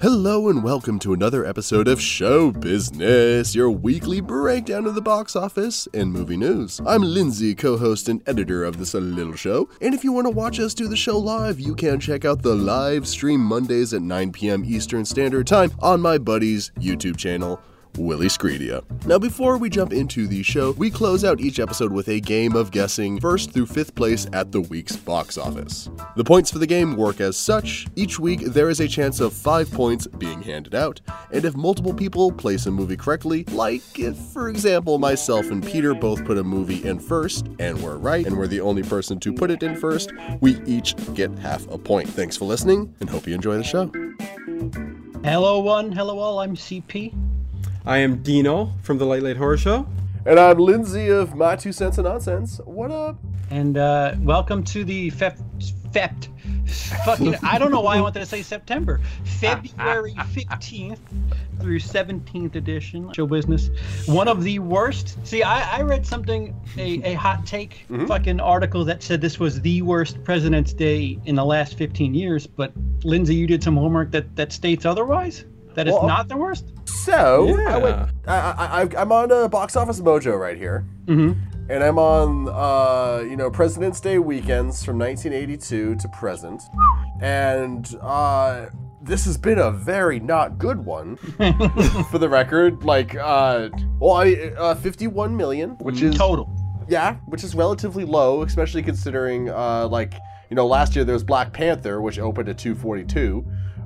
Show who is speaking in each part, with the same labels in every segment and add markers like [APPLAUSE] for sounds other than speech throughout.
Speaker 1: Hello and welcome to another episode of Show Business, your weekly breakdown of the box office and movie news. I'm Lindsay, co host and editor of this little show, and if you want to watch us do the show live, you can check out the live stream Mondays at 9 p.m. Eastern Standard Time on my buddy's YouTube channel. Willie Screedia. Now, before we jump into the show, we close out each episode with a game of guessing first through fifth place at the week's box office. The points for the game work as such. Each week, there is a chance of five points being handed out, and if multiple people place a movie correctly, like if, for example, myself and Peter both put a movie in first and were right, and we're the only person to put it in first, we each get half a point. Thanks for listening, and hope you enjoy the show.
Speaker 2: Hello, one. Hello, all. I'm CP.
Speaker 3: I am Dino from the Late Late Horror Show.
Speaker 1: And I'm Lindsay of My Two Cents and Nonsense. What up?
Speaker 2: And uh, welcome to the Fep. Fept. Fucking, I don't know why I wanted to say September.
Speaker 1: [LAUGHS]
Speaker 2: February 15th through 17th edition, show business. One of the worst. See, I, I read something, a, a hot take
Speaker 1: Mm-hmm.
Speaker 2: fucking article that said this was the worst President's Day in the last 15 years, but Lindsay, you did some homework that, that states otherwise? That it's
Speaker 1: Well,
Speaker 2: not the worst?
Speaker 1: So I
Speaker 3: Yeah.
Speaker 1: went, I, I, I, I'm on a box office mojo right here,
Speaker 2: Mm-hmm.
Speaker 1: and I'm on uh, you know President's Day weekends from 1982 to present, and uh, this has been a very not good one for the record. Like, uh, well, I, uh, 51 million, which is
Speaker 2: Total.
Speaker 1: yeah, which is relatively low, especially considering uh, like you know last year there was Black Panther, which opened at 242,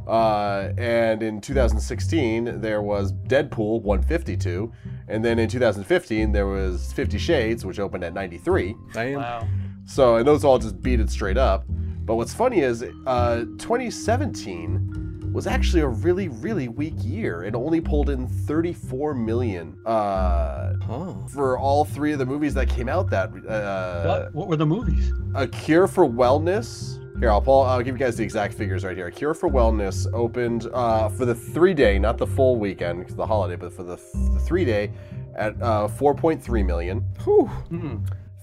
Speaker 1: uh, and in 2016 there was Deadpool 152, and then in 2015 there was Fifty Shades, which opened at 93.
Speaker 3: Damn.
Speaker 2: Wow.
Speaker 1: So and those all just beat it straight up. But what's funny is uh, 2017 was actually a really really weak year and only pulled in 34 million uh,
Speaker 3: Oh.
Speaker 1: for all three of the movies that came out that uh,
Speaker 2: what, what were the movies?
Speaker 1: a cure for wellness here I'll, pull, I'll give you guys the exact figures right here a cure for wellness opened uh, for the three day not the full weekend 'cause of the holiday but for the, the three day at uh, 4.3 million
Speaker 3: Whew.
Speaker 2: Hmm.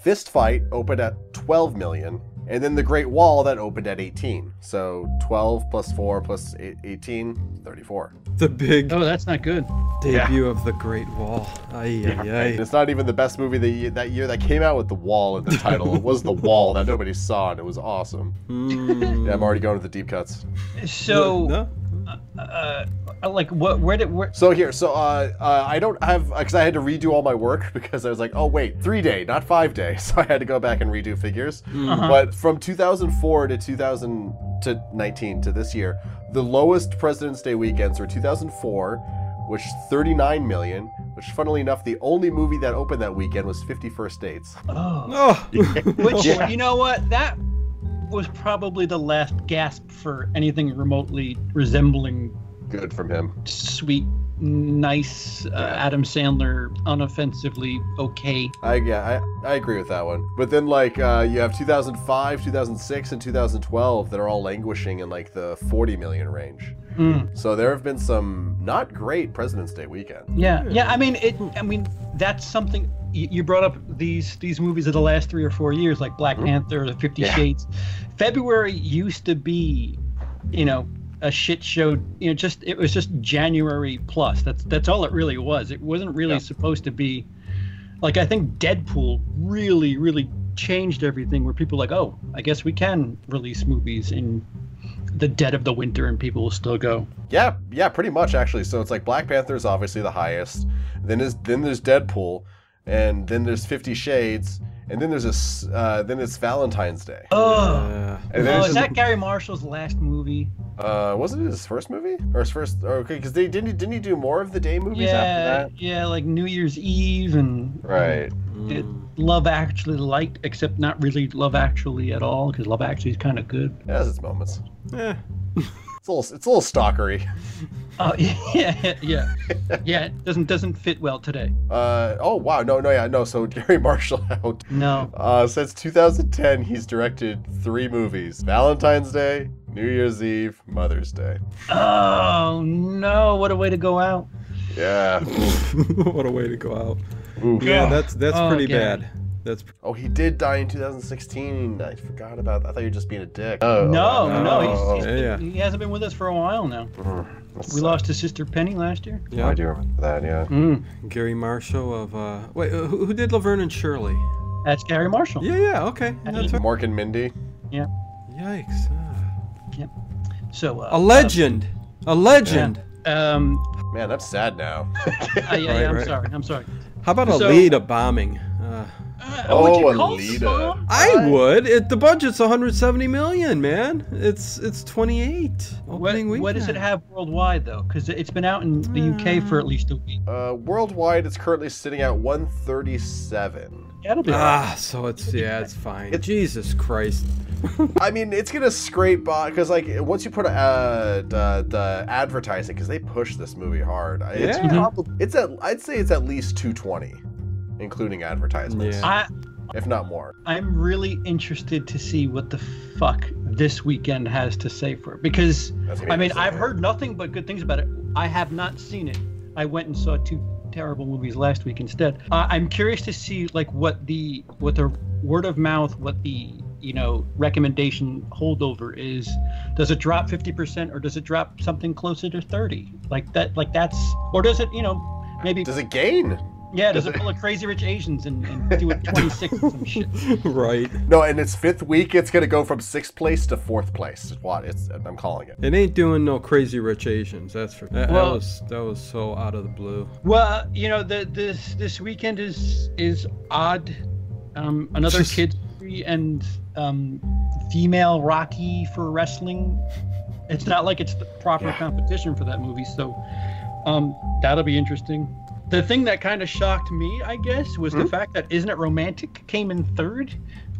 Speaker 1: fist fight opened at 12 million and then the great wall that opened at 18 so 12 plus 4 plus e, eight- 18 34
Speaker 3: The big
Speaker 2: Oh, that's not good.
Speaker 3: debut of the Great Wall. Ay, ay,
Speaker 1: And
Speaker 3: ay.
Speaker 1: it's not even the best movie that year, that year that came out with the wall in the title. it was the wall that nobody saw, and it was awesome.
Speaker 3: Mm.
Speaker 1: Yeah, I'm already going to the deep cuts.
Speaker 2: So,
Speaker 3: No?
Speaker 2: uh, like, what? Where did? Where,
Speaker 1: So here, so uh, uh, I don't have because I had to redo all my work [LAUGHS] because I was like, oh wait, three day, not five day, [LAUGHS] so I had to go back and redo figures. But from 2004 to 2000 to 19 to this year, the lowest President's Day weekends were 2004, which 39 million. Which, funnily enough, the only movie that opened that weekend was 51st Dates.
Speaker 2: oh.
Speaker 3: Oh.
Speaker 2: Which
Speaker 1: Yeah.
Speaker 2: you know what? That was probably the last gasp for anything remotely resembling
Speaker 1: Good from him.
Speaker 2: sweet, nice uh,
Speaker 1: Yeah.
Speaker 2: Adam Sandler, unoffensively okay.
Speaker 1: I yeah, I, I agree with that one. But then like uh, you have 2005, 2006, and 2012 that are all languishing in like the 40 million range.
Speaker 2: Mm.
Speaker 1: So there have been some not great President's Day weekend.
Speaker 2: Yeah, yeah. I mean, it. I mean, that's something y- you brought up these these movies of the last three or four years, like Black Panther, The
Speaker 1: Mm-hmm.
Speaker 2: Fifty
Speaker 1: Yeah.
Speaker 2: Shades. February used to be, you know, a shit show. You know, just it was just January plus. That's that's all it really was. It wasn't really
Speaker 1: Yeah.
Speaker 2: supposed to be. Like I think Deadpool really really changed everything. Where people were like, oh, I guess we can release movies in the dead of the winter, and people will still go.
Speaker 1: Yeah, yeah, pretty much actually. So it's like Black Panther is obviously the highest. Then is then there's Deadpool, and then there's Fifty Shades, and then there's a s- uh, then it's Valentine's Day.
Speaker 2: Oh.
Speaker 3: Uh,
Speaker 1: And then
Speaker 2: Oh,
Speaker 1: it's
Speaker 2: is
Speaker 1: just-
Speaker 2: that Gary Marshall's last movie?
Speaker 1: uh, wasn't it his first movie or his first? Or, okay, because they didn't he- didn't he do more of the day movies
Speaker 2: Yeah,
Speaker 1: after
Speaker 2: yeah, like New Year's Eve and
Speaker 1: that? Right.
Speaker 3: mm.
Speaker 2: Love Actually liked, except not really Love Actually at all, because Love Actually is kind of good.
Speaker 1: It has its moments.
Speaker 3: [LAUGHS] Eh. [LAUGHS]
Speaker 1: It's a little, it's a little stalkery.
Speaker 2: Oh [LAUGHS] yeah, yeah, yeah. It doesn't doesn't fit well today.
Speaker 1: Uh, oh wow, no, no, yeah,
Speaker 4: [LAUGHS]
Speaker 1: no. So Gary Marshall out.
Speaker 2: No.
Speaker 1: Uh, since 2010, he's directed three movies: Valentine's Day, New Year's Eve, Mother's Day.
Speaker 2: Oh no! What a way to go out.
Speaker 1: Yeah.
Speaker 2: [LAUGHS]
Speaker 3: what a way to go out.
Speaker 1: Ooh.
Speaker 3: Yeah, that's that's
Speaker 2: Oh,
Speaker 3: pretty
Speaker 2: Gary.
Speaker 3: bad. That's pr-
Speaker 4: Oh, he did die in 2016. I forgot about that. I thought you were just being a dick. Oh,
Speaker 2: No,
Speaker 4: wow.
Speaker 2: no, he's, he's
Speaker 3: Oh, Yeah, yeah.
Speaker 2: been- he hasn't been with us for a while now.
Speaker 4: Mm, that
Speaker 2: We
Speaker 4: sucks.
Speaker 2: lost his sister Penny last year.
Speaker 4: Oh, I
Speaker 3: yeah.
Speaker 4: do remember that, yeah.
Speaker 2: Mm,
Speaker 3: Gary Marshall of uh, wait, uh, who, who did Laverne and Shirley?
Speaker 2: that's Gary Marshall.
Speaker 3: Yeah, yeah, okay, that's right.
Speaker 4: Mark and Mindy.
Speaker 3: Yikes! ah.
Speaker 2: So uh,
Speaker 3: A legend, a legend.
Speaker 2: uh, um,
Speaker 4: Man, I'm sad now.
Speaker 2: [LAUGHS] uh, yeah,
Speaker 3: Right,
Speaker 2: yeah, I'm
Speaker 3: right.
Speaker 2: sorry. I'm sorry.
Speaker 3: How about a
Speaker 2: So-
Speaker 3: lead of bombing? Uh,
Speaker 2: Uh,
Speaker 4: Oh,
Speaker 2: would
Speaker 4: a
Speaker 2: you call
Speaker 4: leader.
Speaker 2: Spawn?
Speaker 3: I would. It, the budget's 170 million, man. It's it's 28.
Speaker 2: What,
Speaker 3: Opening
Speaker 2: what does it
Speaker 3: weekend. Hmm.
Speaker 2: have worldwide though? Because it's been out in the UK for at least a week.
Speaker 4: Uh, worldwide, it's currently sitting at 137.
Speaker 2: Yeah, it'll be. alright.
Speaker 3: Ah, so it's yeah, it's fine. Jesus Christ. [LAUGHS]
Speaker 4: I mean, it's gonna scrape by because like once you put uh, the the advertising because they push this movie hard. It's
Speaker 3: Yeah.
Speaker 4: probably it's at I'd say it's at least 220, including advertisements,
Speaker 3: Yeah.
Speaker 2: I
Speaker 4: if not more.
Speaker 2: I'm really interested to see what the fuck this weekend has to say for it because
Speaker 4: That's
Speaker 2: I mean
Speaker 4: amazing.
Speaker 2: I've heard nothing but good things about it. I have not seen it. I went and saw two terrible movies last week instead. Uh, I'm curious to see like what the what the word of mouth, what the you know recommendation holdover is. Does it drop 50% or does it drop something closer to 30? Like that like that's or does it you know maybe
Speaker 4: Does it gain?
Speaker 2: yeah does it pull a Crazy Rich Asians and, and [LAUGHS] do it 26 or some shit?
Speaker 3: right.
Speaker 4: No, in its fifth week, it's gonna go from sixth place to fourth place. What? It's I'm calling it.
Speaker 3: It ain't doing no crazy rich Asians. That's for that, that
Speaker 2: Well-
Speaker 3: was that was so out of the blue.
Speaker 2: Well, you know, the this this weekend is is odd. Um, another kid and um, female Rocky for wrestling. It's not like it's the proper
Speaker 4: Yeah.
Speaker 2: competition for that movie, so um, that'll be interesting. The thing that kind of shocked me, I guess, was the fact that Isn't It Romantic came in third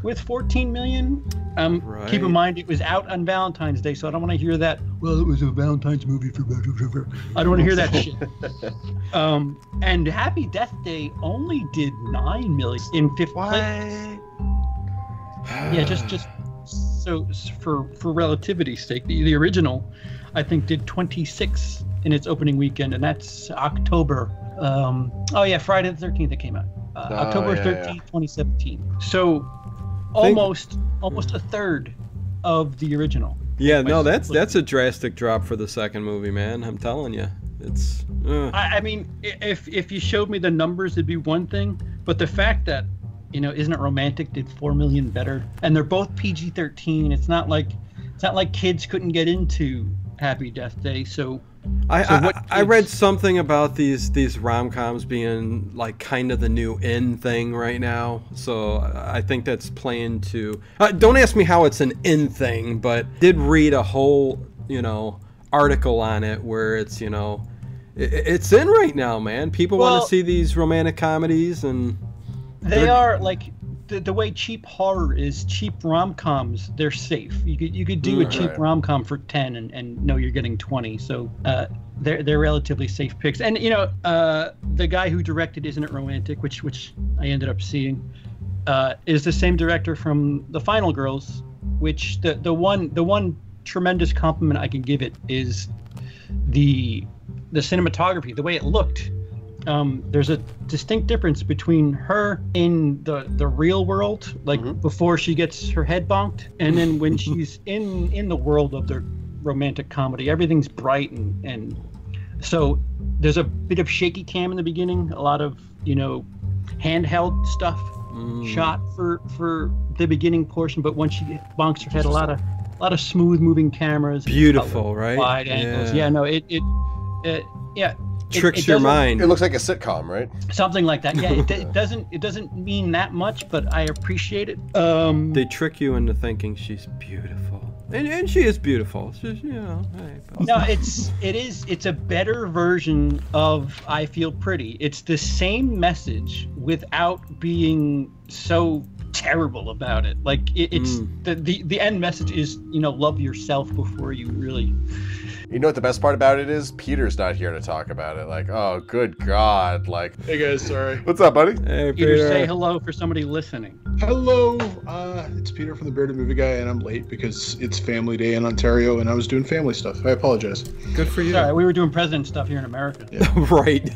Speaker 2: with 14 million. Um, Keep
Speaker 3: Right.
Speaker 2: in mind, it was out on Valentine's Day, so I don't want to hear that. Well, it was a Valentine's movie for. I don't want to hear that shit. Um, and Happy Death Day only did nine million in fifth place. Yeah, just just so s- for for relativity's sake, the, the original, I think, did twenty six in its opening weekend, and that's October. Um, oh yeah, Friday the thirteenth it came out, uh,
Speaker 4: Oh, yeah,
Speaker 2: October
Speaker 4: yeah.
Speaker 2: thirteenth, twenty seventeen. So almost almost a third of the original.
Speaker 3: Yeah, no,
Speaker 2: Wait,
Speaker 3: that's
Speaker 2: wait.
Speaker 3: that's a drastic drop for the second movie, man. I'm telling you, it's uh,
Speaker 2: I, I mean, i- if if you showed me the numbers, it'd be one thing. But the fact that, you know, isn't it romantic? Did four million better, and they're both PG-13. It's not like it's not like kids couldn't get into Happy Death Day. So
Speaker 3: I,
Speaker 2: So
Speaker 3: I,
Speaker 2: what
Speaker 3: I read
Speaker 2: kids-
Speaker 3: something about these these rom coms being like kind of the new in thing right now. So I I think that's playing to. Uh, don't ask me how it's an in thing, but did read a whole you know article on it where it's you know i- i it's in right now, man. People want
Speaker 2: Well-
Speaker 3: to see these romantic comedies and
Speaker 2: they
Speaker 3: They're-
Speaker 2: are like the, the way cheap horror is. Cheap rom-coms, they're safe. You could you could do a
Speaker 4: Mm.
Speaker 2: cheap
Speaker 4: Right.
Speaker 2: rom-com for ten and and know you're getting twenty. So. uh they're, they're relatively safe picks, and you know uh, the guy who directed "Isn't It Romantic," which which I ended up seeing, uh, is the same director from the Final Girls, which the the one the one tremendous compliment I can give it is the the cinematography, the way it looked. Um, there's a distinct difference between her in the the real world, like
Speaker 3: Mm-hmm.
Speaker 4: Mhm.
Speaker 2: before she gets her head bonked, and then
Speaker 3: [LAUGHS]
Speaker 2: when she's in in the world of the romantic comedy, everything's bright and and so there's a bit of shaky cam in the beginning, a lot of you know handheld stuff
Speaker 3: mm,
Speaker 2: shot for for the beginning portion, but once she bonks her head, a lot of a lot of smooth moving cameras,
Speaker 3: beautiful, right?
Speaker 2: wide angles. Yeah, no, it it, it yeah. it-
Speaker 3: tricks
Speaker 2: it
Speaker 3: your
Speaker 2: doesn't-
Speaker 3: mind.
Speaker 4: It looks like a sitcom, right?
Speaker 2: Something like that. Yeah, it, it doesn't it doesn't mean that much, but I appreciate it. Um,
Speaker 3: They trick you into thinking she's beautiful, and, and she is beautiful. She's you know. hey, but-
Speaker 2: no, it's it is it's a better version of I Feel Pretty. It's the same message without being so terrible about it. Like it, it's the, the the end message is you know love yourself before you really
Speaker 1: You know what the best part about it is? Peter's not here to talk about it. Like, oh, good God. Like,
Speaker 5: Hey guys, sorry.
Speaker 1: what's up, buddy?
Speaker 3: Hey,
Speaker 2: Peter,
Speaker 3: Peter.
Speaker 2: say hello for somebody listening.
Speaker 5: Hello, uh, it's Peter from the Bearded Movie Guy, and I'm late because it's Family Day in Ontario, and I was doing family stuff. I apologize.
Speaker 3: Good for you.
Speaker 2: Sorry, we were doing president stuff here in America
Speaker 3: [LAUGHS] right.
Speaker 2: [LAUGHS]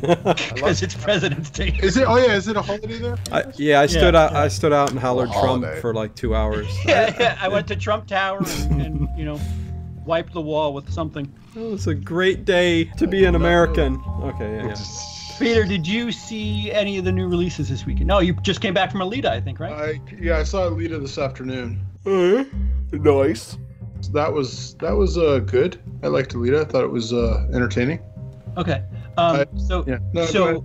Speaker 2: because it's President's Day.
Speaker 5: Is it? Oh yeah, is it a holiday there?
Speaker 3: I, yeah, I stood out. I stood out and hollered
Speaker 1: Little
Speaker 3: Trump
Speaker 1: holiday.
Speaker 3: for like two hours. [LAUGHS]
Speaker 2: [LAUGHS] yeah, yeah, I went to Trump Tower and, and you know, wiped the wall with something.
Speaker 3: It was a great day to be an American. Okay. Yeah, yeah.
Speaker 2: Peter, did you see any of the new releases this weekend? No, you just came back from Alita, I think, right?
Speaker 5: I yeah, I saw Alita this afternoon.
Speaker 1: Nice.
Speaker 5: So that was that was uh, good. I liked Alita. I thought it was uh, entertaining.
Speaker 2: Okay. Um,
Speaker 5: I-
Speaker 2: so,
Speaker 5: yeah. No,
Speaker 2: so,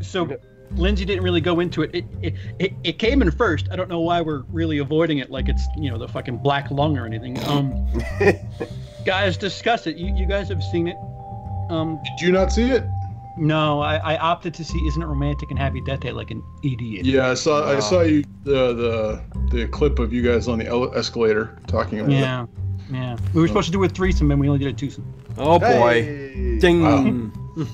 Speaker 2: so, Lindsay didn't really go into it. It, it, it. it came in first. I don't know why we're really avoiding it, like it's you know the fucking black lung or anything.
Speaker 5: [LAUGHS]
Speaker 2: Um, guys, discuss it. You, you guys have seen it. Um,
Speaker 5: Did you not see it?
Speaker 2: no, I, I opted to see "Isn't It Romantic" and "Happy Death Day" like an idiot.
Speaker 5: Yeah, I saw I
Speaker 1: Wow.
Speaker 5: saw you the the the clip of you guys on the ele- escalator talking about it.
Speaker 2: Yeah. Yeah. We were supposed to do a threesome and we only did a twosome.
Speaker 3: Oh boy.
Speaker 1: Hey.
Speaker 3: Ding.
Speaker 5: Wow.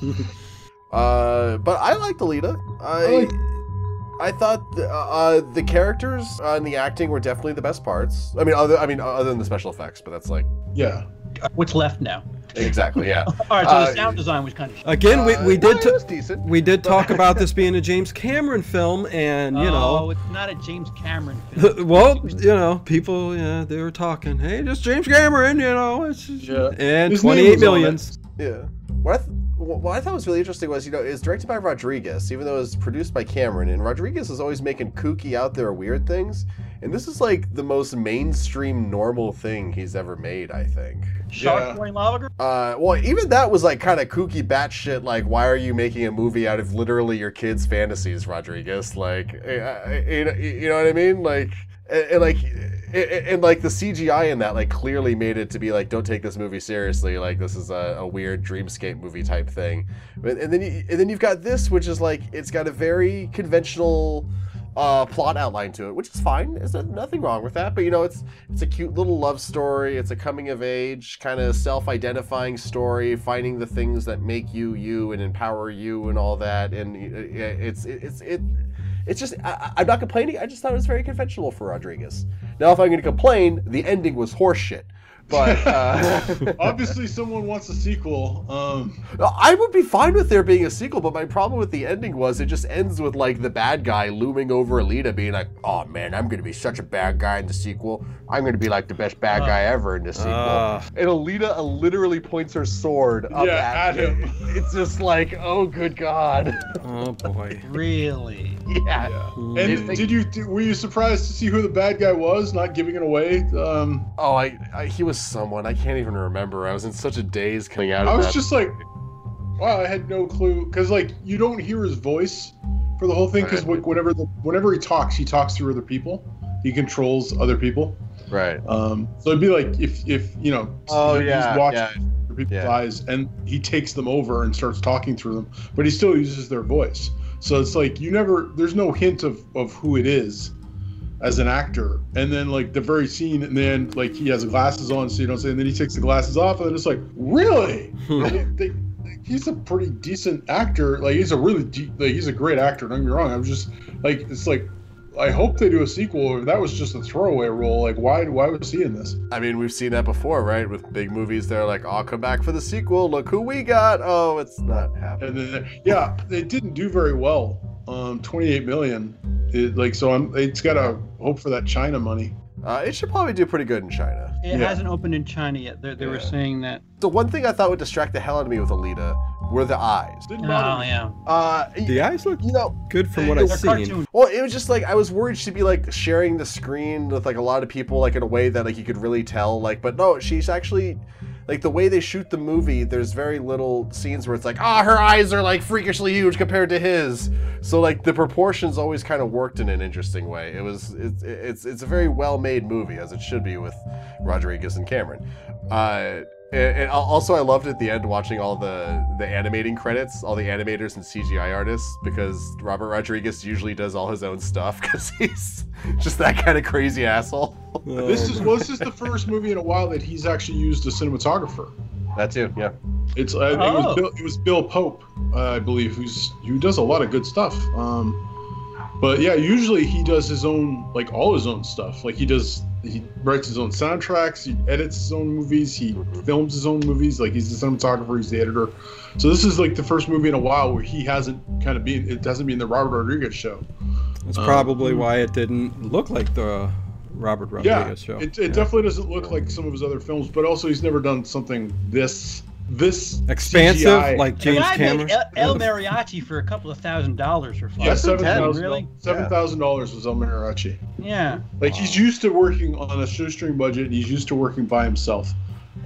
Speaker 1: Uh, but I liked Alita. I, I,
Speaker 5: I like-
Speaker 1: thought the, uh, the characters uh, and the acting were definitely the best parts. I mean, other I mean, other than the special effects, but that's like
Speaker 5: Yeah.
Speaker 2: Uh, What's left now?
Speaker 1: exactly
Speaker 3: [LAUGHS]
Speaker 1: yeah.
Speaker 2: All right, so
Speaker 1: Uh,
Speaker 2: the sound design was kind of.
Speaker 3: Again, we, we
Speaker 1: Uh,
Speaker 3: did
Speaker 1: it
Speaker 3: t-
Speaker 1: was decent.
Speaker 3: we did talk about this being a James Cameron film, and you
Speaker 2: Oh,
Speaker 3: know,
Speaker 2: it's not a James Cameron
Speaker 3: [LAUGHS]
Speaker 2: film.
Speaker 3: well, you know, people, yeah, they were talking. Hey, just James Cameron, you know, it's
Speaker 5: Yeah.
Speaker 3: and
Speaker 5: His name
Speaker 3: twenty eight
Speaker 5: was on it.
Speaker 3: millions.
Speaker 1: Yeah. What I, th- wh- what I thought was really interesting was, you know, it's directed by Rodriguez, even though it was produced by Cameron, and Rodriguez is always making kooky out there weird things, and this is like the most mainstream normal thing he's ever made, I think.
Speaker 2: Shark
Speaker 5: Yeah.
Speaker 2: Boy and Lava Girl?
Speaker 1: Uh, well, even that was like kind of kooky batshit, like, why are you making a movie out of literally your kids' fantasies, Rodriguez? Like, eh, eh, eh, you know- you know what I mean? Like, eh, eh, like, eh, eh, and like the CGI in that like clearly made it to be like don't take this movie seriously like this is a, a weird dreamscape movie type thing But- and then you, and then you've got this which is like it's got a very conventional uh, plot outline to it which is fine there's nothing wrong with that but you know it's it's a cute little love story it's a coming of age kind of self-identifying story finding the things that make you you and empower you and all that and eh, eh, it's it's it it's just I, I- I'm not complaining. I just thought it was very conventional for Rodriguez. Now, if I'm going to complain, the ending was horseshit. But uh, [LAUGHS]
Speaker 5: [LAUGHS] Obviously, someone wants a sequel. Um,
Speaker 1: I would be fine with there being a sequel. But my problem with the ending was it just ends with like the bad guy looming over Alita, being like, "Oh man, I'm going to be such a bad guy in the sequel. I'm going to be like the best bad guy
Speaker 5: Uh,
Speaker 1: ever in the sequel."
Speaker 3: Ah.
Speaker 1: and Alita uh, literally points her sword up
Speaker 5: Yeah,
Speaker 1: at,
Speaker 5: at him.
Speaker 1: [LAUGHS] It's just like, oh good god, [LAUGHS]
Speaker 3: Oh boy. [LAUGHS]
Speaker 2: Really?
Speaker 1: yeah.
Speaker 5: and
Speaker 1: They-
Speaker 5: did you did- were you surprised to see who the bad guy was? Not giving it away. Um,
Speaker 1: Oh, I, I he was someone I can't even remember. I was in such a daze coming out. of
Speaker 5: I was
Speaker 1: that.
Speaker 5: just like, wow, I had no clue because like you don't hear his voice for the whole thing because
Speaker 1: Right.
Speaker 5: whenever the, whenever he talks, he talks through other people. He controls other people.
Speaker 1: right.
Speaker 5: Um, so it'd be like if if you know
Speaker 1: Oh,
Speaker 5: he's
Speaker 1: yeah,
Speaker 5: watching
Speaker 1: yeah,
Speaker 5: through people's
Speaker 1: yeah.
Speaker 5: eyes and he takes them over and starts talking through them, but he still uses their voice. So it's like you never there's no hint of of who it is as an actor. And then like the very scene and then like he has glasses on so you don't say and then he takes the glasses off and then it's like, Really? And they- they- he's a pretty decent actor. Like he's a really de- like he's a great actor, don't get me wrong. I'm just like it's like I hope they do a sequel. Or that was just a throwaway role. Like, why? Why was he in this?
Speaker 1: I mean, we've seen that before, right? With big movies, they're like, "I'll come back for the sequel. Look who we got." Oh, it's not happening.
Speaker 5: And then, yeah, it didn't do very well. Um, 28 million. It, like, so I'm. It's got to hope for that China money.
Speaker 1: Uh, it should probably do pretty good in China.
Speaker 2: It
Speaker 5: Yeah.
Speaker 2: hasn't opened in China yet. They, they were
Speaker 1: Yeah.
Speaker 2: saying that.
Speaker 1: The one thing I thought would distract the hell out of me with Alita were the eyes.
Speaker 5: Didn't
Speaker 2: Oh,
Speaker 5: bother me.
Speaker 2: yeah.
Speaker 1: Uh,
Speaker 3: The eyes look
Speaker 1: you know,
Speaker 3: good from what I've
Speaker 2: They're
Speaker 3: seen.
Speaker 2: cartoon.
Speaker 1: Well, it was just like I was worried she'd be like sharing the screen with like a lot of people, like in a way that like you could really tell. Like, but no, she's actually like the way they shoot the movie. There's very little scenes where it's like, ah, her eyes are like freakishly huge compared to his. So like the proportions always kind of worked in an interesting way. It was it's it's it's a very well made movie as it should be with Rodriguez and Cameron. Uh, and, and al- also, I loved at the end watching all the the animating credits, all the animators and CGI artists, because Robert Rodriguez usually does all his own stuff [LAUGHS] because he's just that kind of crazy asshole.
Speaker 3: Oh,
Speaker 5: This is well, this is the first movie in a while that he's actually used a cinematographer.
Speaker 1: That too. Yeah.
Speaker 5: It's I think it,
Speaker 2: Oh.
Speaker 5: was Bill, it was Bill Pope, uh, I believe, who's who does a lot of good stuff. Um, but yeah, usually he does his own like all his own stuff. Like he does he writes his own soundtracks, he edits his own movies, he films his own movies. Like he's the cinematographer, he's the editor. So this is like the first movie in a while where he hasn't kind of been it hasn't been the Robert Rodriguez show.
Speaker 3: That's
Speaker 5: Um,
Speaker 3: probably why it didn't look like the Robert Rodriguez
Speaker 5: yeah,
Speaker 3: show.
Speaker 5: it, it definitely doesn't look like some of his other films, but also he's never done something this this
Speaker 3: expansive,
Speaker 5: CGI.
Speaker 3: like
Speaker 2: The
Speaker 3: James
Speaker 2: guy
Speaker 3: Cameron.
Speaker 2: made El, El Mariachi for a couple of thousand dollars for five.
Speaker 5: Yeah,
Speaker 1: That's
Speaker 5: seven
Speaker 1: intense.
Speaker 5: thousand
Speaker 2: Really?
Speaker 5: seven thousand dollars was El Mariachi.
Speaker 2: Yeah.
Speaker 5: Like he's used to working on a shoestring budget. and He's used to working by himself.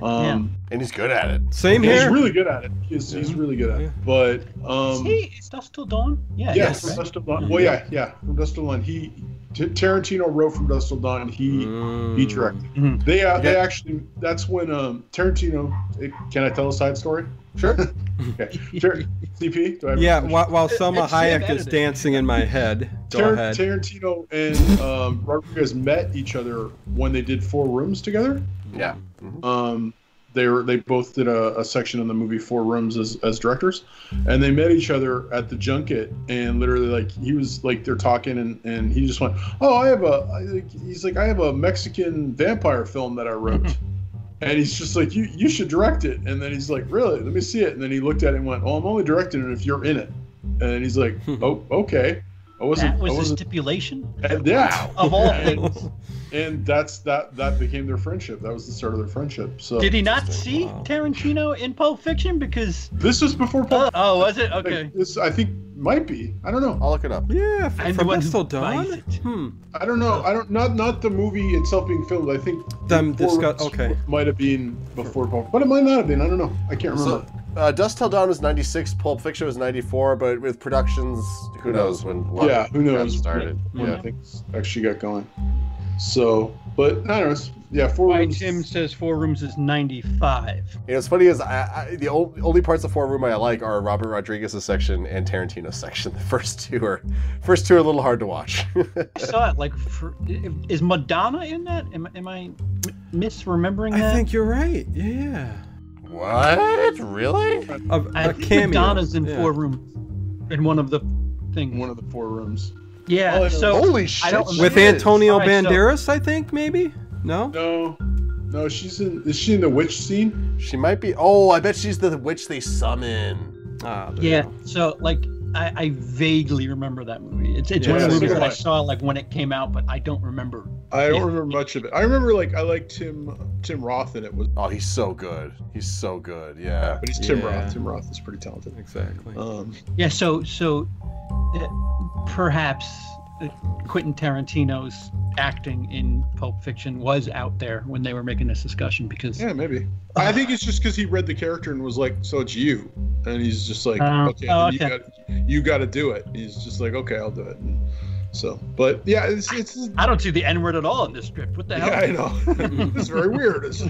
Speaker 5: Um,
Speaker 1: And he's good at it.
Speaker 3: Same
Speaker 5: and He's
Speaker 3: here.
Speaker 5: really good at it. He's, he's really good at it. But
Speaker 2: Is
Speaker 5: um,
Speaker 2: he is Dusk Till Dawn? Yeah.
Speaker 5: yeah,
Speaker 3: Yes. Mm-hmm.
Speaker 5: from Dust Till Dawn. Well, yeah, yeah, from Dust Till Dawn. He T- Tarantino wrote from Dust Till Dawn. He
Speaker 3: Mm-hmm.
Speaker 5: he directed.
Speaker 2: Mhm.
Speaker 5: They uh, they actually that's when um, Tarantino. eh, Can I tell a side story? Sure. [LAUGHS] okay. Tar- CP. Do I have
Speaker 3: Yeah,
Speaker 5: permission?
Speaker 3: while, while Selma
Speaker 2: it's Sam
Speaker 3: Hayek is
Speaker 2: edited.
Speaker 3: dancing in my
Speaker 5: [LAUGHS]
Speaker 3: head. Go
Speaker 5: Tar-
Speaker 3: ahead.
Speaker 5: Tarantino and um, Rodriguez met each other when they did Four Rooms together.
Speaker 1: Yeah.
Speaker 5: Um, they were they both did a, a section in the movie Four Rooms as, as directors, and they met each other at the junket and literally like he was like they're talking and, and he just went oh I have a I, like, he's like I have a Mexican vampire film that
Speaker 2: [LAUGHS]
Speaker 5: I wrote. And he's just like, you, you should direct it. And then he's like, really? Let me see it. And then he looked at it and went, oh, I'm only directing it if you're in it. And then he's like, oh, okay. I wasn't.
Speaker 2: Hmm. That was
Speaker 5: I
Speaker 2: the
Speaker 5: wasn't.
Speaker 2: stipulation
Speaker 5: And, yeah.
Speaker 2: [LAUGHS] of
Speaker 3: [LAUGHS]
Speaker 2: all
Speaker 5: And,
Speaker 2: things.
Speaker 5: and that's that. That became their friendship. That was the start of their friendship. So
Speaker 2: Did he not see
Speaker 3: Wow.
Speaker 2: Tarantino in Pulp Fiction? Because
Speaker 5: This was before Pulp.
Speaker 2: oh, oh, was it
Speaker 5: Like,
Speaker 2: okay?
Speaker 5: this I think might be. I don't know.
Speaker 1: I'll look it up.
Speaker 2: I'm
Speaker 3: Yeah, f-
Speaker 2: the
Speaker 3: from
Speaker 2: one
Speaker 3: Dust
Speaker 2: who
Speaker 3: Till
Speaker 2: buys
Speaker 3: Dawn.
Speaker 2: it.
Speaker 3: Hmm.
Speaker 5: I don't know. I don't. Not not the movie itself being filmed. I think
Speaker 3: Them
Speaker 5: Four
Speaker 3: discuss.
Speaker 5: Rooms
Speaker 3: Okay.
Speaker 5: Might have been before Pulp, but it might not have been. I don't know. I can't
Speaker 1: So,
Speaker 5: remember.
Speaker 1: uh, Dust Till Dawn was '96. Pulp Fiction was '94. But with productions, who knows when? a lot
Speaker 5: yeah,
Speaker 1: of
Speaker 5: who
Speaker 1: crap
Speaker 5: knows?
Speaker 1: Started.
Speaker 5: When
Speaker 1: Yeah.
Speaker 5: things actually got going. So, but I don't know. it's- Yeah, four
Speaker 2: Why
Speaker 5: rooms.
Speaker 2: Tim says Four Rooms is 95.
Speaker 1: You know, what's funny is I, I, the ol- only parts of Four Room I like are Robert Rodriguez's section and Tarantino's section. [LAUGHS] The first two are, first two are a little hard to watch. [LAUGHS]
Speaker 2: I saw it like for, is Madonna in that? Am, am I m- misremembering that?
Speaker 3: I think you're right. Yeah.
Speaker 1: what? Really?
Speaker 3: A,
Speaker 2: I
Speaker 3: a
Speaker 2: think
Speaker 3: cameo.
Speaker 2: Madonna's in
Speaker 3: yeah.
Speaker 2: Four Rooms in one of the things.
Speaker 5: One of the four rooms.
Speaker 2: yeah.
Speaker 5: Oh, I know.
Speaker 2: so
Speaker 1: Holy shit!
Speaker 2: don't
Speaker 1: she
Speaker 3: With
Speaker 1: is.
Speaker 3: Antonio
Speaker 2: All right, so-
Speaker 3: Banderas, I think maybe. No.
Speaker 5: No, no, she's in. Is she in the witch scene?
Speaker 1: She might be. Oh, I bet she's the witch they summon.
Speaker 3: Ah, there you
Speaker 2: yeah.
Speaker 3: go.
Speaker 2: So like I, I vaguely remember that movie. It's it's
Speaker 3: Yeah,
Speaker 2: one of the
Speaker 3: so
Speaker 2: movies
Speaker 5: do
Speaker 2: that I
Speaker 5: I.
Speaker 2: saw like when it came out, but I don't remember.
Speaker 5: I don't
Speaker 2: Yeah.
Speaker 5: remember much of it. I remember like I like Tim Tim Roth in it was,
Speaker 1: Oh, he's so good. He's so good. Yeah.
Speaker 5: but he's Tim
Speaker 3: Yeah.
Speaker 5: Roth. Tim Roth is pretty talented.
Speaker 3: Exactly.
Speaker 5: Um,
Speaker 2: Yeah. So so uh, perhaps uh, Quentin Tarantino's acting in Pulp Fiction was out there when they were making this discussion because
Speaker 5: Yeah, maybe. I think it's just because he read the character and was like, "So it's you," and he's just like,
Speaker 2: Oh,
Speaker 5: "Okay,
Speaker 2: oh,
Speaker 5: you
Speaker 2: okay.
Speaker 5: got you got to do it." He's just like, "Okay, I'll do it." And so, but yeah, it's it's
Speaker 2: I don't see the N word at all in this script. What the
Speaker 5: yeah,
Speaker 2: hell?
Speaker 5: I know [LAUGHS] it's very weird. It's,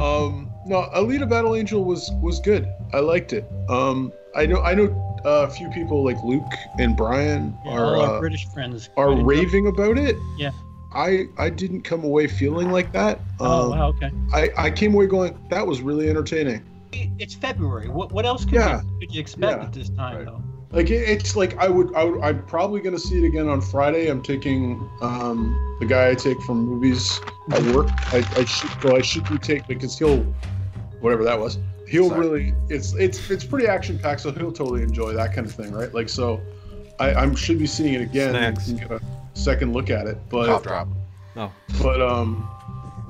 Speaker 5: um, no, Alita Battle Angel was was good. I liked it. Um, I know I know uh, a few people like Luke and Brian
Speaker 2: Yeah,
Speaker 5: are
Speaker 2: all our
Speaker 5: uh,
Speaker 2: British friends
Speaker 5: are
Speaker 2: quite enjoy-
Speaker 5: raving about it.
Speaker 2: Yeah.
Speaker 5: I I didn't come away feeling like that.
Speaker 2: Oh
Speaker 5: Um,
Speaker 2: wow, okay.
Speaker 5: I I came away going, "That was really entertaining."
Speaker 2: It's February. What what else could,
Speaker 5: Yeah.
Speaker 2: you, could you expect
Speaker 5: Yeah.
Speaker 2: at this time
Speaker 5: Right.
Speaker 2: though?
Speaker 5: Like it, it's like I would, I would I'm probably gonna see it again on Friday. I'm taking um, the guy I take from movies at work. I, I should well I should be taking because he'll whatever that was. He'll
Speaker 1: Sorry.
Speaker 5: really it's it's it's pretty action packed, so he'll totally enjoy that kind of thing, right? Like so, I I'm should be seeing it again
Speaker 3: Snacks.
Speaker 5: and get a second look at it. But
Speaker 1: Cough drop.
Speaker 3: No.
Speaker 5: but um,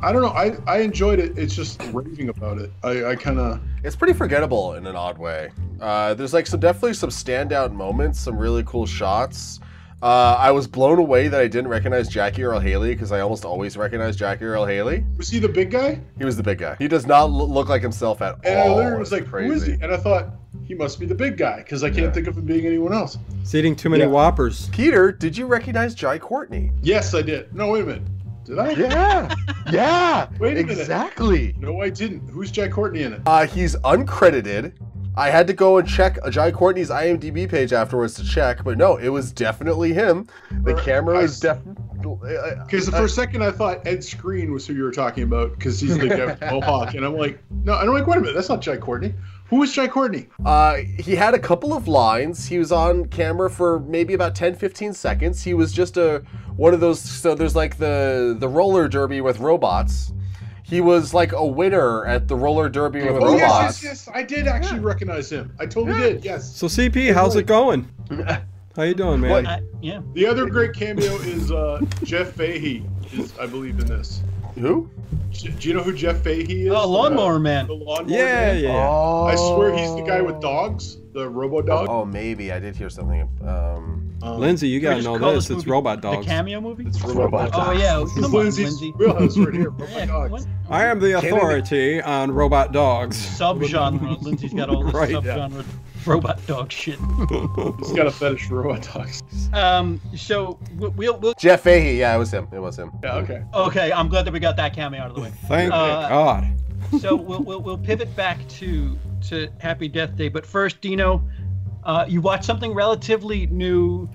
Speaker 5: I don't know. I I enjoyed it. It's just raving about it. I I kind of
Speaker 1: It's pretty forgettable in an odd way. Uh, there's like some definitely some standout moments, some really cool shots. Uh, I was blown away that I didn't recognize Jackie Earl Haley because I almost always recognize Jackie Earl Haley.
Speaker 5: was he the big guy?
Speaker 1: He was the big guy. He does not lo- look like himself at
Speaker 5: And
Speaker 1: all.
Speaker 5: I literally was
Speaker 1: It's
Speaker 5: like, who is he? And I thought, he must be the big guy because I can't
Speaker 1: Yeah.
Speaker 5: think of him being anyone else.
Speaker 3: He's eating too many
Speaker 5: Yeah.
Speaker 3: Whoppers.
Speaker 1: Peter, did you recognize Jai Courtney?
Speaker 5: Yes, I did. No, wait a minute. Did I?
Speaker 1: Yeah, yeah,
Speaker 5: [LAUGHS] Wait a minute.
Speaker 1: exactly.
Speaker 5: No, I didn't. Who's Jack Courtney in it?
Speaker 1: Uh, he's uncredited. I had to go and check Jai Courtney's IMDb page afterwards to check, but no, it was definitely him. The
Speaker 5: Or-
Speaker 1: camera
Speaker 5: I
Speaker 1: is uh,
Speaker 5: s-
Speaker 1: def-
Speaker 5: Because for a second I thought Ed Screen was who you were talking about because he's the guy with the mohawk, and I'm like, no, and I'm like, wait a minute, that's not Jai Courtney. Who is Jai Courtney?
Speaker 1: Uh, he had a couple of lines. He was on camera for maybe about 10, 15 seconds. He was just a one of those. So there's like the the roller derby with robots. He was like a winner at the roller derby with
Speaker 5: Oh yes,
Speaker 1: robots.
Speaker 5: yes, yes, I did actually recognize him. I totally did. Yes.
Speaker 3: So CP, how's
Speaker 2: [LAUGHS]
Speaker 3: it going? How you doing, man?
Speaker 1: What?
Speaker 2: I, yeah.
Speaker 5: The other great cameo is uh, Jeff Fahey, is I believe in this.
Speaker 1: Who?
Speaker 5: J- do you know who Jeff Fahey is?
Speaker 2: Oh, Lawnmower
Speaker 5: Uh,
Speaker 2: Man.
Speaker 5: The lawnmower.
Speaker 3: Yeah, yeah.
Speaker 5: Man?
Speaker 3: yeah.
Speaker 1: Oh.
Speaker 5: I swear he's the guy with dogs, the robo dog.
Speaker 1: Oh, maybe I did hear something. Um,
Speaker 5: Um,
Speaker 3: Oh, Lindsay, you
Speaker 2: Can we
Speaker 3: gotta
Speaker 2: just
Speaker 3: know
Speaker 2: call
Speaker 3: this. It's
Speaker 2: movie
Speaker 3: robot dogs.
Speaker 2: The cameo movie?
Speaker 5: It's robot.
Speaker 1: Robot
Speaker 5: Dog.
Speaker 2: Oh, yeah.
Speaker 5: This
Speaker 2: Come
Speaker 5: is
Speaker 2: on,
Speaker 5: [LAUGHS] Lindsay's
Speaker 2: Lindsay.
Speaker 5: wheelhouse right here.
Speaker 2: [LAUGHS] Yeah,
Speaker 5: Robot dogs.
Speaker 2: what
Speaker 3: I am the
Speaker 1: we-
Speaker 3: authority on
Speaker 2: [LAUGHS]
Speaker 3: robot dogs. [LAUGHS]
Speaker 2: subgenre. Lindsay's got all this
Speaker 3: Right, yeah.
Speaker 2: subgenre robot dog shit.
Speaker 5: He's got a fetish for robot dogs.
Speaker 2: Um, so we- we'll, we'll.
Speaker 1: Jeff Fahey. Yeah, it was him. It was him.
Speaker 5: Yeah, okay.
Speaker 2: Okay, I'm glad that we got that cameo out of the way.
Speaker 3: Thank
Speaker 2: Uh,
Speaker 3: God.
Speaker 2: so we'll, we'll, we'll pivot back to to Happy Death Day, but first, Dino, uh, you watched something relatively new,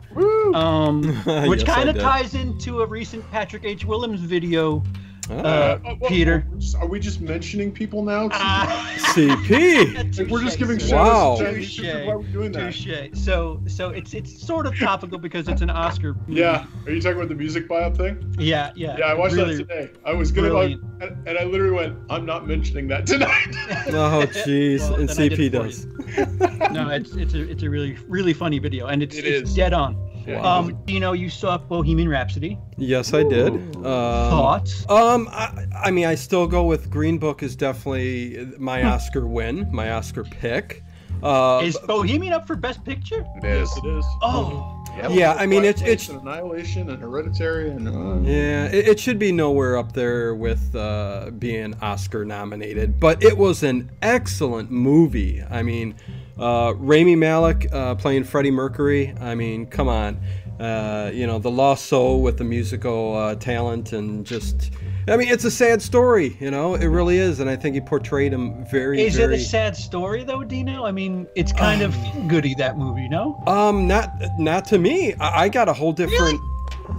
Speaker 2: um, which
Speaker 3: [LAUGHS] Yes, I
Speaker 2: kind of
Speaker 3: did.
Speaker 2: ties into a recent Patrick H. Williams video.
Speaker 3: Ah,
Speaker 2: Uh,
Speaker 5: Uh, what- [LAUGHS]
Speaker 2: Peter,
Speaker 5: we're just- Are we just mentioning people now?
Speaker 2: Ah,
Speaker 3: CP.
Speaker 5: Like, we're just giving
Speaker 2: touche,
Speaker 5: shout
Speaker 3: Wow.
Speaker 5: outs to Chinese
Speaker 2: Touche.
Speaker 5: people. Why are we doing that?
Speaker 2: touche. So so it's it's sort of topical because it's an Oscar. movie.
Speaker 5: Yeah. Are you talking about the music buyout thing?
Speaker 2: yeah, yeah.
Speaker 5: Yeah, I watched
Speaker 2: Really-
Speaker 5: that today. I was gonna like,
Speaker 2: brilliant.
Speaker 5: and, and I literally went, I'm not mentioning
Speaker 2: [LAUGHS]
Speaker 5: that tonight.
Speaker 3: [LAUGHS] Oh, jeez.
Speaker 2: Well,
Speaker 3: and
Speaker 2: then I did
Speaker 3: CP
Speaker 2: it for
Speaker 3: does.
Speaker 2: no, it's it's a it's a really really funny video, and it's
Speaker 5: It
Speaker 2: it's
Speaker 5: is.
Speaker 2: dead on.
Speaker 5: Yeah.
Speaker 2: Um, Dino, you saw Bohemian Rhapsody.
Speaker 3: Yes, I did. Um,
Speaker 2: Thoughts?
Speaker 3: um, I, I mean, I still go with Green Book is definitely my Oscar win, my Oscar pick. Uh,
Speaker 2: Hmm. Is Bohemian up for Best Picture?
Speaker 1: It is.
Speaker 5: it is.
Speaker 2: Oh,
Speaker 3: yeah, I mean, it's it's
Speaker 5: an annihilation and hereditary and. Uh,
Speaker 3: Yeah, it, it should be nowhere up there with uh, being Oscar nominated, but it was an excellent movie. I mean, uh, Rami Malek uh, playing Freddie Mercury. I mean, come on, uh, you know the lost soul with the musical uh, talent and just. I mean, it's a sad story. You know, it really is, and I think he portrayed him very.
Speaker 2: is it
Speaker 3: very...
Speaker 2: a sad story though, Dino? I mean, it's kind of goody that movie, no?
Speaker 3: Um, not not to me. I, I got a whole different.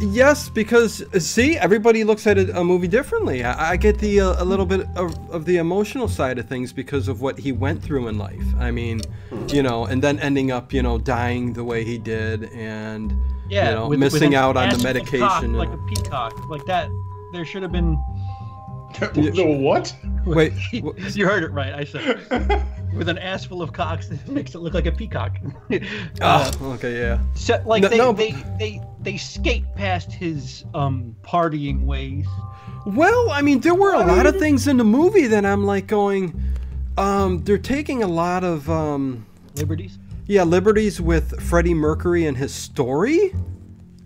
Speaker 3: Yes, because see, everybody looks at a, a movie differently. I, I get the uh, a little bit of, of the emotional side of things because of what he went through in life. I mean, you know, and then ending up, you know, dying the way he did, and
Speaker 2: Yeah,
Speaker 3: you know,
Speaker 2: with- with
Speaker 3: missing
Speaker 2: him
Speaker 3: out on the
Speaker 2: smashing cock
Speaker 3: medication.
Speaker 2: like a peacock, like that. There should have been. [LAUGHS]
Speaker 5: [LAUGHS] the what?
Speaker 3: Wait, wh-
Speaker 2: you heard it right. I said with an ass full of cocks [LAUGHS] that makes it look like a peacock. [LAUGHS] Uh,
Speaker 3: ah, okay, yeah.
Speaker 2: So, like
Speaker 3: No-
Speaker 2: they,
Speaker 3: no,
Speaker 2: they, they they skate past his um partying ways.
Speaker 3: Well, I mean, there were a lot of things in the movie that I'm like going, um, they're taking a lot of um.
Speaker 2: Liberties.
Speaker 3: Yeah, liberties with Freddie Mercury and his story.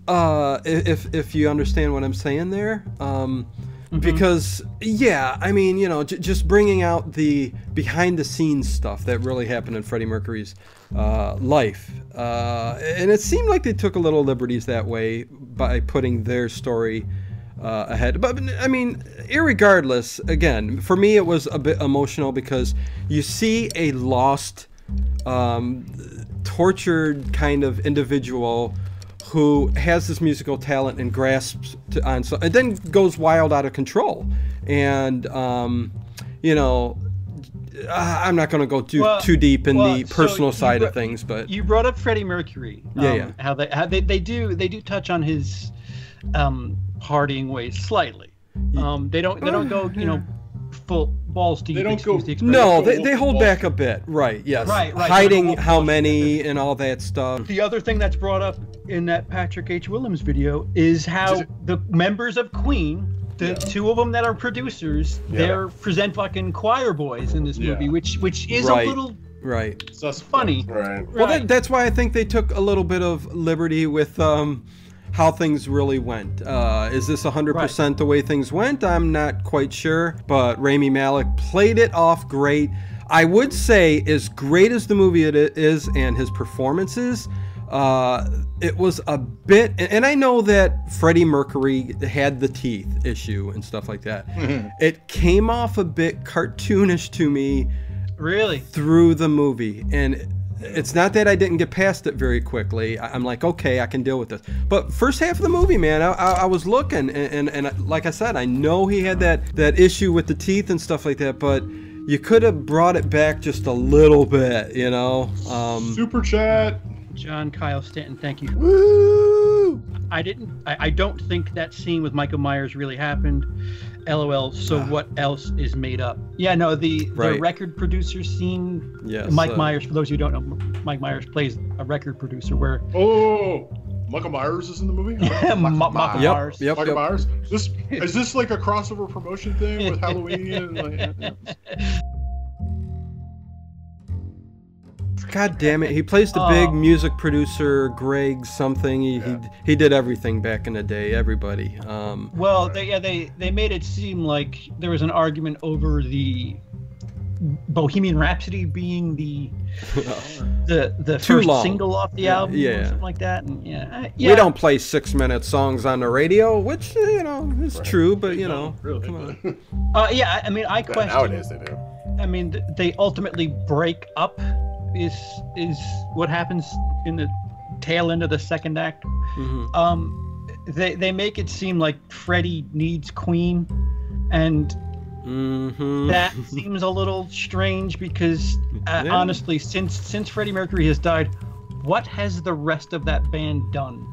Speaker 3: Uh, i- if if you understand what I'm saying there, um, because yeah, I mean you know j- just bringing out the behind the scenes stuff that really happened in Freddie Mercury's uh, life, uh, and it seemed like they took a little liberties that way by putting their story uh, ahead. But I mean, irregardless, again, for me it was a bit emotional because you see a lost, um, tortured kind of individual who has this musical talent and grasps to, on so and then goes wild out of control and um, you know I- i'm not going to go too,
Speaker 2: Well,
Speaker 3: too deep in
Speaker 2: well,
Speaker 3: the
Speaker 2: so
Speaker 3: personal
Speaker 2: you
Speaker 3: side
Speaker 2: br-
Speaker 3: of things but
Speaker 2: You brought up Freddie Mercury.
Speaker 3: Yeah,
Speaker 2: um,
Speaker 3: yeah.
Speaker 2: How they how they, they do they do touch on his um partying ways slightly. Um, they don't they don't go you know full balls deep.
Speaker 5: They don't
Speaker 2: excuse
Speaker 5: go-
Speaker 2: the expression.
Speaker 3: no
Speaker 5: Like
Speaker 3: they,
Speaker 5: the
Speaker 3: they
Speaker 5: Wolf
Speaker 3: hold
Speaker 5: of Wall
Speaker 3: back a bit right yes
Speaker 2: Right, right,
Speaker 3: hiding
Speaker 2: like the
Speaker 3: how many and all that stuff
Speaker 2: The other thing that's brought up in that Patrick H. Williams video is how the members of Queen, the two of them that are producers, they're present fucking choir boys in this
Speaker 5: Yeah.
Speaker 2: movie, which which is
Speaker 3: Right.
Speaker 2: a little
Speaker 3: right
Speaker 5: That's
Speaker 2: funny.
Speaker 1: Right.
Speaker 3: Well,
Speaker 2: Right.
Speaker 3: that, that's why I think they took a little bit of liberty with um, how things really went. Uh, is this 100% the way things went? I'm not quite sure, but Rami Malik played it off great. I would say, as great as the movie it i- is and his performances, uh, it was a bit, and- and I know that Freddie Mercury had the teeth issue and stuff like that. It came off a bit cartoonish to me
Speaker 2: really.
Speaker 3: through the movie and it's not that I didn't get past it very quickly. I- I'm like, okay, I can deal with this. But first half of the movie, man, I, I, I was looking, and, and and like I said, I know he had that that issue with the teeth and stuff like that, but you could have brought it back just a little bit, you know. Um,
Speaker 5: Super chat.
Speaker 2: John Kyle Stanton, thank you.
Speaker 4: Woo!
Speaker 2: I didn't. I, I don't think that scene with Michael Myers really happened. LOL. So what else is made up? Yeah, no. The
Speaker 3: Ah. Right.
Speaker 2: the record producer scene.
Speaker 3: Yes,
Speaker 2: Mike
Speaker 3: uh,
Speaker 2: Myers. For those who don't know, Mike Myers plays a record producer. Where
Speaker 5: Oh, Michael Myers is in the movie.
Speaker 2: [LAUGHS] Ma- Michael
Speaker 3: Yep,
Speaker 2: Myers.
Speaker 3: yep.
Speaker 5: Michael Myers. This is this like a crossover promotion thing with Halloween and like, yeah.
Speaker 3: God damn it! He plays the
Speaker 2: Oh.
Speaker 3: big music producer, Greg something. He, he he did everything back in the day. Everybody. Um,
Speaker 2: [LAUGHS] Well, they yeah they they made it seem like there was an argument over the Bohemian Rhapsody being the the the
Speaker 3: Too
Speaker 2: first
Speaker 3: long.
Speaker 2: single off the
Speaker 3: Yeah,
Speaker 2: album
Speaker 3: yeah.
Speaker 2: or something like that. And yeah, I-
Speaker 3: We
Speaker 2: yeah.
Speaker 3: don't play six minute songs on the radio, which, eh, you know, is true, but, you know,
Speaker 5: really.
Speaker 3: come on.
Speaker 5: but-
Speaker 2: Uh, yeah, I- I mean, I
Speaker 1: Yeah,
Speaker 2: question.
Speaker 1: nowadays they do.
Speaker 2: I mean, th- they ultimately break up. Is is what happens in the tail end of the second act?
Speaker 3: Mhm.
Speaker 2: Um, they they make it seem like Freddie needs Queen, and
Speaker 3: Mhm. [LAUGHS]
Speaker 2: that seems a little strange because uh,
Speaker 3: Yeah.
Speaker 2: honestly, since since Freddie Mercury has died, what has the rest of that band done?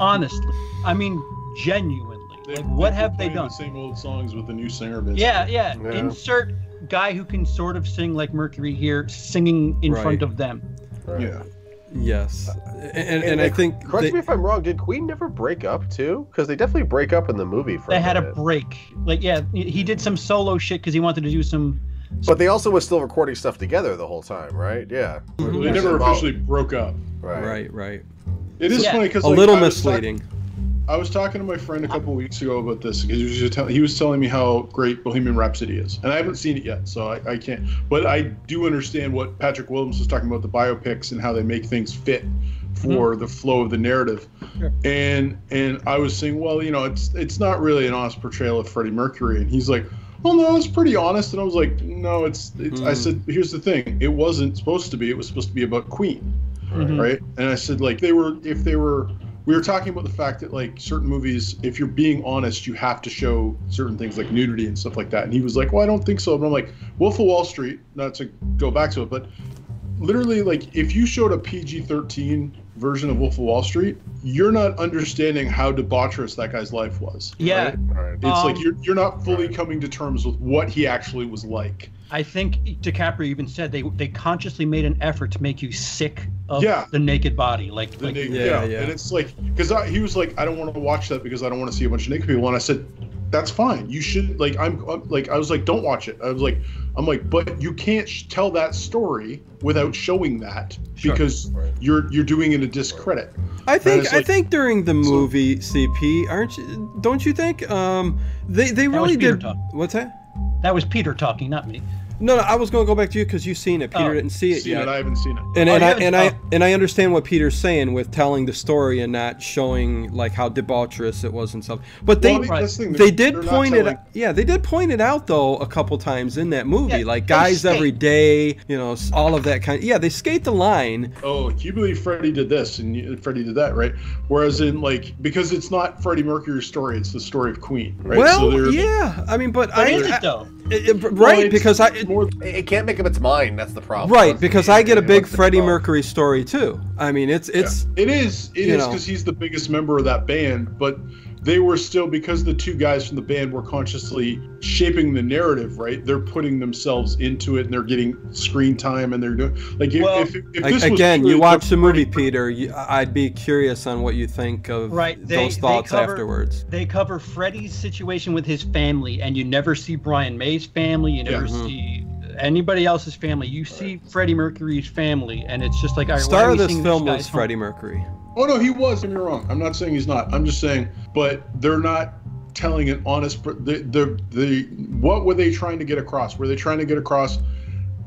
Speaker 2: honestly, I mean, genuinely, like, what
Speaker 5: been
Speaker 2: have they
Speaker 5: playing
Speaker 2: done?
Speaker 5: The same old songs with the new singer. Basically.
Speaker 2: Yeah, yeah.
Speaker 1: Yeah.
Speaker 2: Insert guy who can sort of sing like Mercury here, singing in
Speaker 3: Right.
Speaker 2: front of them.
Speaker 1: Right.
Speaker 5: Yeah.
Speaker 3: Yes. And, and,
Speaker 1: And
Speaker 3: I
Speaker 1: they-
Speaker 3: think.
Speaker 1: Correct
Speaker 3: they-
Speaker 1: me if I'm wrong. Did Queen never break up too? Because they definitely break up in the movie. For
Speaker 2: They had a
Speaker 1: bit.
Speaker 2: break. Like, yeah, he he did some solo shit because he wanted to do some.
Speaker 1: but they also were still recording stuff together the whole time, right? Yeah.
Speaker 5: They
Speaker 3: Mhm.
Speaker 5: never officially broke up.
Speaker 1: Right.
Speaker 3: Right, right.
Speaker 5: It is
Speaker 2: Yeah.
Speaker 5: funny because
Speaker 3: A little misleading.
Speaker 5: I was talking to my friend a couple weeks ago about this because he was, just tell- he was telling me how great Bohemian Rhapsody is, and I haven't seen it yet, so I, I can't. But I do understand what Patrick Williams was talking about the biopics and how they make things fit for the flow of the narrative.
Speaker 2: Sure.
Speaker 5: And and I was saying, well, you know, it's it's not really an honest portrayal of Freddie Mercury, and he's like, well, no, it's pretty honest, and I was like, no, it's, it's I
Speaker 3: Hmm.
Speaker 5: said, here's the thing, it wasn't supposed to be. It was supposed to be about Queen
Speaker 2: Mhm.
Speaker 5: right? And I said like they were if they were we were talking about the fact that like certain movies, if you're being honest, you have to show certain things like nudity and stuff like that. And he was like, "Well, I don't think so." But I'm like, "Wolf of Wall Street." Not to go back to it, but literally, like if you showed a PG-13 version of Wolf of Wall Street, you're not understanding how debaucherous that guy's life was.
Speaker 2: Yeah,
Speaker 5: right?
Speaker 3: Mhm.
Speaker 1: Right.
Speaker 5: it's
Speaker 2: Um,
Speaker 5: like you're you're not fully
Speaker 1: Right.
Speaker 5: coming to terms with what he actually was like.
Speaker 2: I think DiCaprio even said they they consciously made an effort to make you sick of
Speaker 5: Yeah.
Speaker 2: the naked body. Like,
Speaker 5: The
Speaker 2: like
Speaker 5: naked,
Speaker 3: yeah,
Speaker 5: yeah,
Speaker 3: yeah.
Speaker 5: And it's like, because he was like, I don't want to watch that because I don't want to see a bunch of naked people. And I said, that's fine. You should like, I'm, I'm like, I was like, don't watch it. I was like, I'm like, but you can't sh- tell that story without showing that
Speaker 3: Sure.
Speaker 5: because
Speaker 1: Right.
Speaker 5: you're you're doing it a discredit.
Speaker 3: I think
Speaker 5: it's
Speaker 3: I
Speaker 5: like-
Speaker 3: think during the movie CP, aren't you? Don't you think? Um, they they
Speaker 2: was
Speaker 3: really
Speaker 2: Peter
Speaker 3: did.
Speaker 2: Tuck.
Speaker 3: What's that?
Speaker 2: that was Peter talking, not me.
Speaker 3: No, no. I was gonna go back to you because you seen it. Peter
Speaker 2: Oh,
Speaker 3: didn't see it
Speaker 5: Seen
Speaker 3: yet.
Speaker 5: it? I haven't seen it.
Speaker 3: and,
Speaker 2: Oh,
Speaker 3: and
Speaker 2: you
Speaker 3: I
Speaker 2: haven't-
Speaker 3: and
Speaker 2: oh.
Speaker 3: I and I understand what Peter's saying with telling the story and not showing like how debaucherous it was and stuff. But they
Speaker 5: Well, I mean, that's the thing,
Speaker 3: they
Speaker 5: they're-
Speaker 3: did
Speaker 5: they're not
Speaker 3: point
Speaker 5: telling-
Speaker 3: it yeah they did point it out though a couple times in that movie
Speaker 2: Yeah,
Speaker 3: like
Speaker 2: they
Speaker 3: guys
Speaker 2: skate.
Speaker 3: every day you know s- all of that kind yeah they skate the line
Speaker 5: Oh, can you believe Freddie did this and you- Freddie did that, right? Whereas in like, because it's not Freddie Mercury's story; it's the story of Queen, right?
Speaker 3: well
Speaker 5: they're-
Speaker 3: yeah I mean but,
Speaker 2: But
Speaker 3: I,
Speaker 2: is
Speaker 3: I-
Speaker 2: it though?
Speaker 3: it- it-
Speaker 5: well,
Speaker 3: right
Speaker 5: it's
Speaker 3: because I it-
Speaker 5: more
Speaker 1: It, it can't make up its mind. That's the problem.
Speaker 3: right
Speaker 1: That's the-
Speaker 3: because I get a
Speaker 1: it
Speaker 3: big
Speaker 1: wants to
Speaker 3: Freddie
Speaker 1: develop.
Speaker 3: Mercury story too I mean it's it's
Speaker 5: It is. It
Speaker 3: You
Speaker 5: is
Speaker 3: know.
Speaker 5: because he's the biggest member of that band, but they were still because the two guys from the band were consciously shaping the narrative. Right? They're putting themselves into it, and they're getting screen time, and they're doing like if,
Speaker 2: Well,
Speaker 5: if, if
Speaker 3: a-
Speaker 5: this was
Speaker 3: again
Speaker 5: truly
Speaker 3: you
Speaker 5: the
Speaker 3: watch the movie
Speaker 5: Freddie-
Speaker 3: Peter you, I'd be curious on what you think of
Speaker 2: Right, they-
Speaker 3: those
Speaker 2: they
Speaker 3: thoughts
Speaker 2: cover-
Speaker 3: afterwards.
Speaker 2: they cover Freddie's situation with his family, and you never see Brian May's family. You never
Speaker 5: Yeah.
Speaker 3: Mhm.
Speaker 2: see anybody else's family. You see Freddie Mercury's family, and it's just like all right, why
Speaker 3: Star
Speaker 2: are
Speaker 3: of
Speaker 2: we
Speaker 3: this
Speaker 2: seeing
Speaker 3: film
Speaker 2: guy's
Speaker 3: was
Speaker 2: home?
Speaker 3: Freddie Mercury.
Speaker 5: Oh no, he was. Don't get me wrong. I'm not saying he's not. I'm just saying, but they're not telling an honest. pr- The the the what were they trying to get across? Were they trying to get across?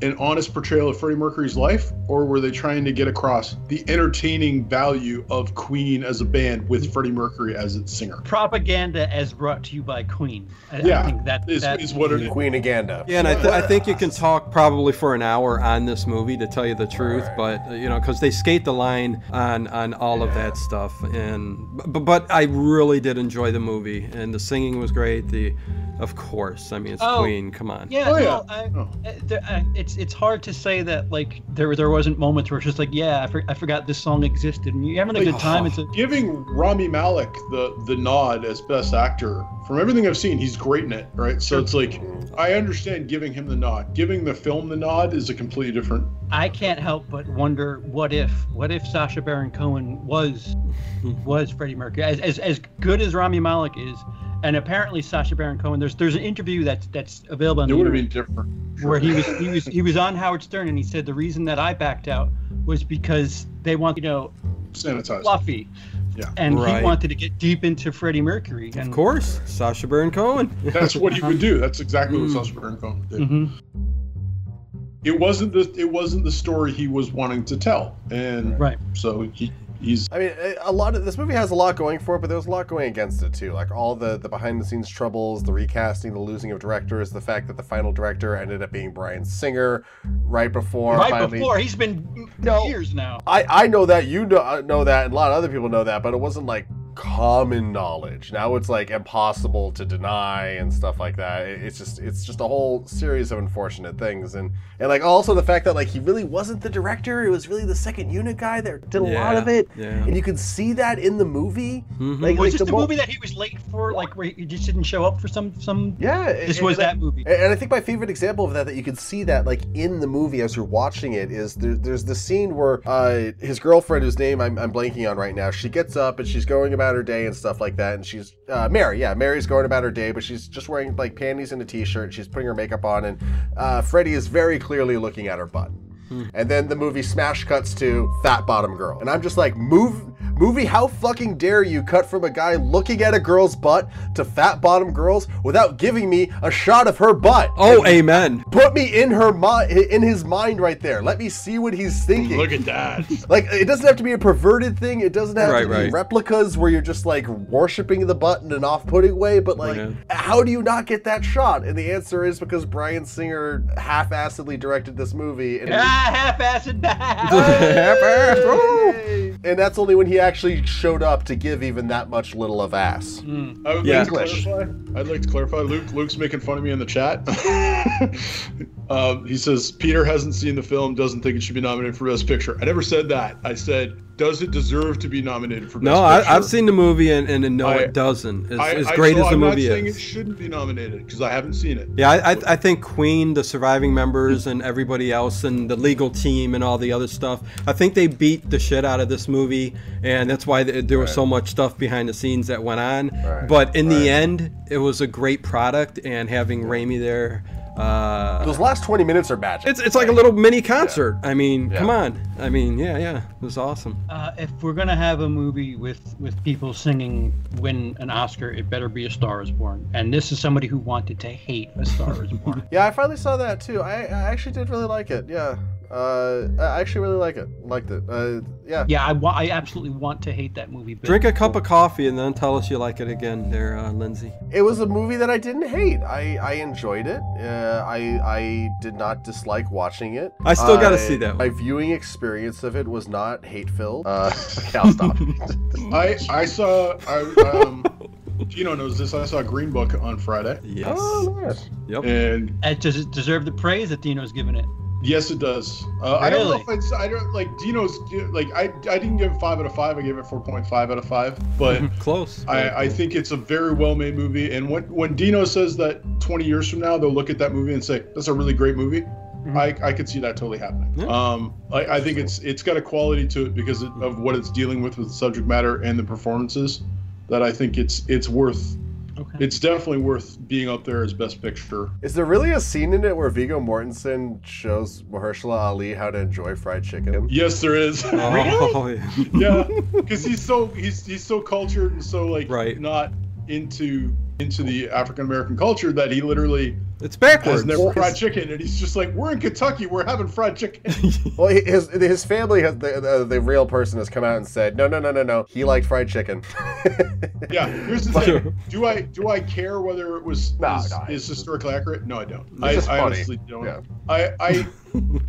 Speaker 5: an honest portrayal of Freddie Mercury's life, or were they trying to get across the entertaining value of Queen as a band with Freddie Mercury as its singer?
Speaker 2: Propaganda as brought to you by Queen. I, I
Speaker 5: Yeah,
Speaker 2: think that,
Speaker 5: Is,
Speaker 2: that
Speaker 5: is what it is.
Speaker 1: Queen Aganda.
Speaker 3: Yeah, and I, th- I think you can talk probably for an hour on this movie to tell you the truth,
Speaker 1: Right.
Speaker 3: but uh, you know, because they skate the line on on all of that stuff, and but, but I really did enjoy the movie, and the singing was great. The, of course, I mean it's
Speaker 2: Oh,
Speaker 3: Queen. Come on.
Speaker 2: Yeah,
Speaker 5: Oh,
Speaker 2: no,
Speaker 5: yeah.
Speaker 2: I,
Speaker 5: Oh.
Speaker 2: uh, there, I, it's it's hard to say that like there there wasn't moments where it's just like yeah I, for, I forgot this song existed and you're having a
Speaker 5: Like,
Speaker 2: good time. It's a
Speaker 5: Giving Rami Malik the the nod as best actor from everything I've seen, he's great in it, right? So it's like I understand giving him the nod. Giving the film the nod is a completely different.
Speaker 2: I can't help but wonder what if what if Sasha Baron Cohen was was Freddie Mercury as as, as good as Rami Malek is, and apparently Sasha Baron Cohen. There's there's an interview that's that's available on
Speaker 5: It
Speaker 2: the
Speaker 5: would have
Speaker 2: internet
Speaker 5: been different.
Speaker 2: where he was he was he was on Howard Stern and he said the reason that I backed out was because they want you know
Speaker 5: sanitized.
Speaker 2: fluffy,
Speaker 5: Yeah.
Speaker 2: and
Speaker 3: Right.
Speaker 2: he wanted to get deep into Freddie Mercury. And,
Speaker 3: Of course, Sasha Baron Cohen.
Speaker 5: That's what he
Speaker 2: Uh-huh.
Speaker 5: would do. That's exactly
Speaker 2: Mm-hmm.
Speaker 3: Mm.
Speaker 5: what Sasha Baron Cohen did.
Speaker 2: Mhm.
Speaker 5: It wasn't the it wasn't the story he was wanting to tell, and
Speaker 2: Right.
Speaker 5: so he he's
Speaker 1: I mean, a- a lot of this movie has a lot going for it, but there was a lot going against it too. Like all the the behind the scenes troubles, the recasting, the losing of directors, the fact that the final director ended up being Brian Singer right before
Speaker 2: right
Speaker 1: finally-
Speaker 2: before he's been
Speaker 1: No.
Speaker 2: years now.
Speaker 1: I, I know that you know, uh, know that and a lot of other people know that but it wasn't like common knowledge now it's like impossible to deny and stuff like that It- it's just it's just a whole series of unfortunate things and and like also the fact that like he really wasn't the director it was really the second unit guy that did a lot
Speaker 3: Yeah,
Speaker 1: of it
Speaker 3: yeah.
Speaker 1: and you can see that in the movie
Speaker 3: Mhm.
Speaker 1: like,
Speaker 2: Was
Speaker 1: like
Speaker 2: this the
Speaker 1: mo-
Speaker 2: movie that he was late for? Like where he just didn't show up for some some.
Speaker 1: yeah it-
Speaker 2: This
Speaker 1: it-
Speaker 2: was
Speaker 1: like-
Speaker 2: that movie.
Speaker 1: And and I think my favorite example of that that you can see that like in the movie as you're watching it is there, there's the scene where uh, his girlfriend, whose name I'm, I'm blanking on right now, she gets up and she's going about her day and stuff like that, and she's uh, Mary, yeah, Mary's going about her day, but she's just wearing like panties and a t-shirt, and she's putting her makeup on, and uh, Freddie is very clearly looking at her butt.
Speaker 2: Hmm.
Speaker 1: And then the movie smash cuts to Fat Bottom Girl. And I'm just like, move movie, how fucking dare you cut from a guy looking at a girl's butt to fat bottom girls without giving me a shot of her butt.
Speaker 3: [LAUGHS] Oh,
Speaker 2: [LAUGHS]
Speaker 3: amen.
Speaker 1: Put me in her mind, in his mind right there. Let me see what he's thinking.
Speaker 5: look at that.
Speaker 1: like it doesn't have to be a perverted thing. It doesn't have
Speaker 3: Right,
Speaker 1: to be
Speaker 3: right.
Speaker 1: replicas where you're just like worshiping the butt in an off-putting way. But like,
Speaker 3: Yeah.
Speaker 1: how do you not get that shot? And the answer is because Brian Singer half-assedly directed this movie. And it was
Speaker 2: [LAUGHS] Ah, half-assed.
Speaker 3: Half-assed, woo!
Speaker 1: And that's only when he actually showed up to give even that much little of ass.
Speaker 2: Mm.
Speaker 5: I would
Speaker 3: Yeah.
Speaker 5: like to
Speaker 1: English.
Speaker 5: clarify. I'd like to clarify. Luke Luke's making fun of me in the chat. [LAUGHS] um, he says Peter hasn't seen the film, doesn't think it should be nominated for Best Picture. I never said that. I said, does it deserve to be nominated for
Speaker 3: [LAUGHS]
Speaker 5: Best
Speaker 3: No,
Speaker 5: Picture?
Speaker 3: I, I've seen the movie, and, and, and no,
Speaker 5: I-
Speaker 3: it doesn't. As,
Speaker 5: I-
Speaker 3: as
Speaker 5: I-
Speaker 3: great
Speaker 5: so
Speaker 3: as the
Speaker 5: I'm
Speaker 3: movie
Speaker 5: not saying
Speaker 3: is.
Speaker 5: it shouldn't be nominated because I haven't seen it.
Speaker 3: Yeah, I, I, I think Queen, the surviving members, and everybody else, and the legal team, and all the other stuff. I think they beat the shit out of this movie, and that's why th- there was so much stuff behind the scenes that went on. But in the end, it was a great product, and having Raimi there, uh,
Speaker 1: Those last 20 minutes are magic.
Speaker 3: it's it's like a little mini concert. I mean, come on. I mean, yeah, yeah, it was awesome.
Speaker 2: Uh, if we're gonna have a movie with with people singing win an Oscar, it better be A Star Is Born. And this is somebody who wanted to hate A Star Is Born.
Speaker 1: Yeah, I finally saw that too. I, I actually did really like it. Yeah. Uh, I actually really like it. Liked it. Uh, yeah.
Speaker 2: yeah, I wa- I absolutely want to hate that movie. But
Speaker 3: Drink a cup of coffee and then tell us you like it again, there, uh, Lindsay.
Speaker 1: It was a movie that I didn't hate. I, I enjoyed it. Uh, I I did not dislike watching it.
Speaker 3: I still gotta
Speaker 1: I-
Speaker 3: see that
Speaker 1: My viewing experience of it was not hate filled. Uh, [LAUGHS] okay, I'll stop.
Speaker 5: I I saw. I, um, Gino knows this. I saw Green Book on Friday,
Speaker 3: [LAUGHS] Yes.
Speaker 1: Oh,
Speaker 3: Yep.
Speaker 5: and
Speaker 2: It does it deserve the praise that Dino's giving it?
Speaker 5: Yes, it does. Uh, I don't know
Speaker 2: Really?
Speaker 5: if it's. I don't like Dino's. Like I, I didn't give it five out of five. I gave it four point five out of five. But
Speaker 3: Mm-hmm. Close.
Speaker 5: I, I think it's a very well made movie. And when when Dino says that twenty years from now they'll look at that movie and say that's a really great movie, I, I could see that totally happening.
Speaker 3: Mm-hmm. Yeah.
Speaker 5: Um, I, I think it's it's got a quality to it because it, of what it's dealing with with the subject matter and the performances. That I think it's it's worth.
Speaker 2: Okay.
Speaker 5: It's definitely worth being up there as best picture.
Speaker 1: Is there really a scene in it where Vigo Mortensen shows Mahershala Ali how to enjoy fried chicken?
Speaker 5: Yes, there is. [LAUGHS]
Speaker 3: Oh, yeah.
Speaker 5: yeah because he's so he's he's so cultured and so like
Speaker 3: Right.
Speaker 5: not into into the African American culture that he literally
Speaker 3: [LAUGHS] It's
Speaker 5: has
Speaker 3: backwards.
Speaker 5: never fried chicken, and he's just like, "We're in Kentucky, we're having fried chicken." [LAUGHS]
Speaker 1: Well, he- his his family has the, the the real person has come out and said no no no no no he liked fried chicken. [LAUGHS]
Speaker 5: yeah, here's the thing: do I do I care whether it was
Speaker 1: No,
Speaker 5: is,
Speaker 1: no,
Speaker 5: is
Speaker 1: it's-
Speaker 5: historically accurate? No, I don't.
Speaker 1: It's
Speaker 5: I,
Speaker 1: just
Speaker 5: I
Speaker 1: funny.
Speaker 5: honestly don't.
Speaker 1: Yeah.
Speaker 5: I I,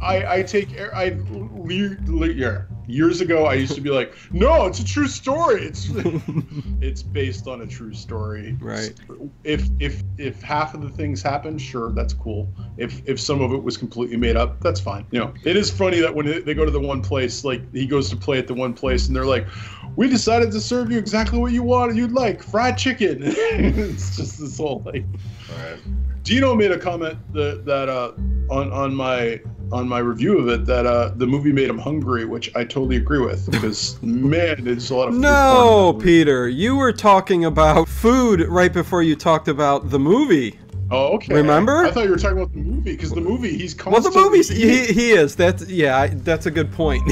Speaker 5: I I take I le- le- yeah. years ago I used to be like, [LAUGHS] no, it's a true story. It's [LAUGHS] it's based on a true story.
Speaker 3: Right.
Speaker 5: If if if half of the things happen, sure, that's cool. If if some of it was completely made up, that's fine. You know, it is funny that when they- they go to the one place, like he goes to play at the one place, and they're like, "We decided to serve you exactly what you wanted. You'd like fried chicken." [LAUGHS] it's just this whole like
Speaker 1: Alright.
Speaker 5: Dino made a comment that that uh, on on my on my review of it that uh, the movie made him hungry, which I totally agree with
Speaker 3: [LAUGHS]
Speaker 5: because man, it's a lot of food
Speaker 3: No,
Speaker 5: porn.
Speaker 3: Peter, you were talking about food right before you talked about the movie.
Speaker 5: Oh, okay.
Speaker 3: Remember?
Speaker 5: I thought you were talking about the movie because the movie he's
Speaker 3: Well, the
Speaker 5: constantly.
Speaker 3: movie's he, he is. That's yeah. I, that's a good point. [LAUGHS]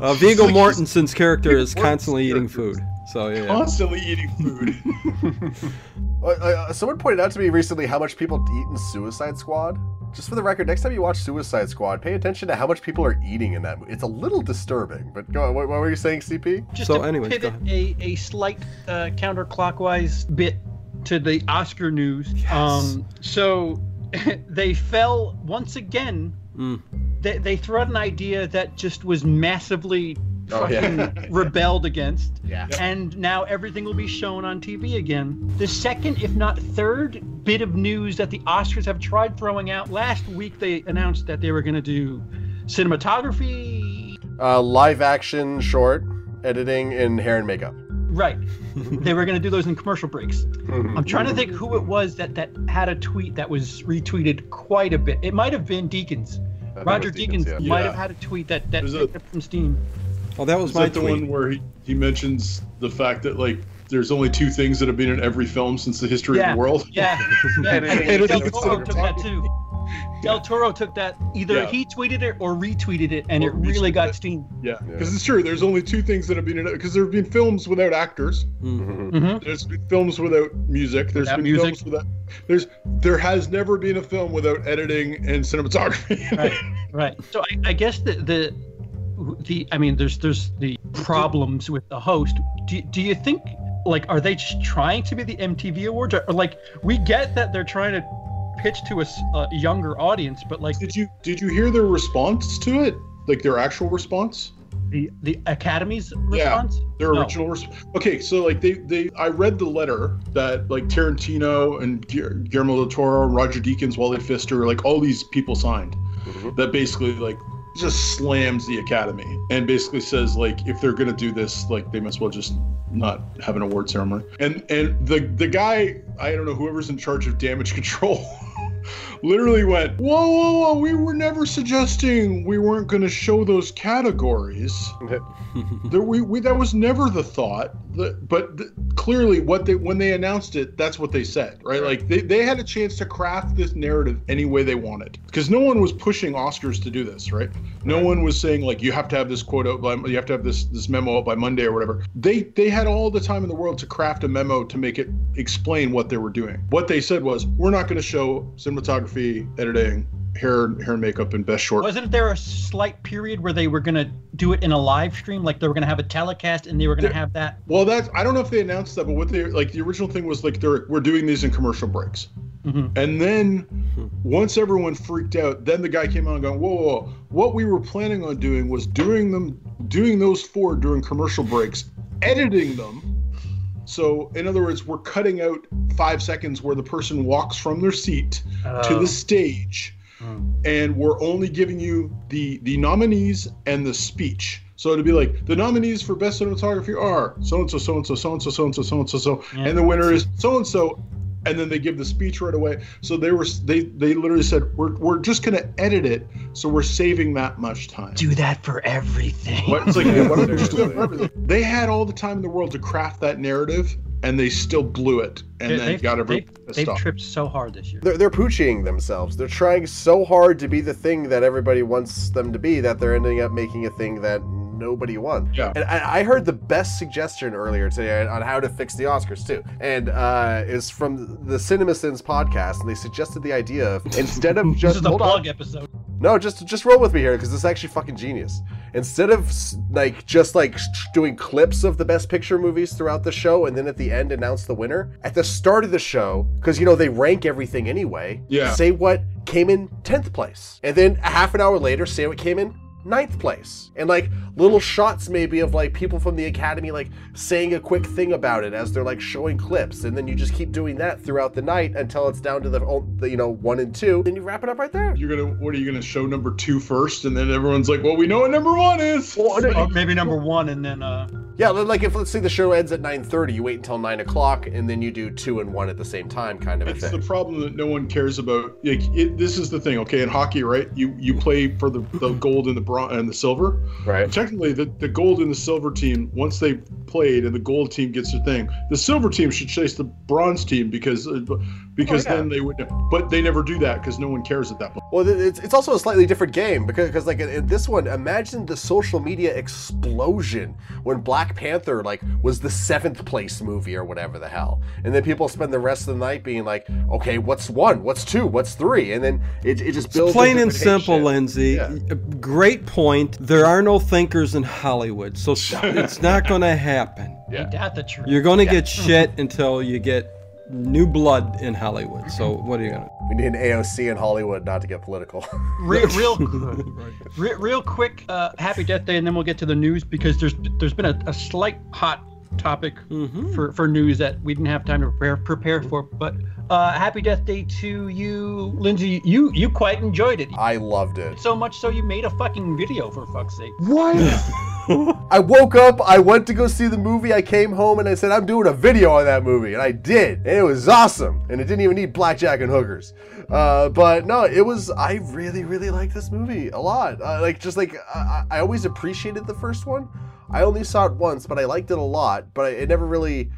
Speaker 3: uh, Viggo
Speaker 5: like he's-
Speaker 3: Mortensen's character is
Speaker 5: Viggo Mortensen's
Speaker 3: constantly eating
Speaker 5: character
Speaker 3: food. So yeah.
Speaker 5: Constantly eating
Speaker 3: [LAUGHS]
Speaker 5: food.
Speaker 1: Uh, uh, someone pointed out to me recently how much people eat in Suicide Squad. Just for the record, next time you watch Suicide Squad, pay attention to how much people are eating in that. mo- It's a little disturbing, but go on. What, what were you saying, CP?
Speaker 2: Just
Speaker 3: So
Speaker 2: to
Speaker 3: anyways, go
Speaker 2: pivot a, a slight uh, counterclockwise bit to the Oscar news. Um, so [LAUGHS] they fell once again.
Speaker 3: Mm.
Speaker 2: They, they threw out an idea that just was massively
Speaker 1: Oh, yeah. [LAUGHS]
Speaker 2: fucking rebelled against.
Speaker 1: Yeah.
Speaker 2: And now everything will be shown on TV again. The second, if not third, bit of news that the Oscars have tried throwing out last week, they announced that they were going to do cinematography.
Speaker 1: Uh, live action short editing in hair and makeup.
Speaker 2: Right. they were going to do those in commercial breaks. I'm trying to think who it was that, that had a tweet that was retweeted quite a bit. It might have been Deacons.
Speaker 1: I think
Speaker 2: Roger
Speaker 1: it was Deakins,
Speaker 2: Deacons,
Speaker 1: yeah.
Speaker 2: might
Speaker 5: Yeah.
Speaker 2: have had a tweet that, that
Speaker 5: There's a-
Speaker 2: picked up from Steam.
Speaker 3: Oh, that was
Speaker 5: Is
Speaker 3: my
Speaker 5: that the
Speaker 3: tweet.
Speaker 5: one where he, he mentions the fact that like there's only two things that have been in every film since the history
Speaker 2: yeah.
Speaker 5: of the world?
Speaker 2: Yeah. [LAUGHS] yeah.
Speaker 1: Editing
Speaker 2: I think Del
Speaker 5: is considered
Speaker 2: Toro took that too. Del Toro took that. Either
Speaker 5: Yeah.
Speaker 2: he tweeted it or retweeted it, and
Speaker 5: Or
Speaker 2: it really
Speaker 5: retweeted
Speaker 2: got
Speaker 5: it.
Speaker 2: steam.
Speaker 5: [LAUGHS] Yeah,
Speaker 1: Yeah.
Speaker 5: because it's true. There's only two things that have been in it because there have been films without actors.
Speaker 3: [LAUGHS]
Speaker 1: Mhm.
Speaker 2: Mm-hmm.
Speaker 5: There's been films without music. There's
Speaker 2: Without
Speaker 5: been
Speaker 2: music.
Speaker 5: films without. There's there has never been a film without editing and cinematography. [LAUGHS]
Speaker 2: Right. Right. So I, I guess the the the I mean, there's there's the problems with the host. Do do you think like are they just trying to be the MTV Awards or, or, like we get that they're trying to pitch to a s- a younger audience, but like
Speaker 5: did you did you hear their response to it? Like their actual response?
Speaker 2: the the Academy's
Speaker 5: Yeah.
Speaker 2: response?
Speaker 5: Their
Speaker 2: No.
Speaker 5: original response. Okay, so like they they I read the letter that like Tarantino and Guer- Guillermo del Toro, Roger Deakins, Wally Pfister, like all these people signed
Speaker 1: Mhm.
Speaker 5: that basically like just slams the Academy and basically says like if they're gonna do this like they must well just not have an award ceremony and and the the guy I don't know whoever's in charge of damage [LAUGHS] control literally went whoa whoa whoa we were never suggesting we weren't gonna show those categories there, we, we that was never the thought. The- but th- clearly, what they when they announced it, that's what they said, right? Like they, they had a chance to craft this narrative any way they wanted, because no one was pushing Oscars to do this, right? No one was saying like you have to have this quote out, by, you have to have this this memo out by Monday or whatever. They they had all the time in the world to craft a memo to make it explain what they were doing. What they said was, we're not going to show cinematography, editing, hair hair and makeup, and best short.
Speaker 2: Wasn't there a slight period where they were gonna do it in a live stream, like they were gonna have a telecast and they were gonna
Speaker 5: There-
Speaker 2: have that?
Speaker 5: Well, that's I don't know if they announced that, but what they like the original thing was like they're we're doing these in commercial breaks,
Speaker 2: Mhm.
Speaker 5: and then
Speaker 3: Hmm.
Speaker 5: once everyone freaked out, then the guy came out and going, whoa, whoa, whoa, what we were planning on doing was doing them doing those four during commercial breaks, editing them. So in other words, we're cutting out five seconds where the person walks from their seat to the stage
Speaker 2: Oh. Hmm.
Speaker 5: and we're only giving you the the nominees and the speech so it'd be like the nominees for best cinematography are so and so so and so so and so so and so so and so so
Speaker 2: Yeah.
Speaker 5: and the winner is so and so and then they give the speech right away so they were they they literally said we're, we're just going to edit it so we're saving that much time
Speaker 2: do that for everything.
Speaker 5: [LAUGHS] what, it's like,
Speaker 2: [LAUGHS]
Speaker 5: yeah, why don't you just do it for everything? they had all the time in the world to craft that narrative and they still blew it and
Speaker 2: They-
Speaker 5: then
Speaker 2: they've-
Speaker 5: got every
Speaker 2: they've, they've tripped so hard this year.
Speaker 1: They're, they're pooching themselves. They're trying so hard to be the thing that everybody wants them to be that they're ending up making a thing that nobody won.
Speaker 5: Yeah.
Speaker 1: And I, I heard the best suggestion earlier today on how to fix the Oscars too, and uh, is from the CinemaSins podcast, and they suggested the idea of instead of
Speaker 2: [LAUGHS] This
Speaker 1: just
Speaker 2: is the
Speaker 1: hold on,
Speaker 2: plug episode.
Speaker 1: no, just just roll with me here because this is actually fucking genius. Instead of s- like just like s- doing clips of the best picture movies throughout the show and then at the end announce the winner, at the start of the show because you know they rank everything anyway.
Speaker 5: Yeah.
Speaker 1: Say what came in tenth place, and then a half an hour later say what came in ninth place, and like little shots maybe of like people from the academy like saying a quick thing about it as they're like showing clips, and then you just keep doing that throughout the night until it's down to the, oh, the you know one and two, then you wrap it up right there.
Speaker 5: You're gonna what are you gonna show number two first, and then everyone's like, well, we know what number one is.
Speaker 2: Or maybe number one, and then uh,
Speaker 1: Yeah, li- like if let's say the show ends at nine thirty, you wait until nine o'clock, and then you do two and one at the same time, kind of a
Speaker 5: It's
Speaker 1: thing.
Speaker 5: the problem that no one cares about. Like it, this is the thing, okay? In hockey, right? You you play for the, the gold and the bron- and the silver.
Speaker 1: right.
Speaker 5: Technically, the, the gold and the silver team, once they played and the gold team gets their thing, the silver team should chase the bronze team because uh, because
Speaker 1: Oh, yeah.
Speaker 5: then they would. But they never do that because no one cares at that point.
Speaker 1: Well, th- it's, it's also a slightly different game because because like in- in this one, imagine the social media explosion when Black Panther like was the seventh place movie or whatever the hell, and then people spend the rest of the night being like, okay, what's one, what's two, what's three, and then it, it just builds.
Speaker 3: Plain and
Speaker 1: interpretation.
Speaker 3: simple, Lindsay.
Speaker 1: Yeah.
Speaker 3: Y- Great point. There are no thinkers in Hollywood, so
Speaker 5: [LAUGHS]
Speaker 3: s- it's not going to happen.
Speaker 1: Yeah.
Speaker 2: ain't that the truth?
Speaker 3: You're going to get shit until you get new blood in Hollywood. So what are you going to
Speaker 1: We need an AOC in Hollywood not to get political. [LAUGHS]
Speaker 2: Re- real, re- real quick, uh, happy death day, and then we'll get to the news because there's there's been a, a slight hot topic
Speaker 3: Mm-hmm.
Speaker 2: for, for news that we didn't have time to prepare prepare for. But uh, happy death day to you, Lindsay. You you quite enjoyed it
Speaker 1: I loved it.
Speaker 2: so much so you made a fucking video for fuck's sake.
Speaker 1: I woke up, I went to go see the movie, I came home and I said, I'm doing a video on that movie. And I did. And it was awesome. And it didn't even need blackjack and hookers. Uh, but no, it was, I really, really liked this movie a lot. Uh, like, just like, I, I I always appreciated the first one. I only saw it once, but I liked it a lot. But I, it never really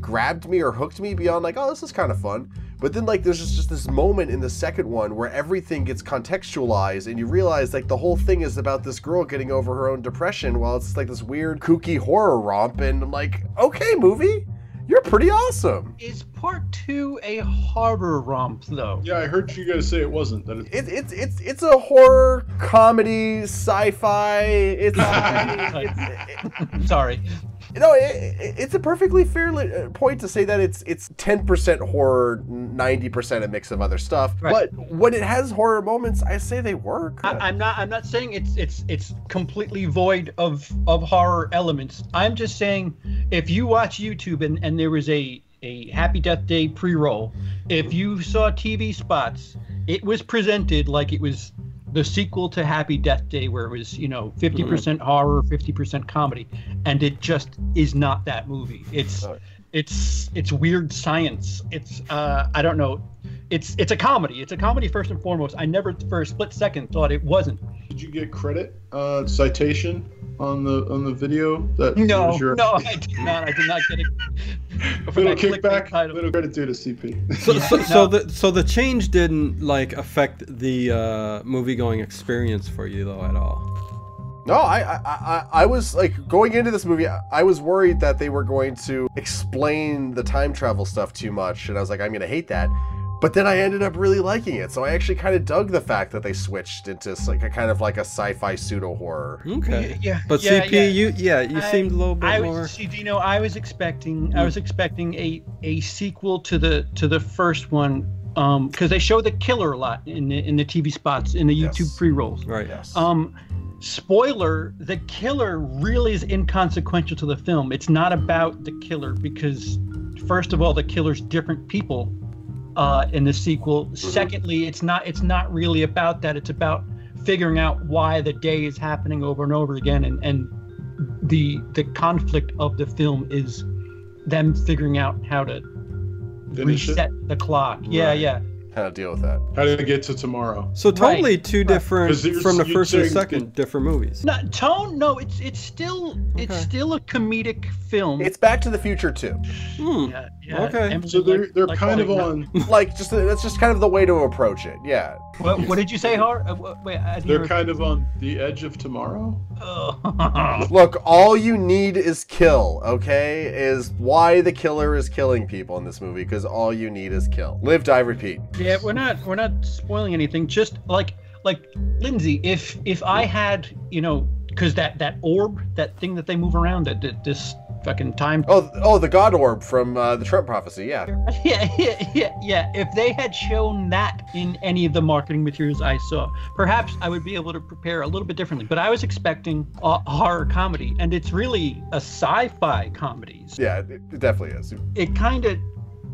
Speaker 1: grabbed me or hooked me beyond like, oh, this is kind of fun. But then like there's just, just this moment in the second one where everything gets contextualized and you realize like the whole thing is about this girl getting over her own depression while it's like this weird kooky horror romp and I'm like, okay, movie, you're pretty awesome.
Speaker 2: Is part two a horror romp though?
Speaker 5: [LAUGHS] Yeah, I heard you guys say it wasn't. That it,
Speaker 1: It, it's it's it's a horror comedy sci-fi. It's, it's
Speaker 2: Sorry.
Speaker 1: No, it, it- it's a perfectly fair li- uh, point to say that it's it's ten percent horror, ninety percent a mix of other stuff.
Speaker 2: Right.
Speaker 1: But when it has horror moments, I say they work.
Speaker 2: I, I'm not. I'm not saying it's it's it's completely void of of horror elements. I'm just saying if you watch YouTube and and there was a a Happy Death Day pre-roll, if you saw TV spots, it was presented like it was the sequel to Happy Death Day, where it was you know 50% percent horror, 50% comedy, and it just is not that movie. It's
Speaker 1: Right.
Speaker 2: it's it's weird science. It's uh I don't know. It's it's a comedy. It's a comedy first and foremost. I never for a split second thought it wasn't.
Speaker 5: did you get credit uh, citation on the on the video? That
Speaker 2: No,
Speaker 5: was your-
Speaker 2: no, I did not. I did not
Speaker 5: [LAUGHS]
Speaker 2: get it. For
Speaker 5: Little
Speaker 2: that clickbait
Speaker 5: kickback,
Speaker 2: title.
Speaker 5: little credit due to CP.
Speaker 3: So, so,
Speaker 2: Yeah.
Speaker 3: so the so the change didn't like affect the uh, movie going experience for you though at all.
Speaker 1: No, I, I, I, I was like going into this movie, I I was worried that they were going to explain the time travel stuff too much, and I was like, I'm gonna hate that. But then I ended up really liking it, so I actually kind of dug the fact that they switched into s- like a kind of like a sci-fi pseudo horror.
Speaker 3: Okay.
Speaker 2: Yeah,
Speaker 3: But
Speaker 2: yeah,
Speaker 3: CP,
Speaker 2: yeah.
Speaker 3: you yeah, you
Speaker 2: I-
Speaker 3: seemed a little bit
Speaker 2: I
Speaker 3: more. Mm.
Speaker 2: was, see, do you know, I was expecting, I was expecting a a sequel to the to the first one, um, because they show the killer a lot in the in the TV spots in the YouTube
Speaker 1: Yes.
Speaker 2: pre rolls.
Speaker 3: Right.
Speaker 1: Yes.
Speaker 2: Um, spoiler: the killer really is inconsequential to the film. It's not about the killer because, first of all, the killer's different people uh, in the sequel.
Speaker 5: Mm-hmm.
Speaker 2: Secondly, it's not it's not really about that. It's about figuring out why the day is happening over and over again, and and the the conflict of the film is them figuring out how to
Speaker 5: Finish it.
Speaker 2: reset the clock. Yeah,
Speaker 3: Right.
Speaker 2: yeah.
Speaker 1: how to deal with that.
Speaker 5: How did it get to tomorrow?
Speaker 3: So totally two
Speaker 2: right.
Speaker 3: different
Speaker 5: 'Cause there's-
Speaker 3: from the
Speaker 5: you're
Speaker 3: first and
Speaker 5: saying-
Speaker 3: second different movies.
Speaker 2: No, tone. No, it's it's still it's still a comedic film.
Speaker 1: It's Back to the Future too.
Speaker 3: Hmm.
Speaker 2: yeah, yeah.
Speaker 3: okay.
Speaker 2: Emily,
Speaker 5: So they're
Speaker 2: like-
Speaker 5: they're
Speaker 2: like
Speaker 5: kind of
Speaker 2: Holly-
Speaker 5: on.
Speaker 1: Like, just that's just kind of the way to approach it. Yeah.
Speaker 2: What, what did you say, Har? Uh, wh- wait, I didn't
Speaker 5: They're
Speaker 2: hear-
Speaker 5: kind of on the edge of tomorrow.
Speaker 2: Oh.
Speaker 1: Look, all you need is kill, okay? Is why the killer is killing people in this movie, because all you need is kill. Live, die, repeat.
Speaker 2: [LAUGHS] Yeah, we're not we're not spoiling anything. Just like like Lindsay, if if I had you know, because that that orb, that thing that they move around, that, that this fucking time. [LAUGHS]
Speaker 1: Oh, th- oh, the God Orb from uh, the Trump prophecy. Yeah,
Speaker 2: Yeah, yeah, yeah, yeah. If they had shown that in any of the marketing materials I saw, perhaps I would be able to prepare a little bit differently. But I was expecting a horror comedy, and it's really a sci-fi comedy. So
Speaker 1: yeah, it, it definitely is.
Speaker 2: it kind of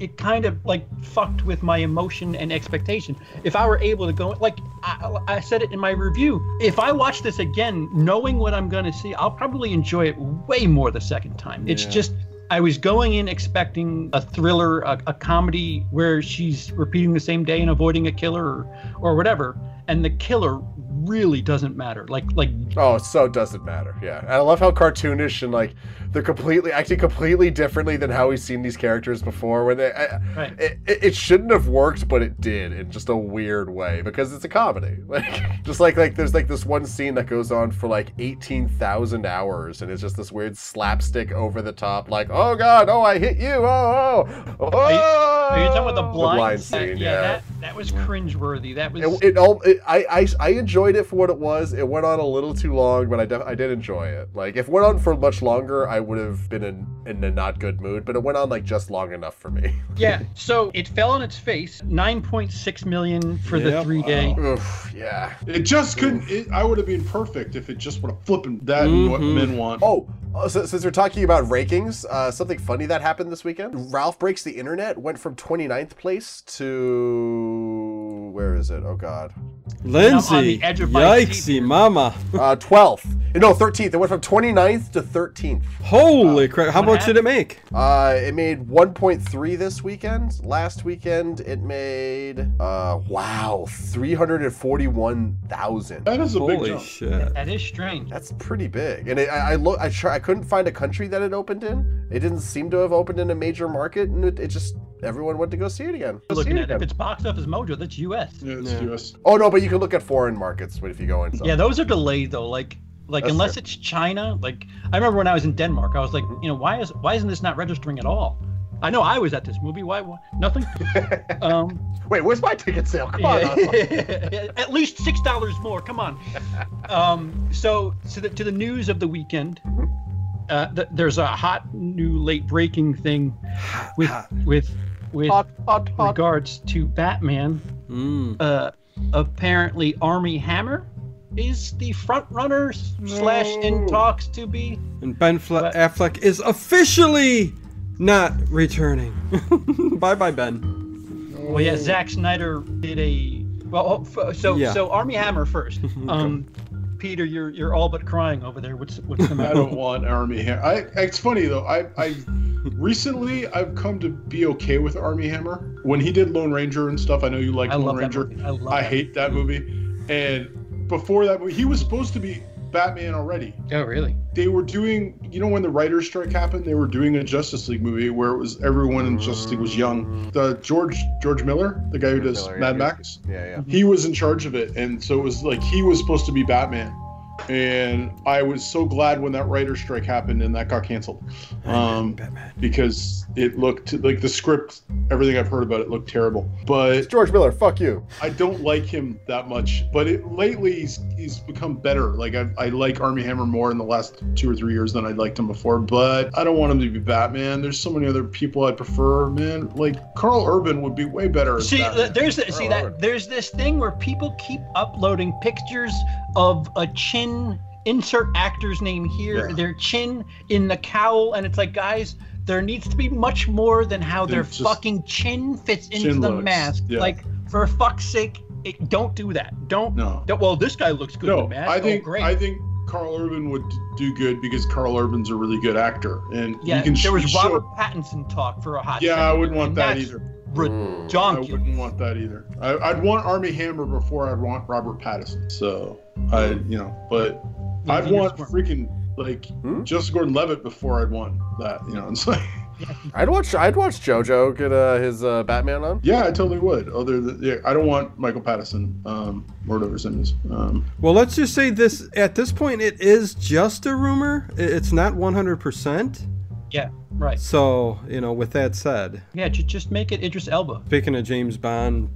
Speaker 2: it kind of like fucked with my emotion and expectation if i were able to go like I, I said it in my review if i watch this again knowing what i'm going to see i'll probably enjoy it way more the second time it's
Speaker 3: Yeah.
Speaker 2: just i was going in expecting a thriller a, a comedy where she's repeating the same day and avoiding a killer or, or whatever and the killer really doesn't matter like like
Speaker 1: Oh, it so doesn't matter. Yeah, and I love how cartoonish and like they're completely acting completely differently than how we've seen these characters before. When they, I,
Speaker 2: Right.
Speaker 1: it, it it shouldn't have worked, but it did in just a weird way because it's a comedy. Like just like like there's like this one scene that goes on for like eighteen thousand hours, and it's just this weird slapstick over the top. Like oh god, oh I hit you, oh oh oh.
Speaker 2: are you talking about the
Speaker 1: The
Speaker 2: blind,
Speaker 1: blind
Speaker 2: set?
Speaker 1: scene,
Speaker 2: yeah,
Speaker 1: yeah.
Speaker 2: That, that was cringeworthy that was
Speaker 1: It, it all it, I, I I enjoyed it for what it was. It went on a little too long, but I def, I did enjoy it. Like if it went on for much longer, I would have been in in a not good mood. But it went on like just long enough for me. [LAUGHS]
Speaker 2: Yeah, so it fell on its face. 9.6 million for the
Speaker 3: Yeah,
Speaker 2: three day.
Speaker 1: Oof, yeah.
Speaker 5: It just couldn't. It, I would have been perfect if it just would have flipping that and what
Speaker 3: Mhm.
Speaker 5: men want.
Speaker 1: Oh, oh, so, since we're talking about rankings, uh, something funny that happened this weekend. Ralph Breaks the Internet went from 29th place to where is it? Oh God,
Speaker 3: Lindsay,
Speaker 2: I'm on the edge of my
Speaker 3: yikesy
Speaker 2: seat.
Speaker 3: mama!
Speaker 1: uh, 12th. No, 13th. It went from 29th to 13th.
Speaker 3: Holy crap! How
Speaker 2: What
Speaker 3: much did it make?
Speaker 1: Uh, it made 1.3 this weekend. Last weekend, it made uh, wow, 341,000.
Speaker 5: that is a big
Speaker 3: Holy
Speaker 5: jump.
Speaker 3: shit!
Speaker 2: That is strange.
Speaker 1: That's pretty big. And it, I, I look, I try, I couldn't find a country that it opened in. It didn't seem to have opened in a major market, and it, it just everyone went to go see it again. Go see
Speaker 2: Looking
Speaker 1: it
Speaker 2: at it. If
Speaker 1: again.
Speaker 2: it's box office mojo, that's US.
Speaker 5: Yeah, it's
Speaker 3: Yeah.
Speaker 5: US.
Speaker 1: Oh no, but you can look at foreign markets if you go in.
Speaker 2: Yeah, those are delayed though. Like like
Speaker 1: That's
Speaker 2: unless it's China, like I remember when I was in Denmark, I was like, you know, why is why isn't this not registering at all? I know I was at this movie. Why, why nothing? um,
Speaker 1: Wait, where's my ticket sale? Come on.
Speaker 2: [LAUGHS]
Speaker 1: Oslo.
Speaker 2: yeah. at least six dollars more. Come
Speaker 1: [LAUGHS]
Speaker 2: on. Um, so, so the, to the news of the weekend, uh, th- there's a hot new late breaking thing with with with
Speaker 1: Hot, hot, hot.
Speaker 2: regards to Batman.
Speaker 3: Mm.
Speaker 2: Uh, apparently, Army Hammer is the front runner slash in talks to be.
Speaker 3: And Ben Fle-
Speaker 2: But-
Speaker 3: Affleck is officially not returning. [LAUGHS] bye, bye, Ben.
Speaker 2: Well, yeah, Zack Snyder did a well. oh, f- So
Speaker 3: Yeah.
Speaker 2: so Army Hammer
Speaker 1: [LAUGHS]
Speaker 2: first. Um, Peter, you're you're all but crying over there. What's what's the
Speaker 5: I
Speaker 2: matter?
Speaker 5: don't want Army Hammer. I, it's funny though. I, I recently I've come to be okay with Army Hammer. When he did Lone Ranger and stuff, I know you like
Speaker 2: I
Speaker 5: Lone
Speaker 2: love that
Speaker 5: Ranger.
Speaker 2: movie. I love
Speaker 5: I
Speaker 2: that
Speaker 5: hate that movie. And before that, movie, he was supposed to be Batman already.
Speaker 2: Oh, really?
Speaker 5: They were doing, you know, when the writers' strike happened, they were doing a Justice League movie where it was everyone in Justice League was young. The George George Miller, the guy who
Speaker 1: Mm. George
Speaker 5: does
Speaker 1: Miller,
Speaker 5: Mad
Speaker 1: yeah.
Speaker 5: Max
Speaker 1: Yeah, yeah.
Speaker 5: he was in charge of it and so it was like he was supposed to be batman and i was so glad when that writer strike happened and that got canceled um,
Speaker 3: Batman.
Speaker 5: because it looked like the script everything i've heard about it looked terrible
Speaker 1: It's
Speaker 5: but
Speaker 1: George Miller. Fuck you.
Speaker 5: i don't like him that much but it, lately he's, he's become better like I, I like army hammer more in the last two or three years than i liked him before but i don't want him to be batman there's so many other people i'd prefer man like carl urban would be way better as
Speaker 2: See,
Speaker 5: Batman.
Speaker 2: th- there's th- see that
Speaker 1: Alright.
Speaker 2: there's this thing where people keep uploading pictures of a chin. Insert actor's name here.
Speaker 5: Yeah.
Speaker 2: Their chin in the cowl, and it's like, guys, there needs to be much more than how their
Speaker 5: It's just-
Speaker 2: fucking chin fits into
Speaker 5: Chin
Speaker 2: the
Speaker 5: looks,
Speaker 2: mask.
Speaker 5: yeah.
Speaker 2: Like, for fuck's sake, it, don't do that. Don't.
Speaker 5: no
Speaker 2: don't- well, this guy looks good in the
Speaker 5: No,
Speaker 2: mask.
Speaker 5: I
Speaker 2: Oh,
Speaker 5: think
Speaker 2: great.
Speaker 5: I think Carl Urban would do good because Carl Urban's a really good actor, and
Speaker 2: yeah,
Speaker 5: you can
Speaker 2: there was
Speaker 5: show-
Speaker 2: Robert Pattinson talk for a hot.
Speaker 5: Yeah, I
Speaker 2: second,
Speaker 5: wouldn't want
Speaker 2: and
Speaker 5: that
Speaker 2: that's-
Speaker 5: either.
Speaker 1: Hmm.
Speaker 5: I
Speaker 2: redonkulous.
Speaker 5: wouldn't want that either. I, I'd want Army Hammer before I'd want Robert Pattinson. So I, you know, but I'd
Speaker 2: You're
Speaker 5: want
Speaker 2: smart.
Speaker 5: freaking like
Speaker 1: Hmm?
Speaker 5: Joseph Gordon-Levitt before I'd want that. You know, [LAUGHS] it's like
Speaker 1: I'd watch. I'd watch JoJo get uh, his uh, Batman on.
Speaker 5: yeah, I totally would. Other than yeah, I don't want Michael Pattinson um, or whatever his name is. Um,
Speaker 3: Well, let's just say this at this point, it is just a rumor. I- It's not 100%.
Speaker 2: Yeah, right.
Speaker 3: So, you know, with that said,
Speaker 2: Yeah, ju- just make it Idris Elba.
Speaker 3: speaking of James Bond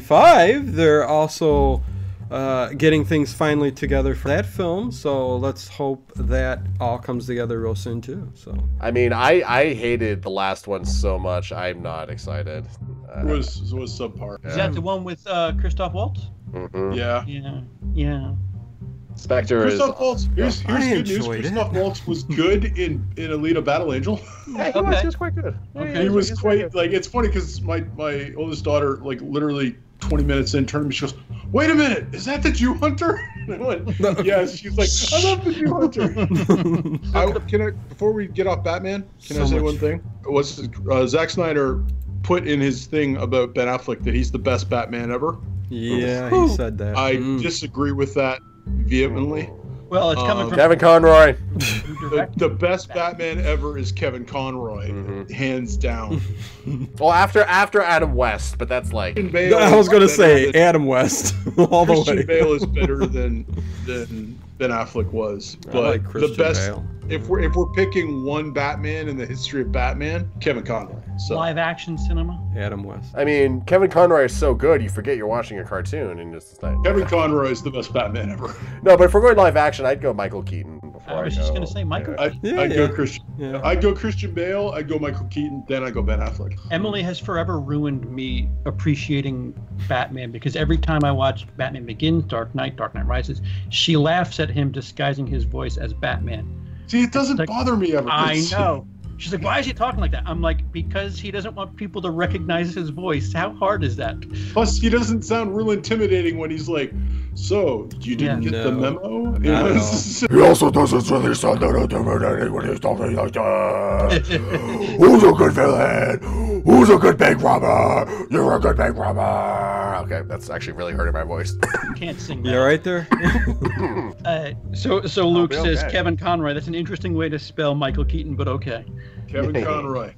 Speaker 3: 25, they're also uh, getting things finally together for that film. So let's hope that all comes together real soon, too. So, [LAUGHS]
Speaker 1: I mean, I I hated the last one so much. I'm not excited. Uh,
Speaker 5: it was it was subpar.
Speaker 2: Is that the one with uh, Christoph Waltz?
Speaker 1: mhm.
Speaker 5: Yeah.
Speaker 2: Yeah, yeah.
Speaker 1: Spectre is.
Speaker 5: Christoph Waltz. Here's,
Speaker 3: I
Speaker 5: here's good news.
Speaker 3: enjoyed it.
Speaker 5: Christoph Waltz was good in in Alita: Battle
Speaker 3: [LAUGHS]
Speaker 5: Angel.
Speaker 1: Yeah, he, was,
Speaker 2: Okay.
Speaker 1: he was quite good. Yeah,
Speaker 2: Okay.
Speaker 5: he was
Speaker 1: was
Speaker 5: quite
Speaker 1: good.
Speaker 5: like it's funny because my my oldest daughter like literally 20 minutes in turned to me she goes wait a minute is that the jew hunter [LAUGHS] and i
Speaker 3: [LAUGHS]
Speaker 5: went yes she's like i love the jew hunter I, can i before we get off batman can i
Speaker 3: So
Speaker 5: say
Speaker 3: much.
Speaker 5: one thing was uh, Zack snyder put in his thing about ben affleck that he's the best batman ever
Speaker 3: yeah, he said that.
Speaker 5: i
Speaker 3: Mm. Oh.
Speaker 5: disagree with that vehemently
Speaker 2: Well, it's coming
Speaker 5: Um,
Speaker 2: from
Speaker 1: Kevin Conroy.
Speaker 2: who
Speaker 5: the,
Speaker 2: directed
Speaker 5: the best batman ever is kevin conroy
Speaker 3: Mm-hmm.
Speaker 1: Mhm.
Speaker 5: hands
Speaker 3: [LAUGHS]
Speaker 5: down
Speaker 1: Well, after after Adam West, but that's like.
Speaker 3: [LAUGHS] I was going to say Adam West [LAUGHS] all the
Speaker 5: Christian
Speaker 3: way.
Speaker 5: Bale is
Speaker 3: [LAUGHS]
Speaker 5: better than than Ben Affleck was,
Speaker 3: I
Speaker 5: but
Speaker 3: like
Speaker 5: the
Speaker 3: Christian
Speaker 5: best.
Speaker 3: Bale.
Speaker 5: If we're if we're picking one Batman in the history of Batman, Kevin Conroy. So
Speaker 2: live action cinema.
Speaker 3: Adam West.
Speaker 1: I mean, Kevin Conroy is so good, you forget you're watching a cartoon and it's not.
Speaker 5: Kevin Conroy is the best Batman ever.
Speaker 1: No, but if we're going live action, I'd go Michael Keaton. Before
Speaker 2: I was
Speaker 1: go.
Speaker 2: just gonna say Michael.
Speaker 5: I would
Speaker 3: Yeah,
Speaker 5: I would
Speaker 3: yeah.
Speaker 5: go Christian.
Speaker 3: Yeah.
Speaker 5: I would go Christian Bale. I would go Michael Keaton. Then I go Ben Affleck.
Speaker 2: Emily has forever ruined me appreciating Batman because every time I watch Batman Begins, Dark Knight, Dark Knight Rises, she laughs at him disguising his voice as Batman.
Speaker 5: See, it doesn't
Speaker 2: Like,
Speaker 5: bother me ever.
Speaker 2: I know. She's like, why is he talking like that? I'm like, because he doesn't want people to recognize his voice. How hard is that?
Speaker 5: Plus, he doesn't sound real intimidating when he's like, "So you didn't
Speaker 2: Yeah.
Speaker 5: get the
Speaker 3: No.
Speaker 5: memo?" You
Speaker 3: Not
Speaker 5: know,
Speaker 3: at
Speaker 5: it's
Speaker 3: all. [LAUGHS]
Speaker 5: just-
Speaker 4: He also doesn't really sound that intimidating when he's talking like
Speaker 2: [LAUGHS]
Speaker 4: that. Who's a good villain? Who's a good bank robber? You're a good bank robber.
Speaker 1: Okay, that's actually really hurting my voice.
Speaker 2: Can't sing that.
Speaker 3: You all right
Speaker 5: [LAUGHS]
Speaker 3: there?
Speaker 2: Uh, so, so Luke
Speaker 1: be
Speaker 2: says
Speaker 1: okay.
Speaker 2: Kevin Conroy. That's an interesting way to spell Michael Keaton, but okay.
Speaker 5: Kevin Conroy.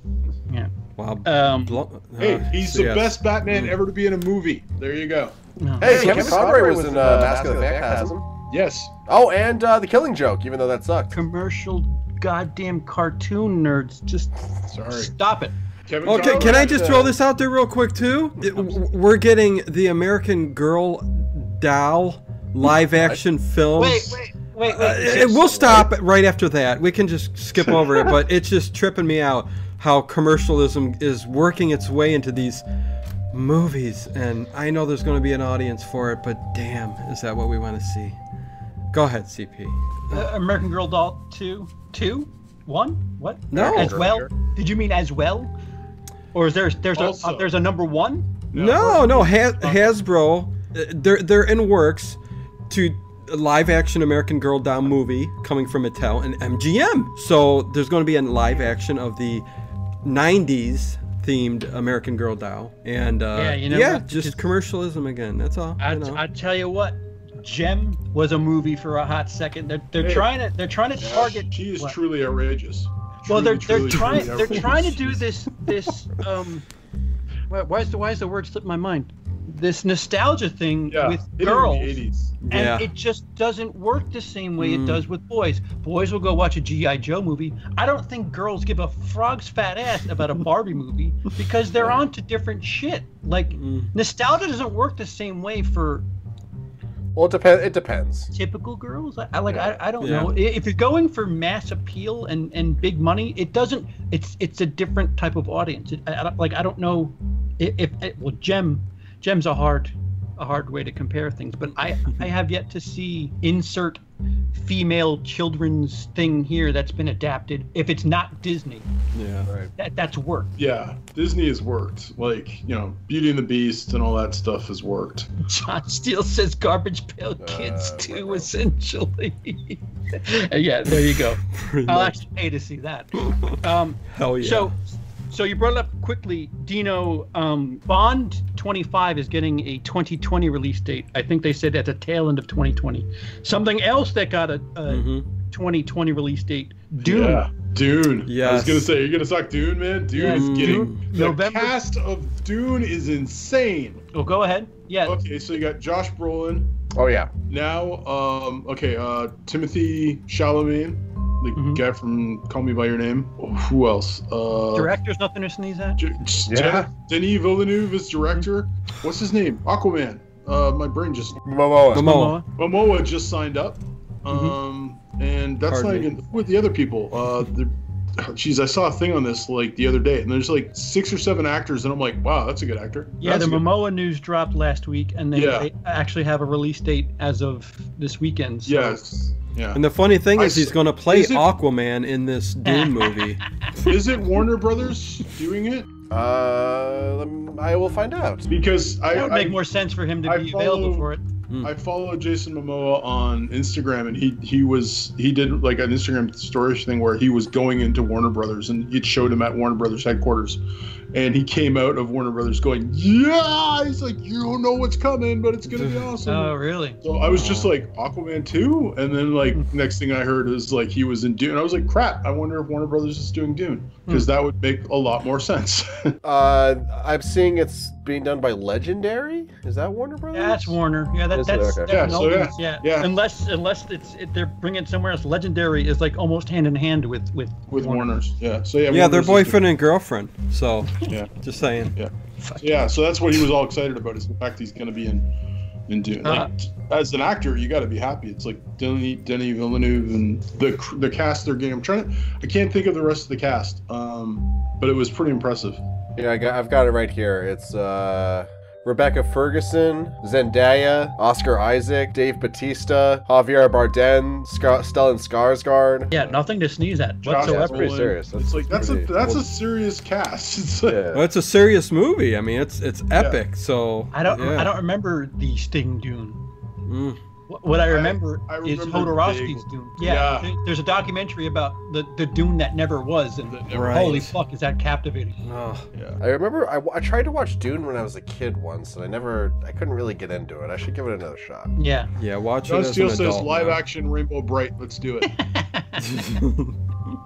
Speaker 3: wow.
Speaker 2: Um,
Speaker 3: Blo-
Speaker 5: Hey,
Speaker 3: uh, yes.
Speaker 5: he's
Speaker 3: Mm.
Speaker 5: the best Batman ever to be in a movie. There you go.
Speaker 2: no.
Speaker 1: hey,
Speaker 4: Hey,
Speaker 1: Kevin,
Speaker 4: Kevin
Speaker 1: Conroy,
Speaker 4: Conroy
Speaker 1: was in uh, Mask of the Phantasm.
Speaker 5: Yes.
Speaker 1: Oh, and uh, The Killing Joke, even though that sucked.
Speaker 2: Commercial goddamn cartoon nerds. Just
Speaker 5: Sorry.
Speaker 2: stop it.
Speaker 5: Kevin
Speaker 3: Okay,
Speaker 5: Conroy.
Speaker 3: can I just throw this out there real quick too? It- w- we're getting the American Girl doll live action film.
Speaker 2: Wait, wait, wait, wait.
Speaker 3: Uh, it- we'll stop right after that. We can just skip over it, but it's just tripping me out how commercialism is working its way into these movies. And I know there's going to be an audience for it, but damn, is that what we want to see? Go ahead, CP.
Speaker 2: Uh, American Girl doll two, two, one. What?
Speaker 3: No.
Speaker 2: As well? Did you mean as well? Or is there there's a
Speaker 5: Also.
Speaker 2: uh, there's a number one?
Speaker 3: No, no, Has- Hasbro, uh, they're they're in works to a live action American Girl doll movie coming from Mattel and MGM. So there's going to be a live action of the 90s themed American Girl doll, and uh,
Speaker 2: Yeah,
Speaker 3: yeah,
Speaker 2: you know what?
Speaker 3: just commercialism again. That's all.
Speaker 2: I,
Speaker 3: you know.
Speaker 2: I tell you what, Gem was a movie for a hot second. They're they're
Speaker 5: Hey.
Speaker 2: trying to they're trying to
Speaker 5: Yeah,
Speaker 2: target.
Speaker 5: She is
Speaker 2: what?
Speaker 5: truly outrageous.
Speaker 2: well, they're
Speaker 5: Truly,
Speaker 2: they're
Speaker 5: truly,
Speaker 2: trying
Speaker 5: truly
Speaker 2: they're
Speaker 5: outrageous.
Speaker 2: trying to do this this um. Why, why is the why is the word slipping my mind? This nostalgia thing
Speaker 5: Yeah,
Speaker 2: with
Speaker 5: hit it in the
Speaker 2: girls.
Speaker 5: 80s.
Speaker 2: And
Speaker 3: yeah.
Speaker 2: it just doesn't work the same way it
Speaker 3: Mm.
Speaker 2: does with boys. Boys will go watch a G.I. Joe movie. I don't think girls give a frog's fat ass about a Barbie movie because they're on to different shit. Like,
Speaker 3: Mm.
Speaker 2: nostalgia doesn't work the same way for
Speaker 1: Well, it depends. It depends.
Speaker 2: typical girls. I, I like, I, I don't
Speaker 3: Yeah.
Speaker 2: know. I- If you're going for mass appeal and, and big money, it doesn't, it's it's a different type of audience. It, I, I don't, like, I don't know if, if it, well, Gem, Gem's a hard, a hard way to compare things, but I, I have yet to see insert female children's thing here that's been adapted. If it's not Disney,
Speaker 3: yeah.
Speaker 2: that that's work. [LAUGHS]
Speaker 5: Yeah, Disney has worked. Like, you know, Beauty and the Beast and all that stuff has worked.
Speaker 2: John Steele says garbage pail kids
Speaker 1: Uh,
Speaker 2: too,
Speaker 1: well.
Speaker 2: essentially. [LAUGHS] yeah, there you go.
Speaker 3: Pretty
Speaker 2: I'll
Speaker 3: much.
Speaker 5: [LAUGHS]
Speaker 2: actually pay to see that. Um,
Speaker 3: Hell yeah.
Speaker 2: So, So you brought it up quickly, Dino. Um, Bond 25 is getting a 2020 release date. I think they said at the tail end of 2020. Something else that got a, a
Speaker 3: hmm
Speaker 2: 2020 release date, Doom.
Speaker 5: Mm-hmm. Yeah. Dune. I was
Speaker 3: Yes.
Speaker 5: gonna say you're gonna talk Dune, man. Dune
Speaker 2: Yeah,
Speaker 5: is
Speaker 3: Dune.
Speaker 5: getting the
Speaker 2: November-
Speaker 5: cast of Dune is insane.
Speaker 2: Oh, go ahead. Yeah.
Speaker 5: Okay, so you got Josh Brolin
Speaker 1: Oh yeah.
Speaker 5: now. Um, okay, uh, Timothy Chalamet, the
Speaker 2: Mhm.
Speaker 5: guy from Call Me by Your Name. Who else? Uh,
Speaker 2: Director's nothing to sneeze at.
Speaker 5: J- J-
Speaker 1: Yeah.
Speaker 5: Denis Villeneuve is director.
Speaker 3: Mm-hmm.
Speaker 5: What's his name? Aquaman. Uh, my brain just
Speaker 1: Momoa.
Speaker 3: Momoa.
Speaker 5: Momoa just signed up, um, and that's
Speaker 3: Mm-hmm. Pardon
Speaker 5: not
Speaker 3: me.
Speaker 5: even with the other people. Uh, the, geez, I saw a thing on this like the other day, and there's like six or seven actors, and I'm like, wow, that's a good actor.
Speaker 2: Yeah,
Speaker 5: That's
Speaker 2: the
Speaker 5: a good-
Speaker 2: Momoa news dropped last week, and they,
Speaker 5: Yeah.
Speaker 2: they actually have a release date as of this weekend. so-
Speaker 5: Yes.
Speaker 3: [LAUGHS]
Speaker 5: Yeah.
Speaker 3: And the funny thing
Speaker 5: I
Speaker 3: is, he's
Speaker 5: s-
Speaker 3: going to play
Speaker 5: is it-
Speaker 3: Aquaman in
Speaker 2: [LAUGHS]
Speaker 3: this Doom movie.
Speaker 5: Is it Warner Brothers doing it?
Speaker 1: Uh, um, I will find out.
Speaker 5: Because I
Speaker 2: That would make
Speaker 5: I,
Speaker 2: more sense for him to
Speaker 5: I
Speaker 2: be
Speaker 5: follow-
Speaker 2: available for it.
Speaker 5: I follow Jason Momoa on Instagram, and he he was he did like an Instagram story thing where he was going into Warner Brothers, and it showed him at Warner Brothers headquarters, and he came out of Warner Brothers going, "Yeah!" He's like, "You don't know what's coming, but it's gonna be awesome."
Speaker 2: Oh, really?
Speaker 5: so I was just like Aquaman 2 and then like next thing I heard is like he was in Dune. I was like, crap, I wonder if Warner Brothers is doing Dune because that would make a lot more sense. [LAUGHS]
Speaker 1: Uh, I'm seeing it's being done by Legendary. Is that Warner Brothers?
Speaker 2: Yeah, that's Warner. Yeah, that,
Speaker 1: Is it?
Speaker 2: that's,
Speaker 1: Okay.
Speaker 2: that's
Speaker 5: Yeah,
Speaker 2: an
Speaker 5: so
Speaker 2: Aldous, yeah,
Speaker 5: yeah.
Speaker 2: Unless unless it's it, they're bringing it somewhere else. Legendary is like almost hand in hand with with
Speaker 5: with Warner's. Yeah. So yeah.
Speaker 3: yeah, their
Speaker 5: Warner's is doing-
Speaker 3: boyfriend and girlfriend. So,
Speaker 5: Yeah.
Speaker 3: just saying.
Speaker 5: Yeah, so that's what he was all excited about is the fact he's going to be in in Dune. Like, as an actor, you got to be happy. It's like Denny, Denny Villeneuve and the cr- the cast they're getting. I'm trying to, I can't think of the rest of the cast, um, but it was pretty impressive.
Speaker 1: Yeah, I got, I've got it right here. It's uh, Rebecca Ferguson, Zendaya, Oscar Isaac, Dave Batista, Javier Bardem, Scar- Stellan Skarsgård.
Speaker 2: Yeah, nothing to sneeze at
Speaker 5: Josh
Speaker 1: yeah,
Speaker 2: whatsoever.
Speaker 1: it's pretty
Speaker 5: Brolin.
Speaker 1: serious.
Speaker 5: It's like that's a
Speaker 1: pretty-
Speaker 5: that's a serious cast. [LAUGHS] It's like,
Speaker 1: Yeah.
Speaker 3: Well, it's a serious movie. I mean, it's it's epic. So
Speaker 2: I don't
Speaker 3: yeah.
Speaker 2: I don't remember the Sting Dune.
Speaker 3: Mm.
Speaker 2: What, what I remember
Speaker 5: I
Speaker 2: is
Speaker 5: remember
Speaker 2: Hodorowski's
Speaker 5: big-
Speaker 2: Dune. Yeah,
Speaker 5: Yeah.
Speaker 2: there- there's a documentary about the the Dune that never was, and
Speaker 3: Right.
Speaker 2: holy fuck, is that captivating?
Speaker 3: Oh,
Speaker 5: yeah.
Speaker 1: I remember I, w- I tried to watch Dune when I was a kid once, and I never I couldn't really get into it. I should give it another shot.
Speaker 5: [LAUGHS]
Speaker 2: Yeah,
Speaker 3: yeah, watch it
Speaker 5: John
Speaker 3: as an
Speaker 5: Steele
Speaker 3: adult.
Speaker 5: says live
Speaker 3: man.
Speaker 5: action Rainbow Bright. Let's do it. [LAUGHS]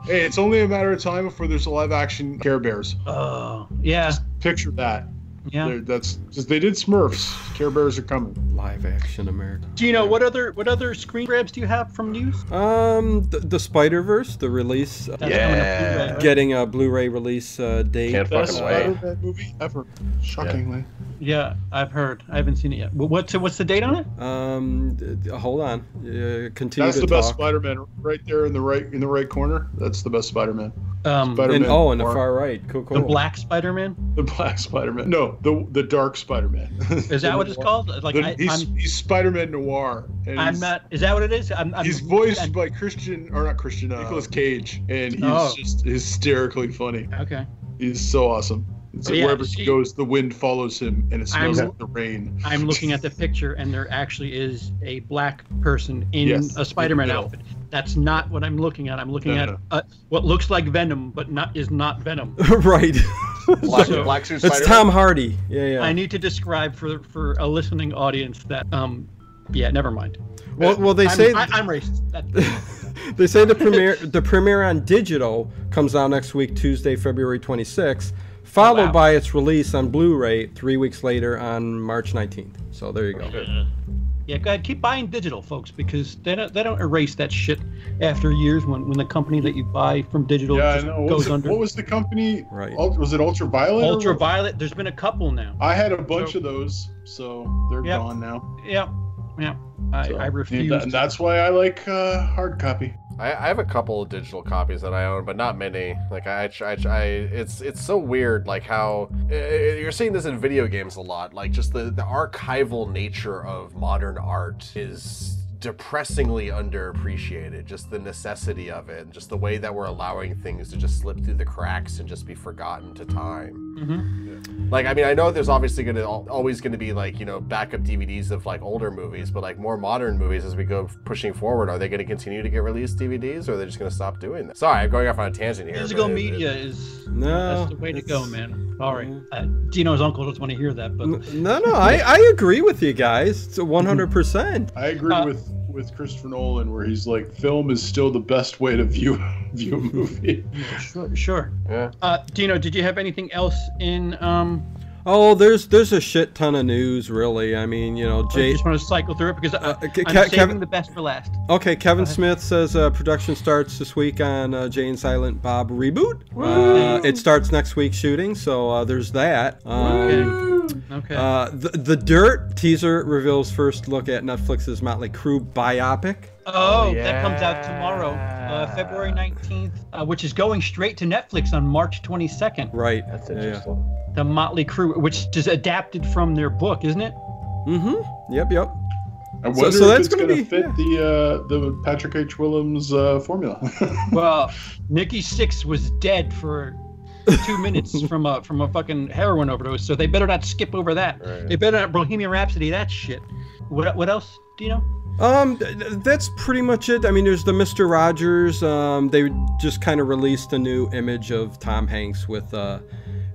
Speaker 5: hey, it's only a matter of time before there's a live action Care Bears.
Speaker 2: oh yeah,
Speaker 5: Picture that.
Speaker 2: yeah.
Speaker 5: They're- That's because they did Smurfs. Care Bears are coming.
Speaker 3: [LAUGHS] live action America.
Speaker 2: Gino, what other what other screen grabs do you have from news?
Speaker 3: Um, the, the Spider Verse, the release, uh,
Speaker 2: That's coming up
Speaker 1: Yeah.
Speaker 2: Blu-ray, right?
Speaker 3: getting a Blu-ray release uh, date.
Speaker 1: Can't
Speaker 5: Best
Speaker 1: fucking wait.
Speaker 5: Spider-Man movie ever. Shockingly.
Speaker 2: Yeah, I've heard. I haven't seen it yet. Wh- What's what's the date on it?
Speaker 3: Um, d- d- hold on. Uh, continue
Speaker 5: That's
Speaker 3: to
Speaker 5: the best
Speaker 3: talk.
Speaker 5: Spider-Man right there in the right in the right corner. That's the best Spider-Man.
Speaker 2: Um,
Speaker 5: Spider-
Speaker 3: And oh, in the
Speaker 5: Or-
Speaker 3: far right. Cool, cool.
Speaker 2: the Black Spider-Man.
Speaker 5: The black Spider-Man. No, the the dark Spider-Man. [LAUGHS]
Speaker 2: Is that what it's called? Like
Speaker 5: The-
Speaker 2: I,
Speaker 5: he's,
Speaker 2: I'm,
Speaker 5: he's Spider-Man noir. And
Speaker 2: I'm
Speaker 5: he's,
Speaker 2: not. Is that what it is? I'm. I'm
Speaker 5: He's voiced
Speaker 2: I'm-
Speaker 5: by Christian or not Christian uh, Nicholas Cage, and he's
Speaker 2: Oh.
Speaker 5: just hysterically funny.
Speaker 2: okay.
Speaker 5: He's so awesome. It's
Speaker 2: Yeah,
Speaker 5: wherever
Speaker 2: she-
Speaker 5: he goes, the wind follows him, and it smells
Speaker 2: I'm-
Speaker 5: like the rain.
Speaker 2: I'm looking at the picture, and there actually is a black person in
Speaker 5: Yes,
Speaker 2: a Spider-Man
Speaker 5: in the
Speaker 2: outfit. That's not what I'm looking at. I'm looking
Speaker 5: No,
Speaker 2: at
Speaker 5: no.
Speaker 2: uh, what looks like Venom, but not is not Venom.
Speaker 3: [LAUGHS] right.
Speaker 1: [LAUGHS] Black,
Speaker 2: So-
Speaker 1: Black Suit
Speaker 3: It's
Speaker 1: Spider.
Speaker 3: Tom Hardy. Yeah, yeah.
Speaker 2: I need to describe for for a listening audience that um, yeah, never mind.
Speaker 3: well, well, they
Speaker 2: I'm,
Speaker 3: say
Speaker 2: I, I'm racist. That,
Speaker 3: [LAUGHS] they say the premiere the premiere on digital comes out next week, Tuesday, February 26th, followed
Speaker 2: wow.
Speaker 3: by its release on Blu-ray three weeks later on March 19th. So there you go.
Speaker 2: Yeah, go ahead. Keep buying digital, folks, because they don't they don't erase that shit after years when, when the company that you buy from digital
Speaker 5: Yeah, I
Speaker 2: just
Speaker 5: know. What was,
Speaker 2: goes
Speaker 5: it-
Speaker 2: under.
Speaker 5: what was the company?
Speaker 3: Right.
Speaker 5: Ult- was it Ultraviolet? or what?
Speaker 2: Ultraviolet. There's been a couple now.
Speaker 5: I had a bunch of those, so they're
Speaker 2: Yep.
Speaker 5: gone now.
Speaker 2: Yeah, yeah. I,
Speaker 5: So,
Speaker 2: I refuse.
Speaker 5: And that- and
Speaker 2: to-
Speaker 5: that's why I like uh, hard copy.
Speaker 1: I, I have a couple of digital copies that I own, but not many. Like I, I, I it's it's so weird, like how uh, you're seeing this in video games a lot. Like just the the archival nature of modern art is depressingly underappreciated. Just the necessity of it, and just the way that we're allowing things to just slip through the cracks and just be forgotten to time.
Speaker 2: Mm-hmm.
Speaker 1: Like, I mean, I know there's obviously going to always going to be like, you know, backup DVDs of like older movies, but like more modern movies as we go pushing forward, are they going to continue to get released DVDs or are they just going to stop doing that? Sorry, I'm going off on a tangent here.
Speaker 2: Physical
Speaker 1: but it- it-
Speaker 2: media is
Speaker 3: No,
Speaker 2: that's the way to go,
Speaker 3: it's- Mm.
Speaker 2: man. All right, uh, Dino's uncle doesn't want to hear that, but
Speaker 3: N- No, no, [LAUGHS] I, I agree with you guys. It's 100%.
Speaker 5: I agree
Speaker 2: Uh,
Speaker 5: with with Christopher Nolan where he's like, film is still the best way to view [LAUGHS] view a movie.
Speaker 2: [LAUGHS] sure. sure.
Speaker 1: Yeah.
Speaker 2: Uh, Dino, did you have anything else in? Um,
Speaker 3: Oh, there's there's a shit ton of news, really. I mean, you know,
Speaker 2: or you
Speaker 3: Jay.
Speaker 2: just want to cycle through it because I,
Speaker 3: Uh, Ke-
Speaker 2: I'm
Speaker 3: Ke-
Speaker 2: saving
Speaker 3: Kevin-
Speaker 2: the best for last.
Speaker 3: Okay, Kevin Smith says uh, production starts this week on uh, Jay and Silent Bob reboot. Uh, it starts next week shooting, so uh, there's that. Um,
Speaker 2: Okay.
Speaker 3: uh, the, the Dirt teaser reveals first look at Netflix's Motley Crue biopic.
Speaker 2: Oh,
Speaker 1: Oh,
Speaker 2: that comes out tomorrow, uh,
Speaker 1: yeah.
Speaker 2: February 19th, uh, which is going straight to Netflix on March 22nd.
Speaker 3: Right.
Speaker 1: That's
Speaker 3: Yeah, yeah.
Speaker 1: interesting.
Speaker 2: The Motley Crew, which is adapted from their book, isn't it?
Speaker 3: Mm-hmm. Yep, yep.
Speaker 5: I
Speaker 3: So-
Speaker 5: wonder
Speaker 3: so
Speaker 5: if
Speaker 3: that's
Speaker 5: it's
Speaker 3: gonna
Speaker 5: gonna,
Speaker 3: be-
Speaker 5: fit the uh, the Patrick H. Willems uh, formula. [LAUGHS]
Speaker 2: Well, Nikki Six was dead for two minutes from a from a fucking heroin overdose, so they better not skip over that.
Speaker 1: Right.
Speaker 2: They better not Bohemian Rhapsody that shit. What what else? Do you know?
Speaker 3: Um, th- th- that's pretty much it. I mean, there's the Mister Rogers. Um, they just kind of released a new image of Tom Hanks with, uh,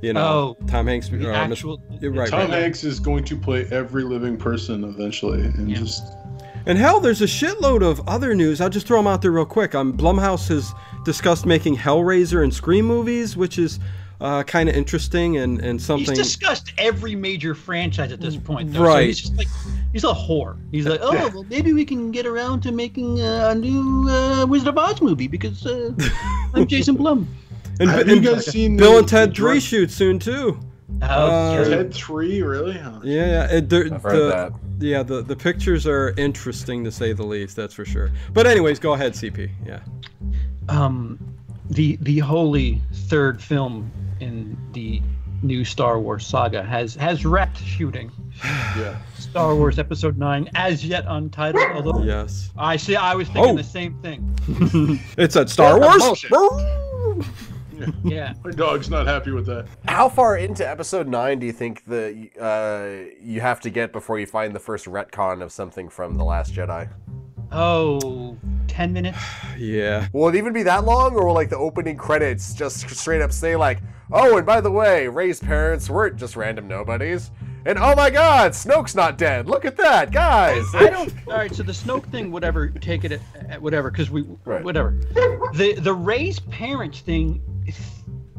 Speaker 3: you know,
Speaker 2: Oh,
Speaker 3: Tom Hanks.
Speaker 2: The
Speaker 3: uh, Mis-
Speaker 2: actual
Speaker 3: You're right.
Speaker 5: Tom Hanks is going to play every living person eventually, and
Speaker 2: Yeah.
Speaker 5: just
Speaker 3: And hell, there's a shitload of other news. I'll just throw them out there real quick. Um, Blumhouse has discussed making Hellraiser and Scream movies, which is uh, kind of interesting and and
Speaker 2: He's
Speaker 3: something.
Speaker 2: discussed every major franchise at this point, though. So
Speaker 3: Right.
Speaker 2: he's just like he's a whore. He's like, oh, well, maybe we can get around to making uh, a new uh, Wizard of Oz movie because
Speaker 3: [LAUGHS]
Speaker 2: uh, I'm Jason Blum.
Speaker 3: and
Speaker 5: Have
Speaker 3: and
Speaker 5: you guys seen
Speaker 3: Bill
Speaker 5: the-
Speaker 3: and Ted
Speaker 5: the
Speaker 3: Three
Speaker 5: drug-
Speaker 3: shoot soon too.
Speaker 2: Oh,
Speaker 3: Uh,
Speaker 2: sure.
Speaker 5: Ted Three, really? Huh.
Speaker 3: Yeah, yeah. It, they're-
Speaker 1: I've heard
Speaker 3: the-
Speaker 1: that.
Speaker 3: Yeah, the, the pictures are interesting to say the least, that's for sure. But anyways, go ahead, CP. Yeah.
Speaker 2: um, the the holy third film in the new Star Wars saga has has wrapped
Speaker 3: [SIGHS]
Speaker 2: shooting.
Speaker 5: Yeah.
Speaker 2: Star Wars Episode Nine, as yet untitled. Although
Speaker 3: Yes.
Speaker 2: I see, I was thinking
Speaker 3: Oh.
Speaker 2: the same thing.
Speaker 3: It's at Star
Speaker 1: Yeah,
Speaker 3: Wars.
Speaker 1: bullshit.
Speaker 2: Yeah.
Speaker 5: My dog's not happy with that.
Speaker 1: How far into episode nine do you think the uh, you have to get before you find the first retcon of something from the Last Jedi?
Speaker 2: Oh, 10 minutes.
Speaker 3: yeah.
Speaker 1: Will it even be that long, or will like the opening credits just straight up say like, "Oh, and by the way, Ray's parents weren't just random nobodies," and "Oh my God, Snoke's not dead. Look at that, guys."
Speaker 2: I don't. All right, so the Snoke thing, whatever, take it at, at whatever, because we,
Speaker 1: Right.
Speaker 2: whatever. The the Ray's parents thing,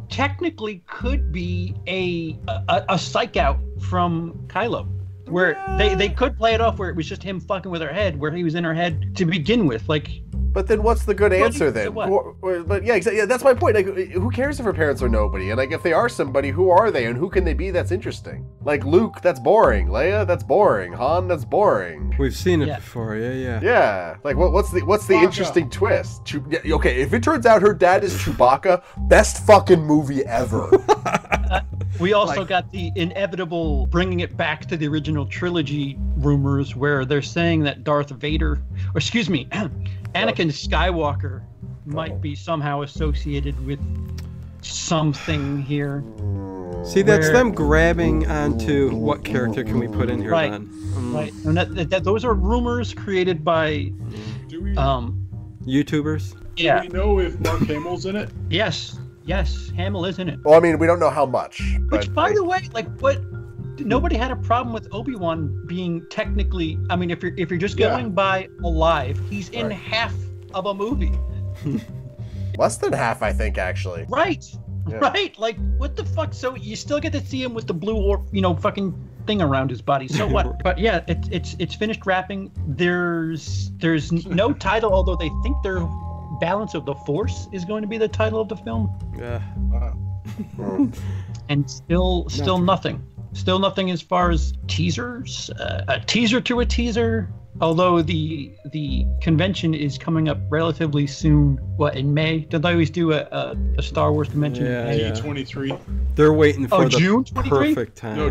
Speaker 2: technically could be a a, a psych out from Kylo, where they they could play it off where it was just him fucking with her head, where he was in her head to begin with, like.
Speaker 1: But then, what's the good answer
Speaker 2: you-
Speaker 1: then?
Speaker 2: what?
Speaker 1: Or- or- but yeah, exactly. Yeah, that's my point. Like, who cares if her parents are nobody? And like, if they are somebody, who are they, and who can they be? That's interesting. Like Luke, that's boring. Leia, that's boring. Han, that's boring.
Speaker 3: We've seen it
Speaker 2: Yeah.
Speaker 3: before. Yeah, yeah.
Speaker 1: Yeah, like what, what's the what's the
Speaker 5: Chewbacca.
Speaker 1: interesting twist? Chew- yeah, okay, if it turns out her dad is Chewbacca, best fucking movie ever.
Speaker 2: We also got the inevitable bringing it back to the original trilogy rumors where they're saying that Darth Vader, or excuse me, [CLEARS THROAT] Anakin Skywalker might be somehow associated with something here.
Speaker 3: See, that's
Speaker 2: Where-
Speaker 3: them grabbing onto what character can we put in here
Speaker 2: Right.
Speaker 3: then? Mm,
Speaker 2: Right? And that, that, that- those are rumors created by,
Speaker 5: Do we,
Speaker 2: um,
Speaker 3: YouTubers.
Speaker 5: do
Speaker 2: yeah.
Speaker 5: we know if Mark Hamill's in it?
Speaker 2: Yes. Yes. Hamill is in it.
Speaker 1: well, I mean, we don't know how much.
Speaker 2: Which,
Speaker 1: but,
Speaker 2: by
Speaker 1: like,
Speaker 2: the way, like what? Nobody had a problem with Obi Wan being technically. I mean, if you're if you're just
Speaker 5: Yeah.
Speaker 2: going by alive, he's in
Speaker 1: Right.
Speaker 2: half of a movie,
Speaker 1: less than half, I think,
Speaker 2: [LAUGHS]
Speaker 1: actually.
Speaker 2: right?
Speaker 1: Yeah.
Speaker 2: Right? Like what the fuck? So you still get to see him with the blue or you know fucking thing around his body.
Speaker 1: [LAUGHS]
Speaker 2: So what? but yeah, it's it's it's finished wrapping. There's there's no title, although they think their balance of the force is going to be the title of the film.
Speaker 3: Yeah.
Speaker 5: Wow.
Speaker 2: and still still nothing still nothing as far as teasers uh, a teaser to a teaser although the the convention is coming up relatively soon. What in May? Did they always do a, a, a Star Wars convention? in
Speaker 3: Yeah,
Speaker 2: May?
Speaker 3: yeah.
Speaker 5: D23.
Speaker 3: They're waiting for
Speaker 2: Oh,
Speaker 3: the
Speaker 2: June 23?
Speaker 3: perfect time.
Speaker 5: No,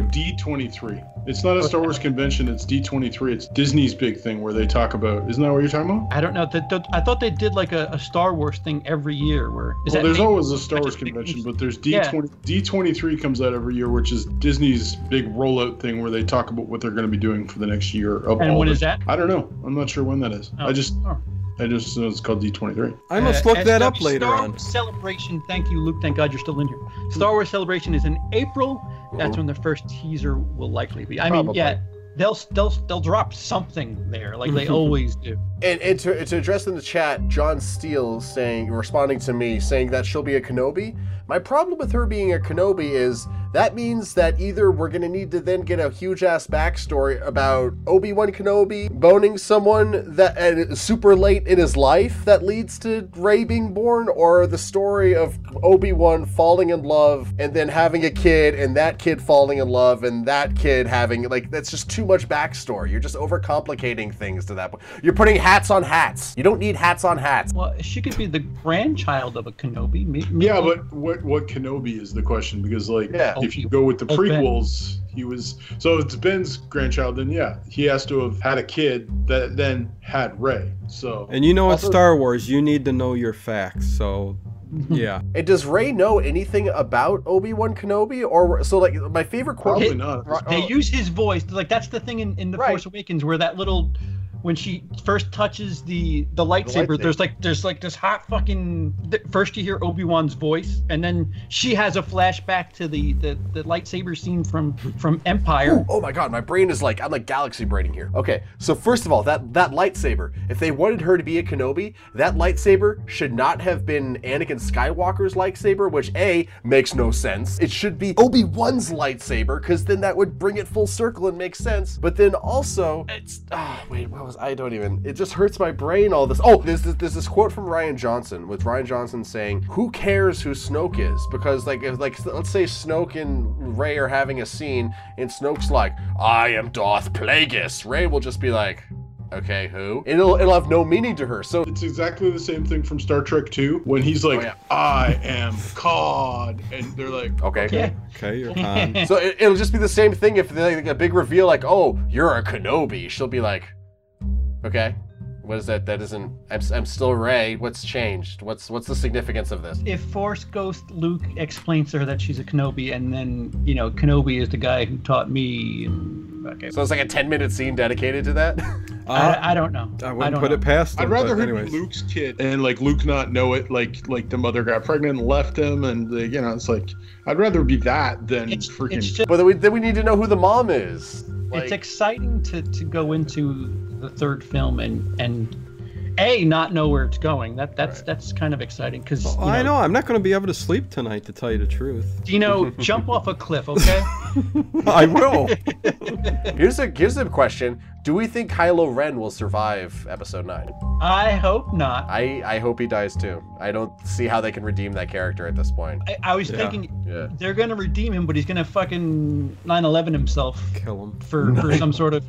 Speaker 5: D23. It's not a Star Wars convention. It's D23. It's Disney's big thing where they talk about. Isn't that what you're talking about?
Speaker 2: I don't know. That that- I thought they did like a, a Star Wars thing every year. Where is
Speaker 5: well,
Speaker 2: that
Speaker 5: there's
Speaker 2: May?
Speaker 5: always a Star
Speaker 2: I
Speaker 5: Wars
Speaker 2: just think
Speaker 5: convention,
Speaker 2: it's-
Speaker 5: but there's
Speaker 2: yeah.
Speaker 5: D20, D23 comes out every year, which is Disney's big rollout thing where they talk about what they're going to be doing for the next year. Of
Speaker 2: And
Speaker 5: all
Speaker 2: when
Speaker 5: the-
Speaker 2: is that?
Speaker 5: I don't know. I'm not sure when that is.
Speaker 2: Oh.
Speaker 5: I just,
Speaker 2: Oh.
Speaker 5: I just know it's called D23.
Speaker 3: I must
Speaker 2: Uh,
Speaker 3: look that up
Speaker 2: SW
Speaker 3: later
Speaker 2: Star
Speaker 3: on. Mm-hmm.
Speaker 2: Wars Celebration. Thank you, Luke. Thank God you're still in here. Star Wars Celebration is in April. That's when the first teaser will likely be. I mean,
Speaker 1: Probably.
Speaker 2: yeah, they'll they'll they'll drop something there, like
Speaker 3: [LAUGHS]
Speaker 2: they always do.
Speaker 1: And, and to, to address in the chat, John Steele saying, responding to me, saying that she'll be a Kenobi. My problem with her being a Kenobi is that means that either we're going to need to then get a huge ass backstory about Obi Wan Kenobi boning someone that and super late in his life that leads to Rey being born, or the story of Obi Wan falling in love and then having a kid, and that kid falling in love, and that kid having like that's just too much backstory. You're just overcomplicating things to that point. You're putting hats on hats. You don't need hats on hats.
Speaker 2: Well, she could be the grandchild of a Kenobi. Maybe,
Speaker 5: Yeah, but what what Kenobi is the question because like
Speaker 1: Yeah.
Speaker 5: if you go with the
Speaker 2: Oh, Ben.
Speaker 5: prequels, he was so if it's Ben's grandchild, then yeah, he has to have had a kid that then had Ray. So
Speaker 3: And you know, it's
Speaker 1: Also-
Speaker 3: Star Wars. You need to know your facts.
Speaker 2: [LAUGHS]
Speaker 3: So, yeah.
Speaker 1: And does Ray know anything about Obi Wan Kenobi? Or so like my favorite quote.
Speaker 5: probably not.
Speaker 2: they use his voice. Like that's the thing in, in the
Speaker 1: Uh, oh. Right.
Speaker 2: Force Awakens where that little when she first touches the the lightsaber,
Speaker 1: lightsaber.
Speaker 2: there's like there's like this hot fucking th- first you hear obi-wan's voice and then she has a flashback to the the, the lightsaber scene from from empire
Speaker 1: Ooh, oh my god, my brain is like I'm like galaxy braining here. Okay, so first of all, that that lightsaber. If they wanted her to be a Kenobi, that lightsaber should not have been Anakin Skywalker's lightsaber, which a makes no sense. It should be Obi Wan's lightsaber, because then that would bring it full circle and make sense. But then also, it's ah wait, what was I don't even. It just hurts my brain all this. Oh, there's this, there's this quote from Ryan Johnson with Ryan Johnson saying, "Who cares who Snoke is?" Because like if like let's say Snoke and Ray are having a scene, and Snoke's like, "I am Darth Plagueis." Ray will just be like, "Okay, who?" And it'll it'll have no meaning to her. So
Speaker 5: It's exactly the same thing from Star Trek 2 when he's like,
Speaker 1: Oh, yeah.
Speaker 5: I am God. And they're like,
Speaker 1: okay.
Speaker 2: yeah
Speaker 3: Okay,
Speaker 2: [LAUGHS]
Speaker 3: you're on.
Speaker 1: So it, it'll just be the same thing if they like, a big reveal like, "Oh, you're a Kenobi." She'll be like, "Okay." What is that? That isn't. I'm, I'm still Ray. What's changed? What's what's the significance of this?
Speaker 2: if force ghost luke explains to her that she's a kenobi and then you know kenobi is the guy who taught me and, okay
Speaker 1: So it's like a 10 minute scene dedicated to that. [LAUGHS]
Speaker 2: I, I don't know
Speaker 3: Uh, I
Speaker 2: I
Speaker 3: wouldn't
Speaker 2: don't
Speaker 3: put
Speaker 2: know.
Speaker 3: it past them.
Speaker 5: I'd rather
Speaker 3: but
Speaker 5: her
Speaker 3: anyways.
Speaker 5: be Luke's kid and like Luke not know it, like like the mother got pregnant and left him, and like, you know it's like I'd rather be that than
Speaker 2: it's,
Speaker 5: freaking.
Speaker 2: it's just-
Speaker 1: but then we, then we need to know who the mom is.
Speaker 2: it's exciting to, to go into the third film and and a not know where it's going. That that's that's kind of exciting because
Speaker 3: Well, I know I'm not going to be able to sleep tonight, to tell you the truth.
Speaker 2: Dino jump off a cliff. Okay,
Speaker 3: [LAUGHS] I will.
Speaker 1: here's a here's a question. Do we think Kylo Ren will survive episode 9?
Speaker 2: I hope not.
Speaker 1: I, I hope he dies too. I don't see how they can redeem that character at this point.
Speaker 2: I, I was
Speaker 3: Yeah.
Speaker 2: thinking
Speaker 1: Yeah.
Speaker 2: they're gonna redeem him, but he's gonna fucking 9/11 himself
Speaker 3: Kill him.
Speaker 2: for for some sort of.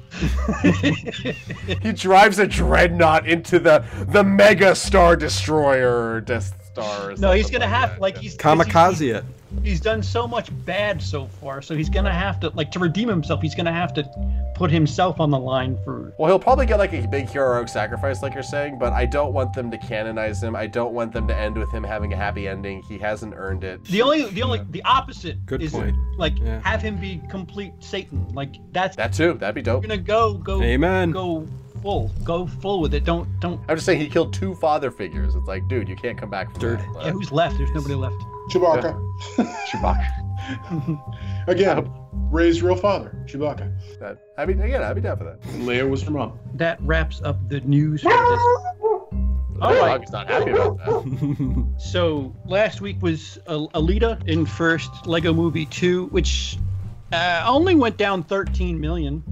Speaker 1: He drives a dreadnought into the the mega star destroyer or Death Star. or
Speaker 2: no, he's
Speaker 1: something
Speaker 2: gonna have
Speaker 1: that.
Speaker 2: like he's 'cause he's-
Speaker 3: [LAUGHS] Kamikaze it.
Speaker 2: he's done so much bad so far, so he's gonna have to like to redeem himself. He's gonna have to put himself on the line for
Speaker 1: Well, he'll probably get like a big heroic sacrifice, like you're saying, but I don't want them to canonize him. I don't want them to end with him having a happy ending. He hasn't earned it.
Speaker 2: The only, the only, the opposite
Speaker 3: Good
Speaker 2: is
Speaker 3: point.
Speaker 2: like
Speaker 3: Yeah.
Speaker 2: have him be complete Satan. Like that's
Speaker 1: That too. That'd be dope.
Speaker 2: you're gonna go, go,
Speaker 3: Amen.
Speaker 2: go full, go full with it. Don't, don't.
Speaker 1: I'm just saying he killed two father figures. It's like, dude, you can't come back from
Speaker 3: Dude.
Speaker 1: that.
Speaker 2: Yeah, who's left? There's nobody left.
Speaker 5: Chewbacca
Speaker 1: Chewbacca.
Speaker 5: again, Ray's real father, Chewbacca.
Speaker 1: That, I mean, again, I'd be down for that.
Speaker 5: And Leia was her mom.
Speaker 2: That wraps up the news. For this. All right.
Speaker 1: Chewbacca's not happy about
Speaker 2: [LAUGHS]
Speaker 1: that.
Speaker 2: So last week was uh, Alita in first Lego Movie two, which uh, only went down 13 million.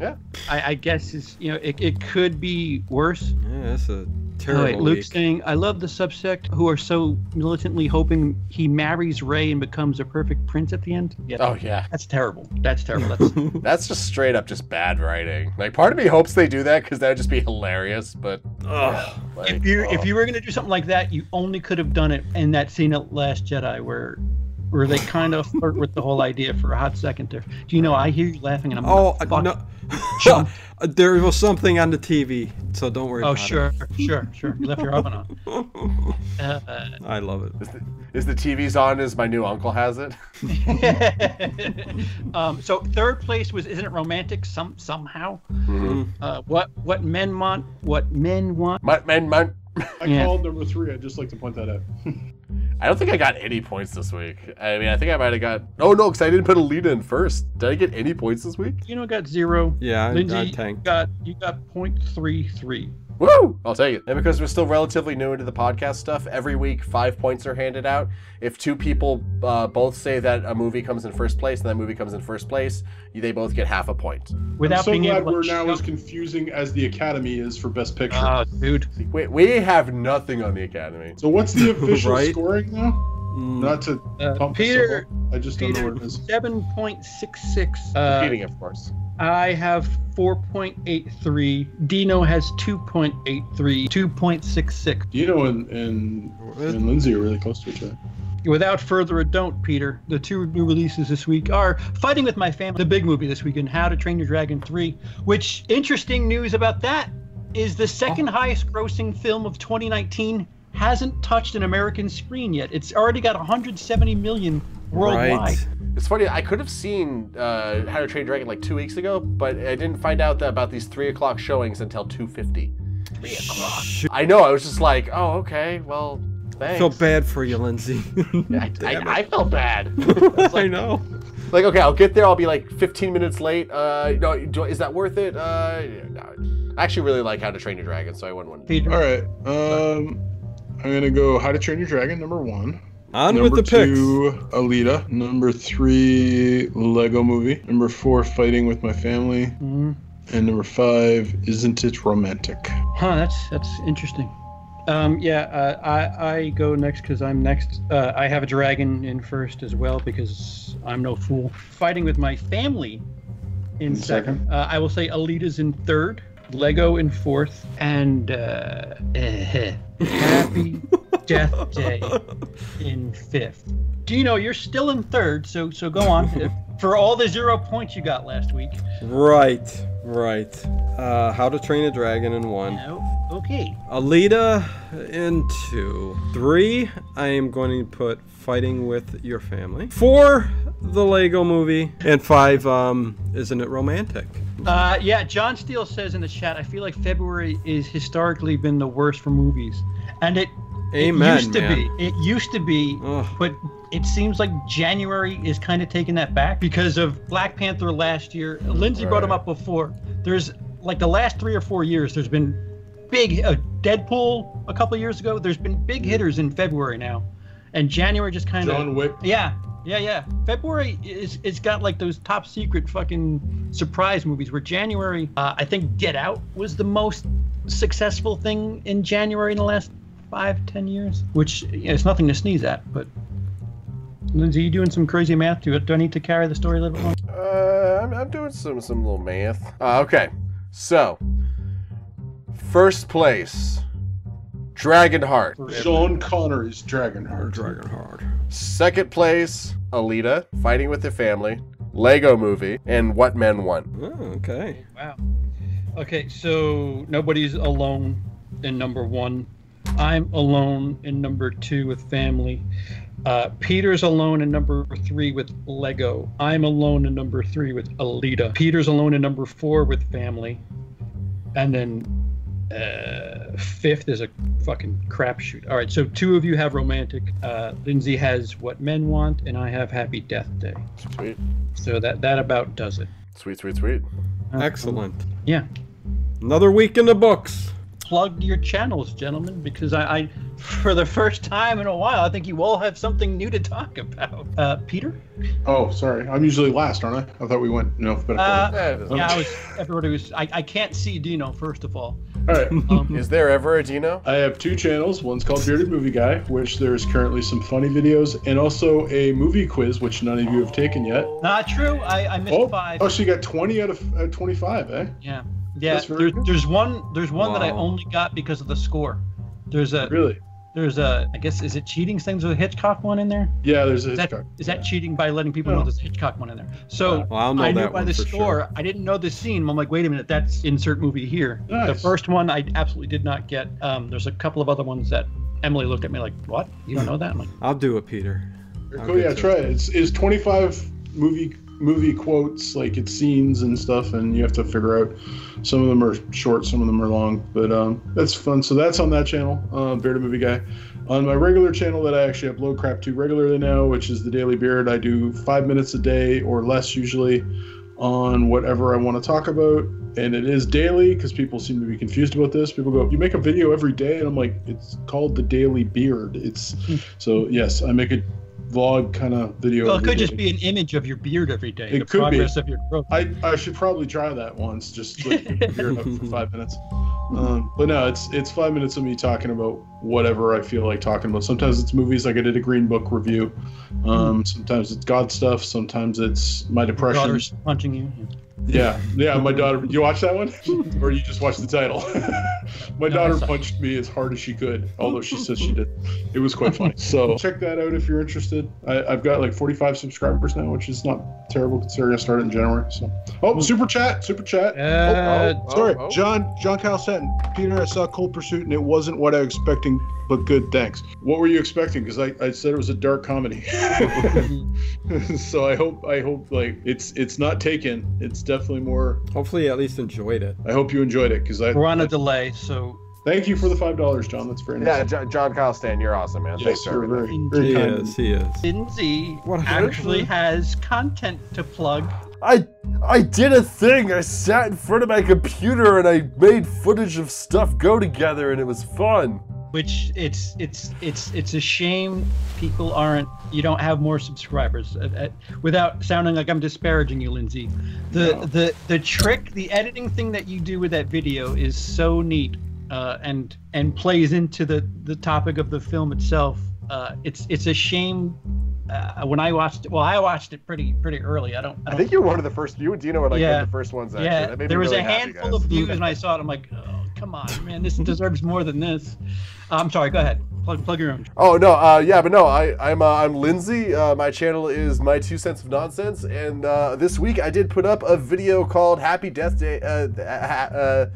Speaker 1: Yeah.
Speaker 2: I, I guess is you know it, it could be worse.
Speaker 3: [LAUGHS] Yeah, that's a Terrible.
Speaker 2: All right, Luke
Speaker 3: week.
Speaker 2: saying, I love the subsect who are so militantly hoping he marries Ray and becomes a perfect prince at the end. Yeah.
Speaker 1: Oh yeah,
Speaker 2: That's terrible. That's terrible. [LAUGHS] That's
Speaker 1: that's just straight up just bad writing. Like part of me hopes they do that because that would just be hilarious. But
Speaker 3: Ugh.
Speaker 1: like,
Speaker 2: if you
Speaker 1: oh.
Speaker 2: if you were gonna do something like that, you only could have done it in that scene at Last Jedi where where they kind of flirt with the whole idea for a hot second there. Do you know I hear you laughing and I'm
Speaker 3: Oh
Speaker 2: gonna fuck-
Speaker 3: no!
Speaker 2: [LAUGHS]
Speaker 3: [LAUGHS] Uh, there was something on the TV, so don't worry.
Speaker 2: Oh
Speaker 3: about it.
Speaker 2: sure, sure, sure. You left your oven on. Uh,
Speaker 3: [LAUGHS]
Speaker 2: [LAUGHS]
Speaker 3: I love it.
Speaker 1: Is the, is the TV's on as my new uncle has it?
Speaker 2: um, so third place was isn't it romantic some somehow?
Speaker 1: Mhm.
Speaker 2: Uh, what what men want, what men want.
Speaker 1: My, my, my,
Speaker 5: I
Speaker 2: Yeah.
Speaker 5: called number three. I'd just like to point that out.
Speaker 1: I don't think I got any points this week. I mean, I think I might have got. Oh no, because I didn't put Alita in first. Did I get any points this week?
Speaker 2: You know, got zero.
Speaker 3: Yeah, I, I
Speaker 2: Lindsay
Speaker 3: tanked.
Speaker 2: got you got point three three.
Speaker 1: Woo! I'll take it. And because we're still relatively new into the podcast stuff, every week five points are handed out. If two people uh, both say that a movie comes in first place and that movie comes in first place, you- they both get half a point.
Speaker 2: Without
Speaker 5: I'm so
Speaker 2: being
Speaker 5: glad
Speaker 2: able to
Speaker 5: we're now
Speaker 2: show-
Speaker 5: as confusing as the Academy is for Best Picture.
Speaker 3: Uh,
Speaker 2: Oh, dude.
Speaker 1: Wait, we have nothing on the Academy.
Speaker 5: so
Speaker 3: [LAUGHS]
Speaker 5: what's the official
Speaker 3: Right?
Speaker 5: scoring now?
Speaker 3: Mm,
Speaker 5: Not to
Speaker 2: Uh,
Speaker 5: pump
Speaker 2: Peter,
Speaker 5: Peter, I just don't know
Speaker 2: Peter,
Speaker 5: what it is.
Speaker 2: 7.66. Uh,
Speaker 1: Competing, of course.
Speaker 2: I have 4.83. Dino has 2.83, 2.66.
Speaker 5: Dino and and, and Lindsay are really close to each other.
Speaker 2: Without further ado, Peter, the two new releases this week are Fighting with My Family, the big movie this week, and How to Train Your Dragon 3, which interesting news about that is the second highest grossing film of 2019 hasn't touched an American screen yet. It's already got 170 million worldwide.
Speaker 3: Right.
Speaker 1: It's funny. I could have seen uh, How to Train Your Dragon like two weeks ago, but I didn't find out that about these three o'clock showings until two fifty.
Speaker 3: Shoot,
Speaker 1: I know. I was just like, oh, okay. Well,
Speaker 3: I
Speaker 1: thanks.
Speaker 3: feel bad for you, Lindsay. [LAUGHS]
Speaker 1: I,
Speaker 3: Damn
Speaker 1: I, I felt
Speaker 3: [LAUGHS]
Speaker 1: bad. [LAUGHS]
Speaker 3: it. I know.
Speaker 1: like, okay, I'll get there. I'll be like 15 minutes late. Uh, no, do, is that worth it? Uh, no. I actually really like How to Train Your Dragon, so I wouldn't want to.
Speaker 2: Peter,
Speaker 5: All right. Um, I'm gonna go How to Train Your Dragon number one.
Speaker 3: On
Speaker 5: number
Speaker 3: with the picks.
Speaker 5: two, Alita. Number three, Lego Movie. Number four, Fighting with My Family.
Speaker 2: Mhm.
Speaker 5: And number five, Isn't It Romantic?
Speaker 2: Huh, that's that's interesting. Um, yeah, uh, I I go next because I'm next. Uh, I have a dragon in first as well because I'm no fool. Fighting with my family in
Speaker 5: In
Speaker 2: second.
Speaker 5: second.
Speaker 2: Uh, I will say Alita's in third, Lego in fourth, and uh, eh, Happy
Speaker 5: [LAUGHS]
Speaker 2: Death Day
Speaker 3: [LAUGHS]
Speaker 2: in fifth. Dino, you're still in third, so so go on.
Speaker 5: [LAUGHS]
Speaker 2: For all the zero points you got last week.
Speaker 3: Right, right. Uh, How to Train a Dragon in one.
Speaker 2: No, okay.
Speaker 3: Alita in two. Three, I am going to put Fighting with Your Family. Four, the Lego movie. And five, um, Isn't It Romantic?
Speaker 2: Uh, yeah, John Steele says in the chat, I feel like February is historically been the worst for movies, and it,
Speaker 3: Amen.
Speaker 2: it used to
Speaker 3: man.
Speaker 2: be. It used to be,
Speaker 3: Ugh.
Speaker 2: but it seems like January is kind of taking that back because of Black Panther last year. Lindsay brought him
Speaker 1: Right.
Speaker 2: up before. There's like the last three or four years, there's been big uh, Deadpool a couple years ago. There's been
Speaker 3: Mm.
Speaker 2: big hitters in February now, and January just kind of
Speaker 5: John Wick.
Speaker 2: yeah, yeah, yeah. February is it's got like those top secret fucking surprise movies. Where January, uh, I think Get Out was the most successful thing in January in the last five, ten years. Which yeah, it's nothing to sneeze at. But Lindsay, you doing some crazy math? Do, do I need to carry the story a little bit more?
Speaker 1: Uh, I'm, I'm doing some some little math. Uh, okay, so first place, Dragonheart.
Speaker 5: Sean Connery's Dragonheart.
Speaker 3: Dragon Hard.
Speaker 1: Second place, Alita, Fighting with the Family, Lego Movie, and What Men Want.
Speaker 3: Oh, okay.
Speaker 2: Wow. Okay, so nobody's alone in number one. I'm alone in number two with family. Uh, Peter's alone in number three with Lego. I'm alone in number three with Alita. Peter's alone in number four with family. And then uh, fifth is a fucking crapshoot. All right, so two of you have romantic. Uh, Lindsay has what men want, and I have happy death day.
Speaker 1: Sweet,
Speaker 2: So that, that about does it.
Speaker 1: sweet, sweet, sweet.
Speaker 3: Excellent.
Speaker 2: Yeah.
Speaker 3: Another week in the books.
Speaker 2: plug your channels, gentlemen, because I, I for the first time in a while, I think you all have something new to talk about. Uh, Peter?
Speaker 5: Oh, sorry. I'm usually last, aren't I? I thought we went in alphabetical.
Speaker 2: Uh,
Speaker 1: Eh, it
Speaker 5: Oh.
Speaker 1: doesn't
Speaker 2: yeah, I was. Everybody was. I, I can't see Dino first of all. Um,
Speaker 5: All right. [LAUGHS]
Speaker 1: matter. Is there ever a Dino?
Speaker 5: I have two channels. One's called Bearded Movie Guy, which there's currently some funny videos, and also a movie quiz, which none of you have taken yet.
Speaker 2: Not true. I, I missed
Speaker 5: Oh,
Speaker 2: five.
Speaker 5: oh, so you got 20 out of uh, 25, eh?
Speaker 2: Yeah, yeah.
Speaker 5: That's very
Speaker 2: There,
Speaker 5: good.
Speaker 2: there's one. There's one that I
Speaker 3: Wow.
Speaker 2: only got because of the score. There's a.
Speaker 5: Really?
Speaker 2: There's a. I guess is it cheating things with a Hitchcock one in there?
Speaker 5: Yeah, there's a
Speaker 2: Is that
Speaker 5: Hitchcock.
Speaker 2: is that cheating by letting people know
Speaker 5: No.
Speaker 2: there's a Hitchcock one in there? So
Speaker 3: Well, I'll know
Speaker 2: I knew
Speaker 3: that
Speaker 2: by
Speaker 3: one
Speaker 2: the
Speaker 3: for
Speaker 2: score.
Speaker 3: sure.
Speaker 2: I didn't know the scene. I'm like, wait a minute, that's insert movie here. The
Speaker 5: Nice.
Speaker 2: first one I absolutely did not get. Um, there's a couple of other ones that Emily looked at me like, what? You don't know that? I'm like,
Speaker 3: I'll do it, Peter. I'll
Speaker 5: Cool, Oh, yeah,
Speaker 3: get to
Speaker 5: try it. It's, it's 25 movie movie quotes, like it's scenes and stuff, and you have to figure out. Some of them are short, some of them are long, but um, that's fun. So that's on that channel, uh, Bearded Movie Guy. On my regular channel that I actually upload crap to regularly now, which is the Daily Beard, I do five minutes a day or less usually on whatever I want to talk about. And it is daily because people seem to be confused about this. People go, You make a video every day? And I'm like, It's called the Daily Beard. It's so, yes, I make a vlog kind of video.
Speaker 2: well, it
Speaker 5: every
Speaker 2: could just
Speaker 5: day.
Speaker 2: be an image of your beard every day.
Speaker 5: It
Speaker 2: the
Speaker 5: could be.
Speaker 2: progress of your growth.
Speaker 5: I, I should probably try that once, just like
Speaker 2: [LAUGHS]
Speaker 5: beard up for five minutes. Um, but no, it's it's five minutes of me talking about whatever I feel like talking about. Sometimes it's movies, like I did a Green Book review.
Speaker 2: Hmm.
Speaker 5: Um, sometimes it's God stuff. Sometimes it's my
Speaker 2: Your
Speaker 5: depression.
Speaker 2: daughter's punching you.
Speaker 5: Yeah, yeah, my daughter. You watch that [LAUGHS] one, or you just watch the title? [LAUGHS]
Speaker 2: No,
Speaker 5: my
Speaker 2: I
Speaker 5: daughter
Speaker 2: saw it.
Speaker 5: punched me as hard as she could, although she says she did. It was quite funny. So [LAUGHS] check that out if you're interested. I, I've got like 45 subscribers now, which is not terrible considering I started in January. So, oh, super chat, super chat.
Speaker 2: Uh,
Speaker 1: Oh, oh,
Speaker 5: Sorry,
Speaker 1: oh.
Speaker 5: John, John Kyle Stanton. Peter, I saw Cold Pursuit and it wasn't what I was expecting, but good, thanks. What were you expecting? Because I, I said it was a dark [LAUGHS] comedy.
Speaker 2: Uh,
Speaker 5: [LAUGHS] so I hope I hope like it's it's not taken. It's definitely more.
Speaker 3: it. Hopefully, you at least enjoyed it.
Speaker 5: I hope you enjoyed it because
Speaker 2: [LAUGHS]
Speaker 5: I
Speaker 2: we're on a delay, so
Speaker 5: thank you for the five dollars, John. That's very
Speaker 1: Yeah,
Speaker 5: nice.
Speaker 1: Jo- John Kyle Stan, you're awesome, man. Thanks
Speaker 5: yes,
Speaker 1: for
Speaker 5: you're
Speaker 1: everything.
Speaker 5: very, very
Speaker 3: He
Speaker 5: kind.
Speaker 3: is. He is.
Speaker 2: Lindsay
Speaker 3: What a-
Speaker 2: actually has content to plug.
Speaker 1: I I did a thing. I sat in front of my computer and I made footage of stuff go together, and it was fun.
Speaker 2: which it's it's it's it's a shame people aren't you don't have more subscribers Uh, uh, without sounding like i'm disparaging you lindsay the
Speaker 5: No.
Speaker 2: the the trick the editing thing that you do with that video is so neat uh, and and plays into the the topic of the film itself uh, it's it's a shame uh, when i watched it well i watched it pretty pretty early i don't i,
Speaker 1: I
Speaker 2: don't,
Speaker 1: think you're one of the first. You and Dino were like one
Speaker 2: Yeah.
Speaker 1: of the first ones. Actually.
Speaker 2: yeah
Speaker 1: That made me
Speaker 2: there was
Speaker 1: really
Speaker 2: a
Speaker 1: happy,
Speaker 2: handful
Speaker 1: guys.
Speaker 2: of views and i saw it i'm like oh come on man
Speaker 1: [LAUGHS]
Speaker 2: this deserves more than this Uh, i'm sorry go ahead plug plug your own
Speaker 1: Oh no, uh, yeah, but no, I, I'm uh, I'm Lindsay. Uh, my channel is my two cents of nonsense, and uh, this week I did put up a video called Happy Death Day, uh, ha- uh,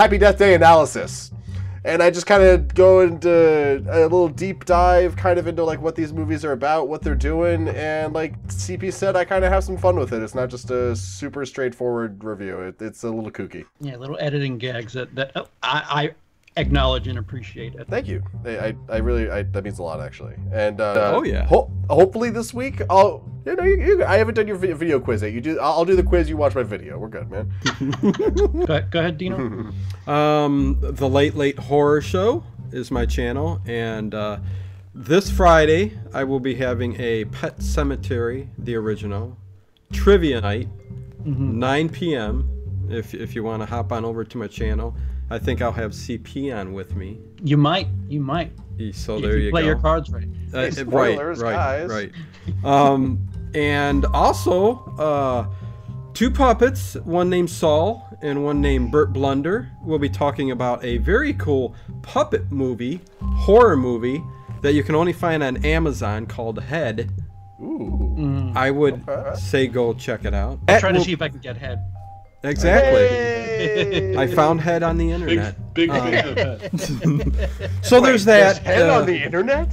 Speaker 1: Happy Death Day analysis, and I just kind of go into a little deep dive, kind of into like what these movies are about, what they're doing, and like CP said, I kind of have some fun with it. It's not just a super straightforward review. It, it's a little kooky.
Speaker 2: Yeah, little editing gags that, that oh, I, I acknowledge and appreciate it.
Speaker 1: Thank you. I, I, I really, I, that means a lot actually. And uh,
Speaker 3: Oh, yeah.
Speaker 1: ho- hopefully this week I'll. You know, you, you, I haven't done your vi- video quiz yet. You do. I'll, I'll do the quiz. You watch my video. We're good, man.
Speaker 2: Go, go ahead, Dino.
Speaker 1: [LAUGHS]
Speaker 3: Um, the Late Late Horror Show is my channel, and uh, this Friday I will be having a Pet Cemetery, the original, trivia night,
Speaker 2: Mm-hmm.
Speaker 3: 9 p.m. If if you want to hop on over to my channel, I think I'll have CP on with me.
Speaker 2: You might, you might.
Speaker 3: He- So
Speaker 2: if
Speaker 3: there
Speaker 2: you
Speaker 3: you
Speaker 2: play
Speaker 3: go.
Speaker 2: your cards right.
Speaker 3: Uh,
Speaker 1: Hey,
Speaker 3: it- right,
Speaker 1: spoilers,
Speaker 3: right,
Speaker 1: guys.
Speaker 3: right.
Speaker 1: [LAUGHS]
Speaker 3: Um, and also, uh, two puppets, one named Saul and one named Bert Blunder, will be talking about a very cool puppet movie, horror movie, that you can only find on Amazon called Head.
Speaker 1: Ooh.
Speaker 3: I would say go check it out.
Speaker 2: Mm, I'm trying to see if I can get head.
Speaker 3: Exactly.
Speaker 1: Hey!
Speaker 3: I found Head on the
Speaker 5: Big,
Speaker 3: internet.
Speaker 5: big fan
Speaker 1: [LAUGHS]
Speaker 5: of that.
Speaker 3: So there's
Speaker 1: There's
Speaker 3: that.
Speaker 1: head
Speaker 3: uh,
Speaker 1: on the
Speaker 3: [LAUGHS]
Speaker 1: internet.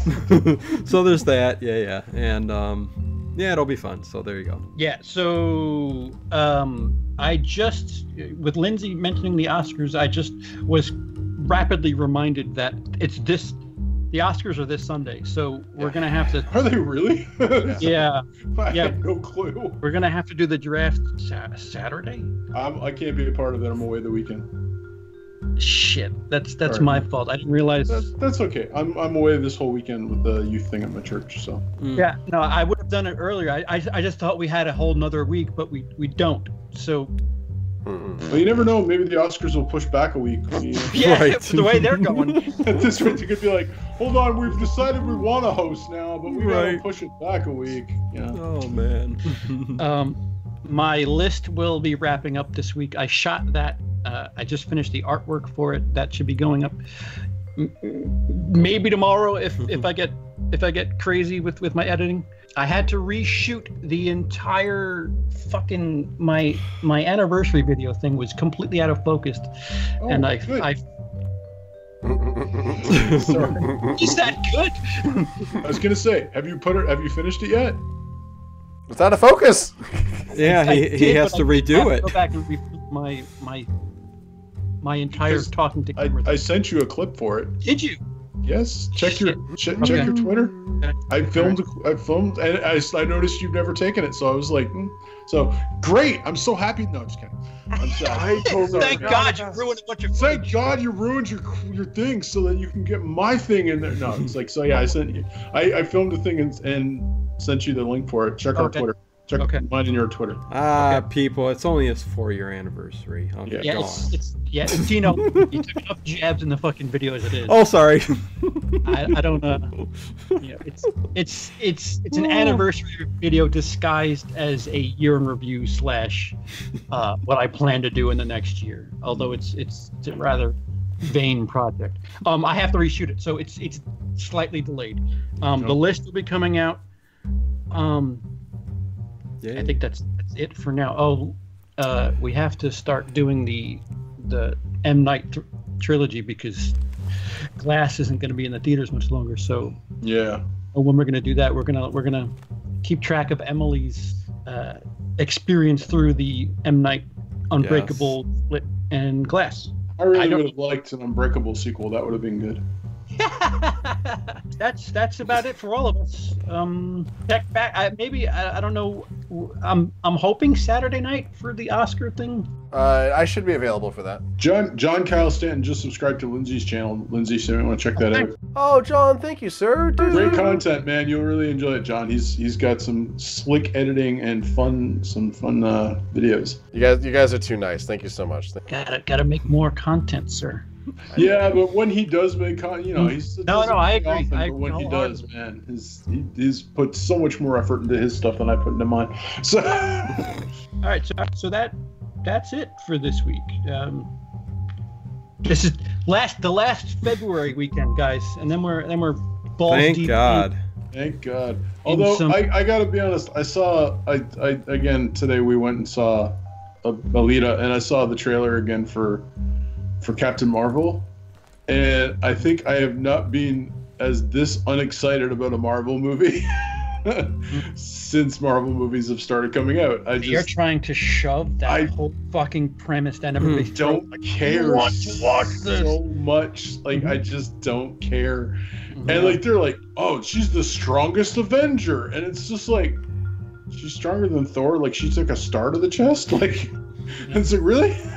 Speaker 3: so there's that. Yeah, yeah. And um, yeah, it'll be fun. So there you go.
Speaker 2: Yeah. So um, I just, with Lindsay mentioning the Oscars, I just was rapidly reminded that it's this. The Oscars are this Sunday, so we're gonna have to.
Speaker 5: Are they really? [LAUGHS]
Speaker 2: Yeah,
Speaker 5: I
Speaker 2: Yeah.
Speaker 5: have no clue.
Speaker 2: we're gonna have to do the draft sa- Saturday.
Speaker 5: I'm, I can't be a part of it. I'm away the weekend.
Speaker 2: Shit, that's that's
Speaker 5: Sorry.
Speaker 2: my fault. I didn't realize.
Speaker 5: That, that's okay. I'm, I'm away this whole weekend with the youth thing at my church. So
Speaker 2: Yeah, no, I would have done it earlier. I, I, I just thought we had a whole nother week, but we, we don't. So
Speaker 1: Mm-mm.
Speaker 5: but you never know. Maybe the Oscars will push back a week.
Speaker 2: [LAUGHS]
Speaker 5: You know?
Speaker 2: yeah,
Speaker 3: Right.
Speaker 2: the way they're going,
Speaker 5: [LAUGHS] At this rate, you could be like, "Hold on, we've decided we want to host now, but we gotta
Speaker 3: Right.
Speaker 5: push it back a week." Yeah.
Speaker 3: Oh man. [LAUGHS]
Speaker 2: um, my list will be wrapping up this week. I shot that. Uh, I just finished the artwork for it. That should be going up m- maybe tomorrow if
Speaker 5: Mm-hmm.
Speaker 2: if I get if I get crazy with with my editing. I had to reshoot the entire fucking my my anniversary video thing was completely out of focus,
Speaker 5: Oh,
Speaker 2: and I
Speaker 5: good.
Speaker 2: I
Speaker 5: [LAUGHS] Sorry.
Speaker 2: is that good?
Speaker 5: I was gonna say, have you put it? Have you finished it yet?
Speaker 1: It's out of focus.
Speaker 3: yeah,
Speaker 2: I
Speaker 3: he, he
Speaker 2: did,
Speaker 3: has
Speaker 2: but
Speaker 3: to
Speaker 2: I have
Speaker 3: redo
Speaker 2: to
Speaker 3: it.
Speaker 2: Go back and re- my my my entire
Speaker 5: Because
Speaker 2: talking to
Speaker 5: I,
Speaker 2: camera.
Speaker 5: I sent you a clip for it.
Speaker 2: Did you?
Speaker 5: Yes. Check your che- check your Twitter. I filmed. I filmed, and I, I noticed you've never taken it, so I was like, hmm. so great. I'm so happy. No, I'm just kidding. I'm [LAUGHS] sorry. Oh, Sorry.
Speaker 2: Thank God you ruined what you.
Speaker 5: Thank God you ruined your your thing so that you can get my thing in there. No, it's like so. Yeah, I sent you. I, I filmed the thing and, and sent you the link for it. Check our
Speaker 2: Okay.
Speaker 5: Twitter. Check
Speaker 2: Okay.
Speaker 5: mine and your Twitter.
Speaker 3: Ah, people, it's only his four-year anniversary. Okay,
Speaker 2: Yeah,
Speaker 3: go
Speaker 2: it's,
Speaker 3: on.
Speaker 2: it's yeah. It's, you know, you took enough jabs in the fucking video as it is. [LAUGHS]
Speaker 3: Oh, sorry.
Speaker 2: I, I don't
Speaker 3: [LAUGHS]
Speaker 2: uh, you know. It's it's it's it's an anniversary video disguised as a year in review slash uh, what I plan to do in the next year. Although it's it's, it's a rather vain project. Um, I have to reshoot it, so it's it's slightly delayed. Um, the list will be coming out. Um,
Speaker 3: Yeah.
Speaker 2: I think that's that's it for now. Oh, uh, we have to start doing the the M Night tr- trilogy because Glass isn't going to be in the theaters much longer. So
Speaker 5: Yeah.
Speaker 2: uh, when we're going to do that, we're gonna we're gonna keep track of Emily's uh, experience through the M Night Unbreakable Split and Glass.
Speaker 5: I really
Speaker 2: don't-
Speaker 5: would have liked an Unbreakable sequel. That would have been good.
Speaker 2: that's that's about it for all of us. Um, check back. I, maybe I, I don't know. I'm I'm hoping Saturday night for the Oscar thing.
Speaker 1: Uh, I should be available for that.
Speaker 5: John John Kyle Stanton just subscribed to Lindsay's channel. Lindsay, so you want to check that out.
Speaker 1: Oh, John, thank you, sir. Dude.
Speaker 5: Great content, man. You'll really enjoy it, John. He's he's got some slick editing and fun some fun uh, videos.
Speaker 1: You guys, you guys are too nice. Thank you so much. Thank-
Speaker 2: Gotta gotta make more content, sir.
Speaker 5: Yeah, but when he does make con, you know, he's it
Speaker 2: No,
Speaker 5: doesn't
Speaker 2: no, I
Speaker 5: happen
Speaker 2: agree.
Speaker 5: often,
Speaker 2: I
Speaker 5: but when he
Speaker 2: agree
Speaker 5: does, man, his he, he's put so much more effort into his stuff than I put into mine. So [LAUGHS]
Speaker 2: All right, so so that that's it for this week. Um, this is last the last February weekend, guys, and then we're then we're balls deep.
Speaker 3: Thank
Speaker 2: in-
Speaker 3: God.
Speaker 5: thank God. Although
Speaker 2: some-
Speaker 5: I, I gotta be honest, I saw I, I again today we went and saw uh, Alita, and I saw the trailer again for for Captain Marvel, and I think I have not been as this unexcited about a Marvel movie. [LAUGHS] Since Marvel movies have started coming out, I
Speaker 2: You're
Speaker 5: just
Speaker 2: trying to shove that
Speaker 5: I- Hmm,
Speaker 2: whole fucking premise down everybody's throat.
Speaker 5: don't care
Speaker 2: want to watch this.
Speaker 5: so much. Like I just don't care.
Speaker 2: Yeah.
Speaker 5: And like they're like, oh, she's the strongest Avenger, and it's just like, she's stronger than Thor. Like she took a star to the chest. [LAUGHS] Like, it's like really.
Speaker 2: [LAUGHS]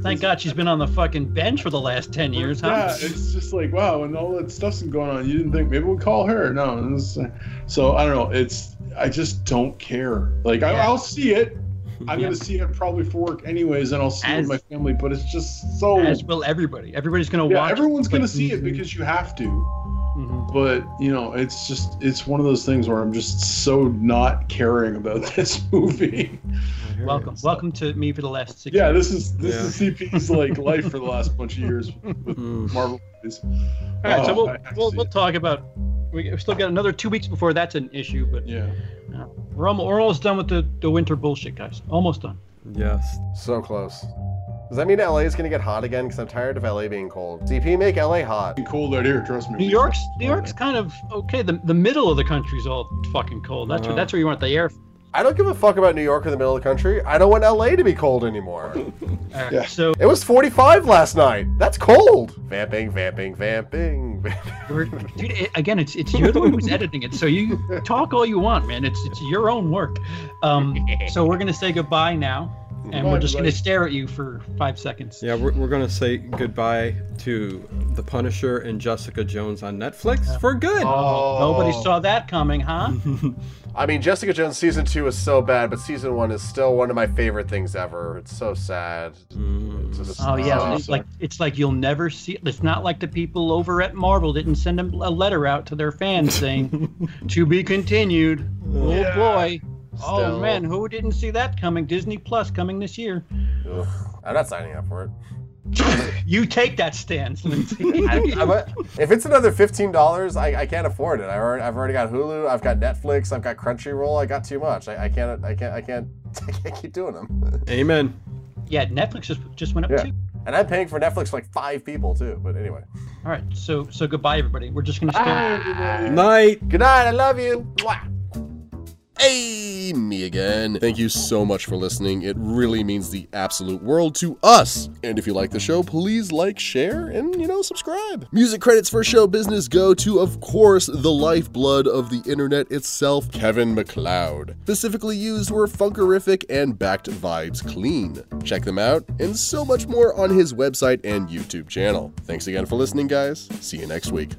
Speaker 2: Thank God she's been on the fucking bench for the last ten years, huh?
Speaker 5: Yeah, it's just like wow, and all that stuff's been going on. You didn't think maybe we'll call her? No. and it's, uh, so I don't know. It's I just don't care. Like I,
Speaker 2: Yeah.
Speaker 5: I'll see it. I'm
Speaker 2: Yeah.
Speaker 5: gonna see it probably for work anyways, and I'll see
Speaker 2: As-
Speaker 5: it with my family. But it's just so
Speaker 2: As will everybody. Everybody's gonna
Speaker 5: yeah,
Speaker 2: watch.
Speaker 5: everyone's
Speaker 2: like,
Speaker 5: gonna see it
Speaker 2: mhm.
Speaker 5: because you have to.
Speaker 2: Mhm.
Speaker 5: But you know, it's just it's one of those things where I'm just so not caring about [LAUGHS] this movie.
Speaker 2: Welcome, welcome to me for the last six.
Speaker 5: Yeah,
Speaker 2: years.
Speaker 5: this is this
Speaker 3: Yeah.
Speaker 5: is CP's like life for the last bunch of years with
Speaker 3: Mm.
Speaker 5: Marvel movies.
Speaker 2: All right, so
Speaker 5: Oh,
Speaker 2: we'll
Speaker 5: I have to
Speaker 2: we'll,
Speaker 5: see
Speaker 2: we'll
Speaker 5: it.
Speaker 2: talk about. We we've still got another two weeks before that's an issue, but
Speaker 5: Yeah.
Speaker 2: we're almost, we're almost done with the, the winter bullshit, guys. Almost done.
Speaker 3: Yes.
Speaker 1: So close. Does that mean LA is gonna get hot again? Because I'm tired of LA being cold. CP, make LA hot.
Speaker 5: It's cold out here, trust me.
Speaker 2: New York's New York's kind of okay. The, the middle of the country's all fucking cold. That's where
Speaker 3: Uh-huh.
Speaker 2: that's where you want the air.
Speaker 1: I don't give a fuck about New York or the middle of the country. I don't want LA to be cold anymore.
Speaker 2: All right,
Speaker 5: Yeah.
Speaker 2: uh, So
Speaker 1: It was 45 last night. That's cold. Vamping, vamping, vamping. [LAUGHS] vamping.
Speaker 2: we're, dude, it, again, it's it's you're the one who's editing it, so
Speaker 5: [LAUGHS]
Speaker 2: you
Speaker 5: [LAUGHS]
Speaker 2: talk all you want, man. It's it's your own work. Um, so we're gonna say goodbye now. and we're just going to stare at you for five seconds.
Speaker 3: Yeah, we're, we're going to say goodbye to The Punisher and Jessica Jones on Netflix for good.
Speaker 2: Oh, Nobody
Speaker 5: Oh.
Speaker 2: saw that coming, huh?
Speaker 1: I mean, Jessica Jones season two is so bad, but season one is still one of my favorite things ever. It's so sad.
Speaker 3: Mm,
Speaker 1: It's just-
Speaker 2: Oh yeah,
Speaker 5: Oh,
Speaker 2: it's like it's like you'll never see. It's not like the people over at Marvel didn't send them a letter out to their fans saying, "To be continued." Oh
Speaker 5: Yeah.
Speaker 2: boy.
Speaker 1: Still.
Speaker 2: Oh man, who didn't see that coming? Disney Plus coming this year. [LAUGHS]
Speaker 1: Ugh. I'm not signing up for it.
Speaker 2: You take that stance, Lindsay.
Speaker 1: [LAUGHS] I- I'm a- if it's another fifteen dollars, I, I can't afford it. I already, I've already got Hulu, I've got Netflix, I've got Crunchyroll. I got too much. I, I can't. I can't. I can't. [LAUGHS] I can't keep doing them.
Speaker 3: Amen.
Speaker 2: yeah, Netflix just just went up
Speaker 1: Yeah.
Speaker 2: too.
Speaker 1: And I'm paying for Netflix for like five people too. But anyway,
Speaker 2: All right, so so goodbye, everybody. We're just
Speaker 1: Ah,
Speaker 2: gonna stare.
Speaker 3: Night.
Speaker 1: good night. I love you. Mwah.
Speaker 4: Hey, me again. Thank you so much for listening. It really means the absolute world to us. And if you like the show, please like, share, and, you know, subscribe. Music credits for show business go to, of course, the lifeblood of the internet itself, Kevin McLeod. Specifically used were Funkerific and Backed Vibes Clean. Check them out, and so much more on his website and YouTube channel. Thanks again for listening, guys. See you next week.